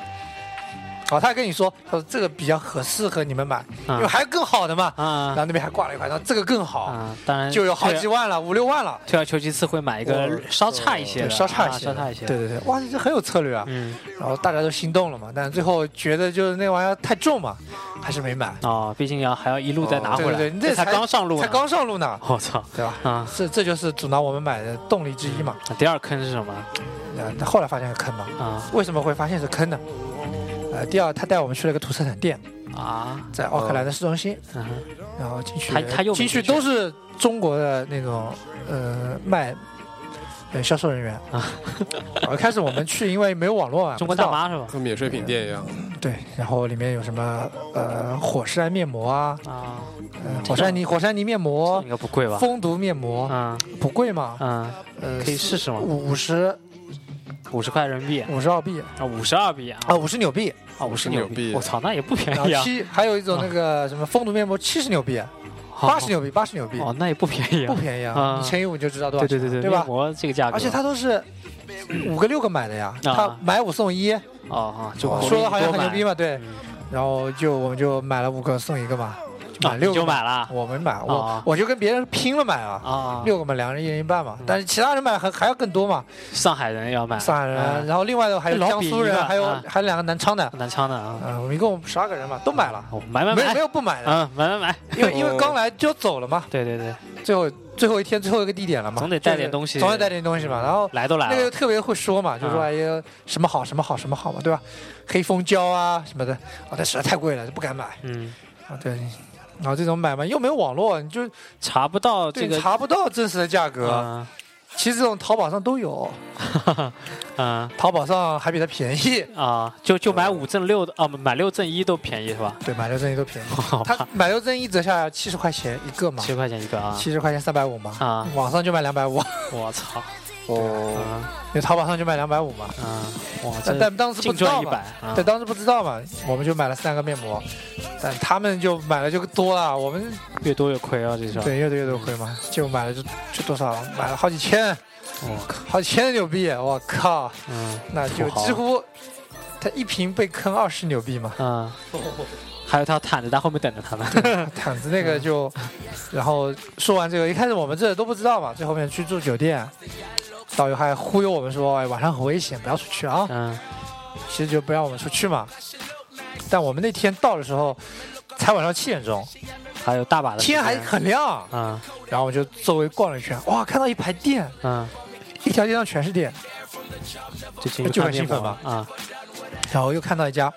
Speaker 2: 好，他还跟你说，他说这个比较合适合你们买，因为
Speaker 1: 啊
Speaker 2: 还有更好的嘛。然
Speaker 1: 啊
Speaker 2: 后那边还挂了一块，然后这个更好，
Speaker 1: 啊，当然
Speaker 2: 就有好
Speaker 1: 退而
Speaker 2: 几万了，五六万了，
Speaker 1: 退而求其次会买一个
Speaker 3: 我
Speaker 1: 稍差一些
Speaker 2: 对，
Speaker 1: 的，
Speaker 2: 稍差
Speaker 1: 啊
Speaker 2: 一些
Speaker 1: 稍
Speaker 2: 的，
Speaker 1: 差一些的。
Speaker 2: 对对对，哇，这很有策略啊。
Speaker 1: 嗯，
Speaker 2: 然后大家都心动了嘛，但最后觉得就是那玩意儿太重嘛，还是没买，
Speaker 1: 哦，毕竟要还要一路再拿
Speaker 3: 哦
Speaker 1: 回来，
Speaker 2: 对对对你这
Speaker 1: 才
Speaker 2: 才
Speaker 1: 刚上路呢，
Speaker 2: 才刚上路呢，
Speaker 1: 我操
Speaker 2: 对吧？
Speaker 1: 啊！
Speaker 2: 这这就是阻挠我们买的动力之一嘛。
Speaker 1: 那第二坑是什么
Speaker 2: 呃，后来发现是坑嘛，
Speaker 1: 啊
Speaker 2: 为什么会发现是坑呢？呃，第二，他带我们去了一个土特产店，
Speaker 1: 啊？
Speaker 2: 在奥克兰的市中心，
Speaker 1: 嗯哼
Speaker 2: 然后进去，
Speaker 1: 哦他他又没
Speaker 2: 进
Speaker 1: 进去
Speaker 2: 去都是中国的那种呃卖呃销售人员
Speaker 1: 啊
Speaker 2: 啊。然后一开始我们去，因为没有网络啊，
Speaker 1: 中国
Speaker 2: 不知
Speaker 1: 大
Speaker 2: 道
Speaker 1: 妈是吧？
Speaker 3: 跟免税品店一样，
Speaker 2: 对，然后里面有什么呃火山面膜啊，
Speaker 1: 啊，
Speaker 2: 呃火山泥火山泥面膜
Speaker 1: 应，该不贵吧？
Speaker 2: 蜂毒面膜，
Speaker 1: 嗯
Speaker 2: 不贵嘛，
Speaker 1: 嗯，
Speaker 2: 呃
Speaker 1: 可以试试吗？
Speaker 2: 五十
Speaker 1: 五十块人民币
Speaker 2: 五十澳币
Speaker 1: 啊，五十二币啊，
Speaker 2: 啊，五十纽币。
Speaker 1: 啊，五十
Speaker 3: 牛
Speaker 1: 牛
Speaker 3: 币
Speaker 1: 我操，那也不便
Speaker 2: 然后
Speaker 1: 宜啊，
Speaker 2: 七，还有一种那
Speaker 1: 嗯
Speaker 2: 个什么蜂毒面膜，七十牛币，八十
Speaker 1: 哦
Speaker 2: 牛币，八十牛币，
Speaker 1: 哦，那也不便宜
Speaker 2: 不
Speaker 1: 啊。
Speaker 2: 便宜
Speaker 1: 啊
Speaker 2: 啊！你乘以五就知道多
Speaker 1: 对
Speaker 2: 少钱
Speaker 1: 对
Speaker 2: 了，
Speaker 1: 对对，
Speaker 2: 吧
Speaker 1: 面？膜这个价格，
Speaker 2: 而且它都是五个六个买的呀，它
Speaker 1: 啊
Speaker 2: 买五送一，
Speaker 1: 哦哦，就
Speaker 3: 哦
Speaker 2: 说的好像很牛逼
Speaker 1: 嘛，
Speaker 2: 嘛，对。
Speaker 1: 嗯
Speaker 2: 然后就我们就买了五个送一个嘛，
Speaker 1: 啊，
Speaker 2: 买六
Speaker 1: 你
Speaker 2: 个
Speaker 1: 就
Speaker 2: 嘛
Speaker 1: 买了
Speaker 2: 我没买，
Speaker 1: 哦
Speaker 2: 我我就跟别人拼了买啊，
Speaker 1: 啊？
Speaker 2: 六个嘛，两人一人一半嘛
Speaker 1: 嗯。
Speaker 2: 但是其他人买还还要更多嘛，
Speaker 1: 上海人要买，
Speaker 2: 上海人，
Speaker 1: 嗯
Speaker 2: 然后另外的还有
Speaker 1: 老
Speaker 2: 江
Speaker 1: 比
Speaker 2: 苏
Speaker 1: 一
Speaker 2: 人
Speaker 1: 个，
Speaker 2: 还有
Speaker 1: 啊
Speaker 2: 还有两个南昌的，
Speaker 1: 南昌的啊，
Speaker 2: 嗯，我们一共十二个人嘛，都买了，
Speaker 1: 哦买买
Speaker 2: 没有没
Speaker 1: 买，
Speaker 2: 有不买的，
Speaker 1: 嗯，买买买，
Speaker 2: 因为因为刚来就走了嘛，
Speaker 1: 对对对，
Speaker 2: 最后最后一天最后一个地点了嘛，
Speaker 1: 总得带点东西嗯
Speaker 2: 就是总得带点东西嘛。然后
Speaker 1: 来都来
Speaker 2: 那个又
Speaker 1: 了，
Speaker 2: 特别会说嘛，就说
Speaker 1: 啊
Speaker 2: 哎呀什么好什么好什么好嘛，对吧？黑蜂胶啊什么的，啊，但实在太贵了，就不敢买
Speaker 1: 嗯，
Speaker 2: 啊。对，然后这种买卖又没有网络，你就
Speaker 1: 查不到
Speaker 2: 对
Speaker 1: 这个
Speaker 2: 查不到真实的价格，
Speaker 1: 啊
Speaker 2: 其实这种淘宝上都有，
Speaker 1: 嗯
Speaker 2: 淘宝上还比它便 宜。
Speaker 1: 啊，就就买五赠六的啊，买六赠一都便宜是 吧？，
Speaker 2: 对，买六赠一都便宜
Speaker 1: 好吧，
Speaker 2: 它买六赠一折下来七十块钱一个嘛，
Speaker 1: 七块钱一个啊！
Speaker 2: 七十块钱三百五嘛，
Speaker 1: 啊
Speaker 2: 网上就卖两 百五，
Speaker 1: 我操，
Speaker 3: 哦，
Speaker 1: 啊
Speaker 2: 你淘宝上就卖两百五嘛。
Speaker 1: 啊，哇，
Speaker 2: 但
Speaker 1: 这
Speaker 2: 但当时不
Speaker 1: 净
Speaker 2: 知
Speaker 1: 赚
Speaker 2: 道
Speaker 1: 一
Speaker 2: 嘛
Speaker 1: 百，啊
Speaker 2: 但当时不知道嘛，我们就买了三个面膜，但他们就买了就多了，我们
Speaker 1: 越多越亏啊，这是。
Speaker 2: 对越多越多亏嘛，就买了就就多少，买了好几千，
Speaker 1: 我靠，
Speaker 2: 好几千的牛币，我靠，
Speaker 1: 嗯
Speaker 2: 那就
Speaker 1: 土豪
Speaker 2: 几乎他一瓶被坑二十牛币嘛，
Speaker 1: 嗯，还有条毯子在后面等着他们。
Speaker 2: 毯啊子那个就，然后说完这个，一开始我们这都不知道嘛，最后面去住酒店，导游还忽悠我们说，哎，晚上很危险，不要出去啊，
Speaker 1: 嗯
Speaker 2: 其实就不让我们出去嘛。但我们那天到的时候，才晚上七点钟，
Speaker 1: 还有大把的时间
Speaker 2: 天还很亮，
Speaker 1: 嗯
Speaker 2: 然后我就周围逛了一圈，哇，看到一排店，
Speaker 1: 嗯，
Speaker 2: 一条街上全是店，
Speaker 1: 就进去
Speaker 2: 就
Speaker 1: 看
Speaker 2: 很
Speaker 1: 面
Speaker 2: 兴
Speaker 1: 膜
Speaker 2: 奋吧
Speaker 1: 啊，
Speaker 2: 然后又看到一家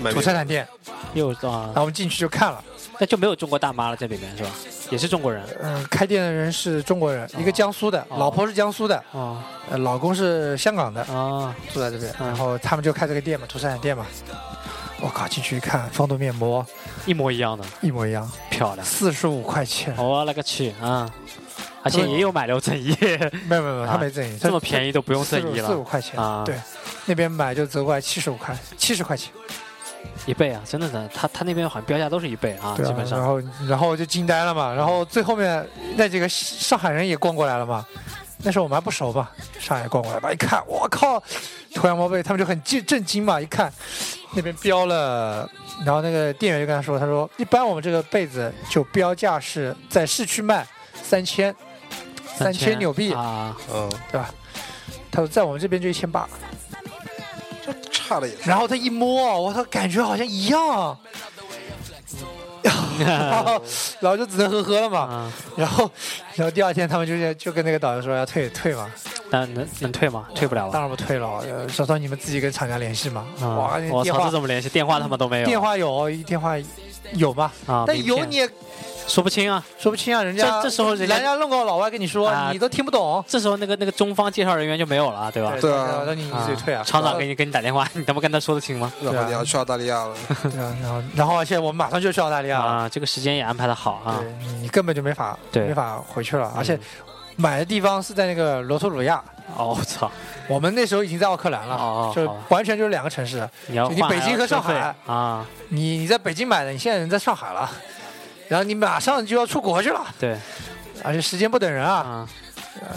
Speaker 3: 买
Speaker 2: 土
Speaker 3: 面
Speaker 2: 特产店，
Speaker 1: 又
Speaker 2: 然后
Speaker 1: 啊，
Speaker 2: 我们进去就看了，
Speaker 1: 那就没有中国大妈了，在里面是吧？也是中国人
Speaker 2: 嗯，开店的人是中国人，一个江苏的，
Speaker 1: 哦
Speaker 2: 老婆是江苏的，
Speaker 1: 啊
Speaker 2: 呃老公是香港的，
Speaker 1: 啊
Speaker 2: 住在这边，
Speaker 1: 嗯
Speaker 2: 然后他们就开这个店嘛，土特产店嘛。我靠，进去一看，防毒面膜
Speaker 1: 一模一样的，
Speaker 2: 一模一样，
Speaker 1: 漂亮！
Speaker 2: 四十五块钱。
Speaker 1: 我勒个去啊！而且
Speaker 2: 对
Speaker 1: 也有买六赠一，
Speaker 2: 没有没有没有，
Speaker 1: 啊
Speaker 2: 他没赠一，
Speaker 1: 这么便宜都不
Speaker 2: 不
Speaker 1: 用赠一
Speaker 2: 四十
Speaker 1: 了，
Speaker 2: 五块钱
Speaker 1: 啊
Speaker 2: 对，那边买就折过来七十五块，七十块钱。
Speaker 1: 一倍啊！真的是，他他那边好像标价都是一倍啊，
Speaker 2: 对
Speaker 1: 基
Speaker 2: 啊
Speaker 1: 本，
Speaker 2: 然
Speaker 1: 上
Speaker 2: 后然后就惊呆了嘛，然后最后面那几个上海人也逛过来了嘛，那时候我们还不熟嘛，上海逛过来吧，一看，我靠，土洋猫被他们就很震震惊嘛，一看那边标了，然后那个店员就跟他说，他说一般我们这个被子就标价是在市区卖三千，三千纽币，
Speaker 1: 啊！
Speaker 3: 嗯，
Speaker 2: 他说在我们这边就一千八，
Speaker 3: 差了也
Speaker 2: 然后他一摸，我操，感觉好像一样。啊
Speaker 1: 嗯
Speaker 2: 然后， 然后就只能呵呵了嘛。
Speaker 1: 啊，
Speaker 2: 然后，然后第二天他们就就跟那个导游说要退退嘛，
Speaker 1: 但能能退吗？退不了吧
Speaker 2: 当？然不退了，呃找到你们自己跟厂家联系嘛。哇，
Speaker 1: 啊！
Speaker 2: 那
Speaker 1: 我
Speaker 2: 电
Speaker 1: 操，这
Speaker 2: 话
Speaker 1: 怎么联系？电话他们都没有。
Speaker 2: 电话有，电话有嘛？
Speaker 1: 啊，
Speaker 2: 但
Speaker 1: 名
Speaker 2: 有
Speaker 1: 片
Speaker 2: 你也
Speaker 1: 说不清啊。
Speaker 2: 说不清啊，人家
Speaker 1: 这这时候人
Speaker 2: 人
Speaker 1: 家
Speaker 2: 家弄个老外跟你说
Speaker 1: 啊，
Speaker 2: 你都听不懂。
Speaker 1: 这时候那个那个中方介绍人员就没有了啊，对吧？
Speaker 3: 对啊
Speaker 2: 然后你你自己退啊。
Speaker 1: 厂长给你给你打电话，你他妈跟他说得清吗？
Speaker 3: 然后你要去澳大利亚了，
Speaker 2: 对啊，然后然后而且我们马上就去澳大利亚了，
Speaker 1: 啊，这个时间也安排的好啊
Speaker 2: 对。你根本就没法
Speaker 1: 对
Speaker 2: 没法回去了，而且买的地方是在那个罗托鲁亚，
Speaker 1: 哦，我操！
Speaker 2: 我们那时候已经在奥克兰了，
Speaker 1: 哦，
Speaker 2: 就
Speaker 1: 好吧
Speaker 2: 完全就是两个城市。
Speaker 1: 你要
Speaker 2: 就你
Speaker 1: 换
Speaker 2: 北京
Speaker 1: 还要
Speaker 2: 和
Speaker 1: 收
Speaker 2: 上
Speaker 1: 费
Speaker 2: 海
Speaker 1: 啊，
Speaker 2: 你你在北京买的，你现在人在上海了，然后你马上就要出国去了，
Speaker 1: 对
Speaker 2: 而且时间不等人啊。
Speaker 1: 啊，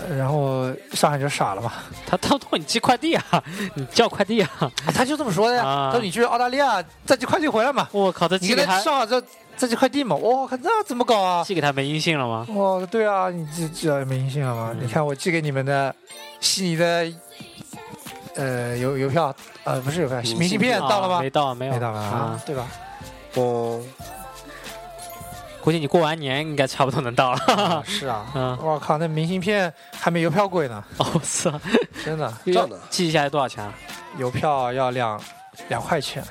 Speaker 2: 呃然后上海就傻了嘛，
Speaker 1: 他他托你寄快递啊，你叫快递啊！
Speaker 2: 啊他就这么说的呀。
Speaker 1: 啊
Speaker 2: 他说你去澳大利亚再寄快递回来嘛，
Speaker 1: 我靠，这
Speaker 2: 你
Speaker 1: 寄
Speaker 2: 给
Speaker 1: 给
Speaker 2: 他
Speaker 1: 他
Speaker 2: 上海这这寄快递嘛，我靠，那怎么搞啊？
Speaker 1: 寄给他没音信了吗？
Speaker 2: 哦，对啊，你这这没音信了嘛？
Speaker 1: 嗯
Speaker 2: 你看我寄给你们的悉尼的呃邮邮票，呃不是邮票，
Speaker 3: 明信
Speaker 2: 明信片
Speaker 3: 片
Speaker 2: 到了
Speaker 1: 啊
Speaker 2: 吗
Speaker 1: 没？到，没有
Speaker 2: 没到吧？啊
Speaker 1: 啊。，
Speaker 2: 对 吧？
Speaker 3: 嗯，
Speaker 1: 估计你过完年应该差不多能到了。
Speaker 2: 啊是啊，
Speaker 1: 嗯，
Speaker 2: 我靠，那明信片还没邮票贵呢，
Speaker 1: 哦，我操，
Speaker 2: 真的。
Speaker 3: 这样的
Speaker 1: 寄一下来多少钱啊？
Speaker 2: 邮票要两两块钱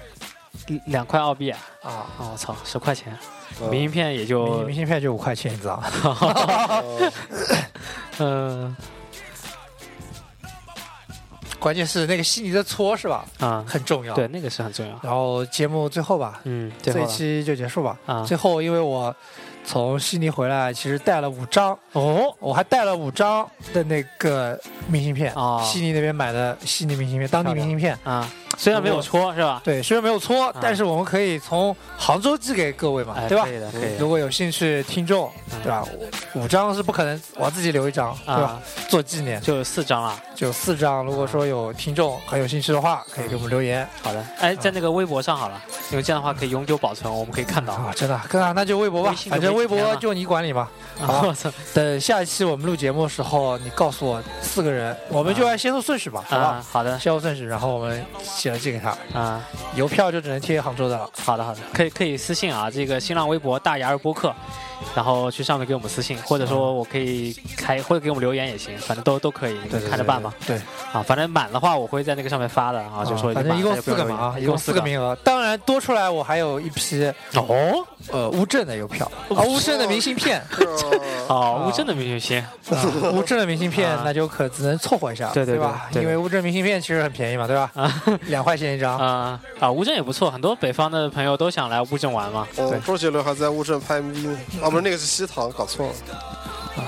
Speaker 1: 两两块澳币啊！
Speaker 2: 啊，
Speaker 1: 哦我操，十块钱，
Speaker 3: 嗯
Speaker 1: 明信片也
Speaker 2: 哦明
Speaker 1: 就
Speaker 2: 明信片就五块钱一张。
Speaker 3: 嗯
Speaker 1: 嗯
Speaker 2: 关键是那个悉尼的搓是吧，
Speaker 1: 啊，
Speaker 2: 很重要。
Speaker 1: 对，。那个是很重要。
Speaker 2: 然后节目最后吧，
Speaker 1: 嗯，最
Speaker 2: 这
Speaker 1: 后
Speaker 2: 一
Speaker 1: 了
Speaker 2: 期就结束吧。
Speaker 1: 啊，
Speaker 2: 最后因为我从悉尼回来，其实带了五张，
Speaker 1: 哦，
Speaker 2: 我还带了五张的那个明信片，
Speaker 1: 哦
Speaker 2: 悉尼那边买的悉尼明信片，当地明信片。
Speaker 1: 啊，虽然没有戳是吧？
Speaker 2: 对，虽然没有搓，
Speaker 1: 啊
Speaker 2: 但是我们可以从杭州寄给各位嘛，
Speaker 1: 哎，
Speaker 2: 对吧
Speaker 1: 可？以的，可以的
Speaker 2: 如，果有兴趣听众，
Speaker 1: 嗯
Speaker 2: 对吧？五五张是不可能，我自己留一张，对吧？
Speaker 1: 啊，
Speaker 2: 做纪念。
Speaker 1: 就有四张了。
Speaker 2: 就四张。如果说有听众很有兴趣的话，可以给我们留言
Speaker 1: 好的，
Speaker 2: 啊
Speaker 1: 哎，在那个微博上好了，因为这样的话可以永久保存，我们可以看到。
Speaker 2: 啊！真的，哥啊，那就微博
Speaker 1: 嗯
Speaker 2: 吧
Speaker 1: 微，信就
Speaker 2: 反正
Speaker 1: 没
Speaker 2: 微
Speaker 1: 几天
Speaker 2: 博
Speaker 1: 了
Speaker 2: 就你管理嘛。
Speaker 1: 啊，我操，
Speaker 2: 等下一期我们录节目的时候，你告诉我四个人，我们就按先后顺序吧，好
Speaker 1: 啊，
Speaker 2: 吧？
Speaker 1: 好的，
Speaker 2: 先后顺序，然后我们写了寄给他，
Speaker 1: 啊，
Speaker 2: 邮票就只能贴杭州的了。
Speaker 1: 好的，好的，可以可以私信啊，这个新浪微博大牙儿播客，然后去上面给我们私信，或者说我可以开，或者给我们留言也行，反正都都可以，你
Speaker 2: 嗯对
Speaker 1: 们看着办吧。。
Speaker 2: 对对对对，
Speaker 1: 啊，反正满的话我会在那个上面发的啊，就说已
Speaker 2: 反
Speaker 1: 经
Speaker 2: 正
Speaker 1: 满
Speaker 2: 一
Speaker 1: 了
Speaker 2: 共
Speaker 1: 也不
Speaker 2: 四
Speaker 1: 用
Speaker 2: 个
Speaker 1: 留
Speaker 2: 嘛
Speaker 1: 言
Speaker 2: 啊，
Speaker 1: 一
Speaker 2: 共
Speaker 1: 共
Speaker 2: 四
Speaker 1: 四
Speaker 2: 个
Speaker 1: 个
Speaker 2: 名额。当然多出来我还有一批
Speaker 1: 哦
Speaker 2: 呃乌镇的邮票，啊乌镇的明信片，
Speaker 1: 哦，乌镇的明星星
Speaker 2: 啊乌镇的明信片
Speaker 1: 啊
Speaker 2: 那就可只能凑合一下了，
Speaker 1: 对对对
Speaker 2: 吧？
Speaker 1: 对对
Speaker 2: 因为乌镇明信片其实很便宜嘛，对吧？ 两块钱一张，
Speaker 1: 啊啊，乌镇也不错，很多北方的朋友都想来乌镇玩嘛。
Speaker 3: 哦，周杰伦还在乌镇拍 MV 呢，啊，不是那个是西塘，搞错了。
Speaker 2: 啊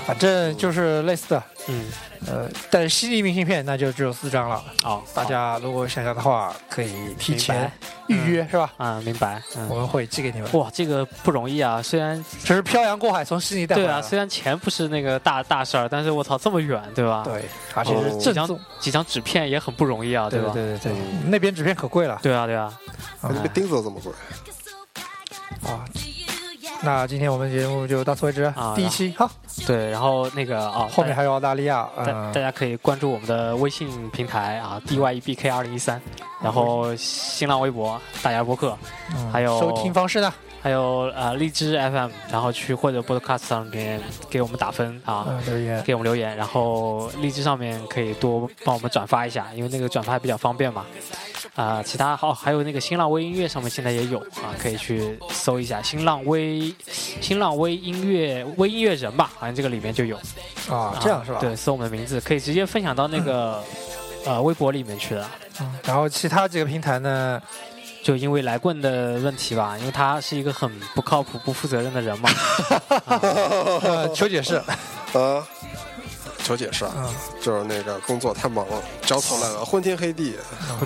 Speaker 2: 反正就是类似的。
Speaker 1: 嗯，
Speaker 2: 呃，但是悉尼明信片那就只有四张了，
Speaker 1: 哦，
Speaker 2: 大家如果想要的话，可以提前预约，是吧？
Speaker 1: 好啊，明白。嗯，
Speaker 2: 我们会寄给你们。
Speaker 1: 哇，这个不容易啊，虽然
Speaker 2: 只是漂洋过海从悉尼带回
Speaker 1: 对
Speaker 2: 来
Speaker 1: 啊，
Speaker 2: 的，
Speaker 1: 虽然钱不是那个大大事儿，但是我操，这么远，对吧？哦
Speaker 2: 对，而且是
Speaker 1: 几
Speaker 2: 正
Speaker 1: 啊张啊
Speaker 2: 宗，
Speaker 1: 几张纸片也很不容易啊，
Speaker 2: 对
Speaker 1: 吧？
Speaker 2: 对对对，那边纸片可贵了
Speaker 1: 对啊，对啊，
Speaker 3: 哎那个钉子怎么贵？
Speaker 2: 啊。那今天我们节目就到此为止
Speaker 1: 啊，
Speaker 2: 第一期好，
Speaker 1: 对。然后那个啊，
Speaker 2: 后面还有澳大利亚，
Speaker 1: 大
Speaker 2: 嗯
Speaker 1: 大，家可以关注我们的微信平台啊，D Y E B K 二零一三，然后新浪微博、大牙播客，
Speaker 2: 嗯
Speaker 1: 还有
Speaker 2: 收听方式呢，
Speaker 1: 还有呃荔枝 FM，然后去或者 Podcast 上面给我们打分啊。
Speaker 2: 嗯，留言。
Speaker 1: 给我们留言，然后荔枝上面可以多帮我们转发一下，因为那个转发比较方便嘛。啊、其他好、还有那个新浪微音乐上面现在也有啊，可以去搜一下新浪微新浪微音乐微音乐人吧，好像这个里面就有。
Speaker 2: 啊，这样是吧？
Speaker 1: 对，搜我们的名字，可以直接分享到那个、呃微博里面去的。
Speaker 2: 嗯。然后其他几个平台呢，
Speaker 1: 就因为来棍的问题吧，因为他是一个很不靠谱、不负责任的人嘛。
Speaker 2: 呃，求解释。
Speaker 3: 啊，求解释啊
Speaker 2: 嗯，
Speaker 3: 就是那个工作太忙了，焦头烂额，昏天黑地。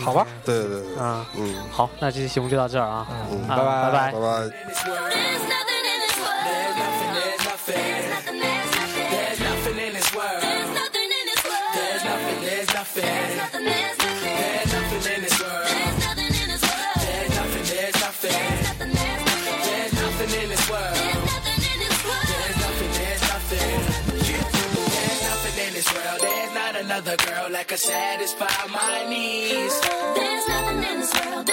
Speaker 2: 好吧，
Speaker 3: 对对对，
Speaker 1: 啊，
Speaker 3: 嗯，
Speaker 1: 好，那这期节目就到这儿啊，
Speaker 2: 嗯，
Speaker 1: 啊
Speaker 2: 拜
Speaker 1: 拜拜
Speaker 3: 拜拜。
Speaker 4: There's nothing in this world.
Speaker 5: There's nothing,
Speaker 4: There's nothing, there's nothing.
Speaker 5: there's nothing in this world.
Speaker 4: There's nothing in this world.
Speaker 5: There's nothing, there's nothing,
Speaker 4: Nothing, there's nothing.
Speaker 5: there's nothing in this world.
Speaker 4: There's nothing in this world.
Speaker 5: There's nothing, there's
Speaker 4: Nothing, there's
Speaker 5: nothing,
Speaker 4: nothing.
Speaker 5: there's nothing in this world.
Speaker 4: There's nothing in this world.
Speaker 5: There's nothing, there's nothing. There's nothing in this world. There's not another girl that can satisfy my needs.
Speaker 4: There's nothing in this world.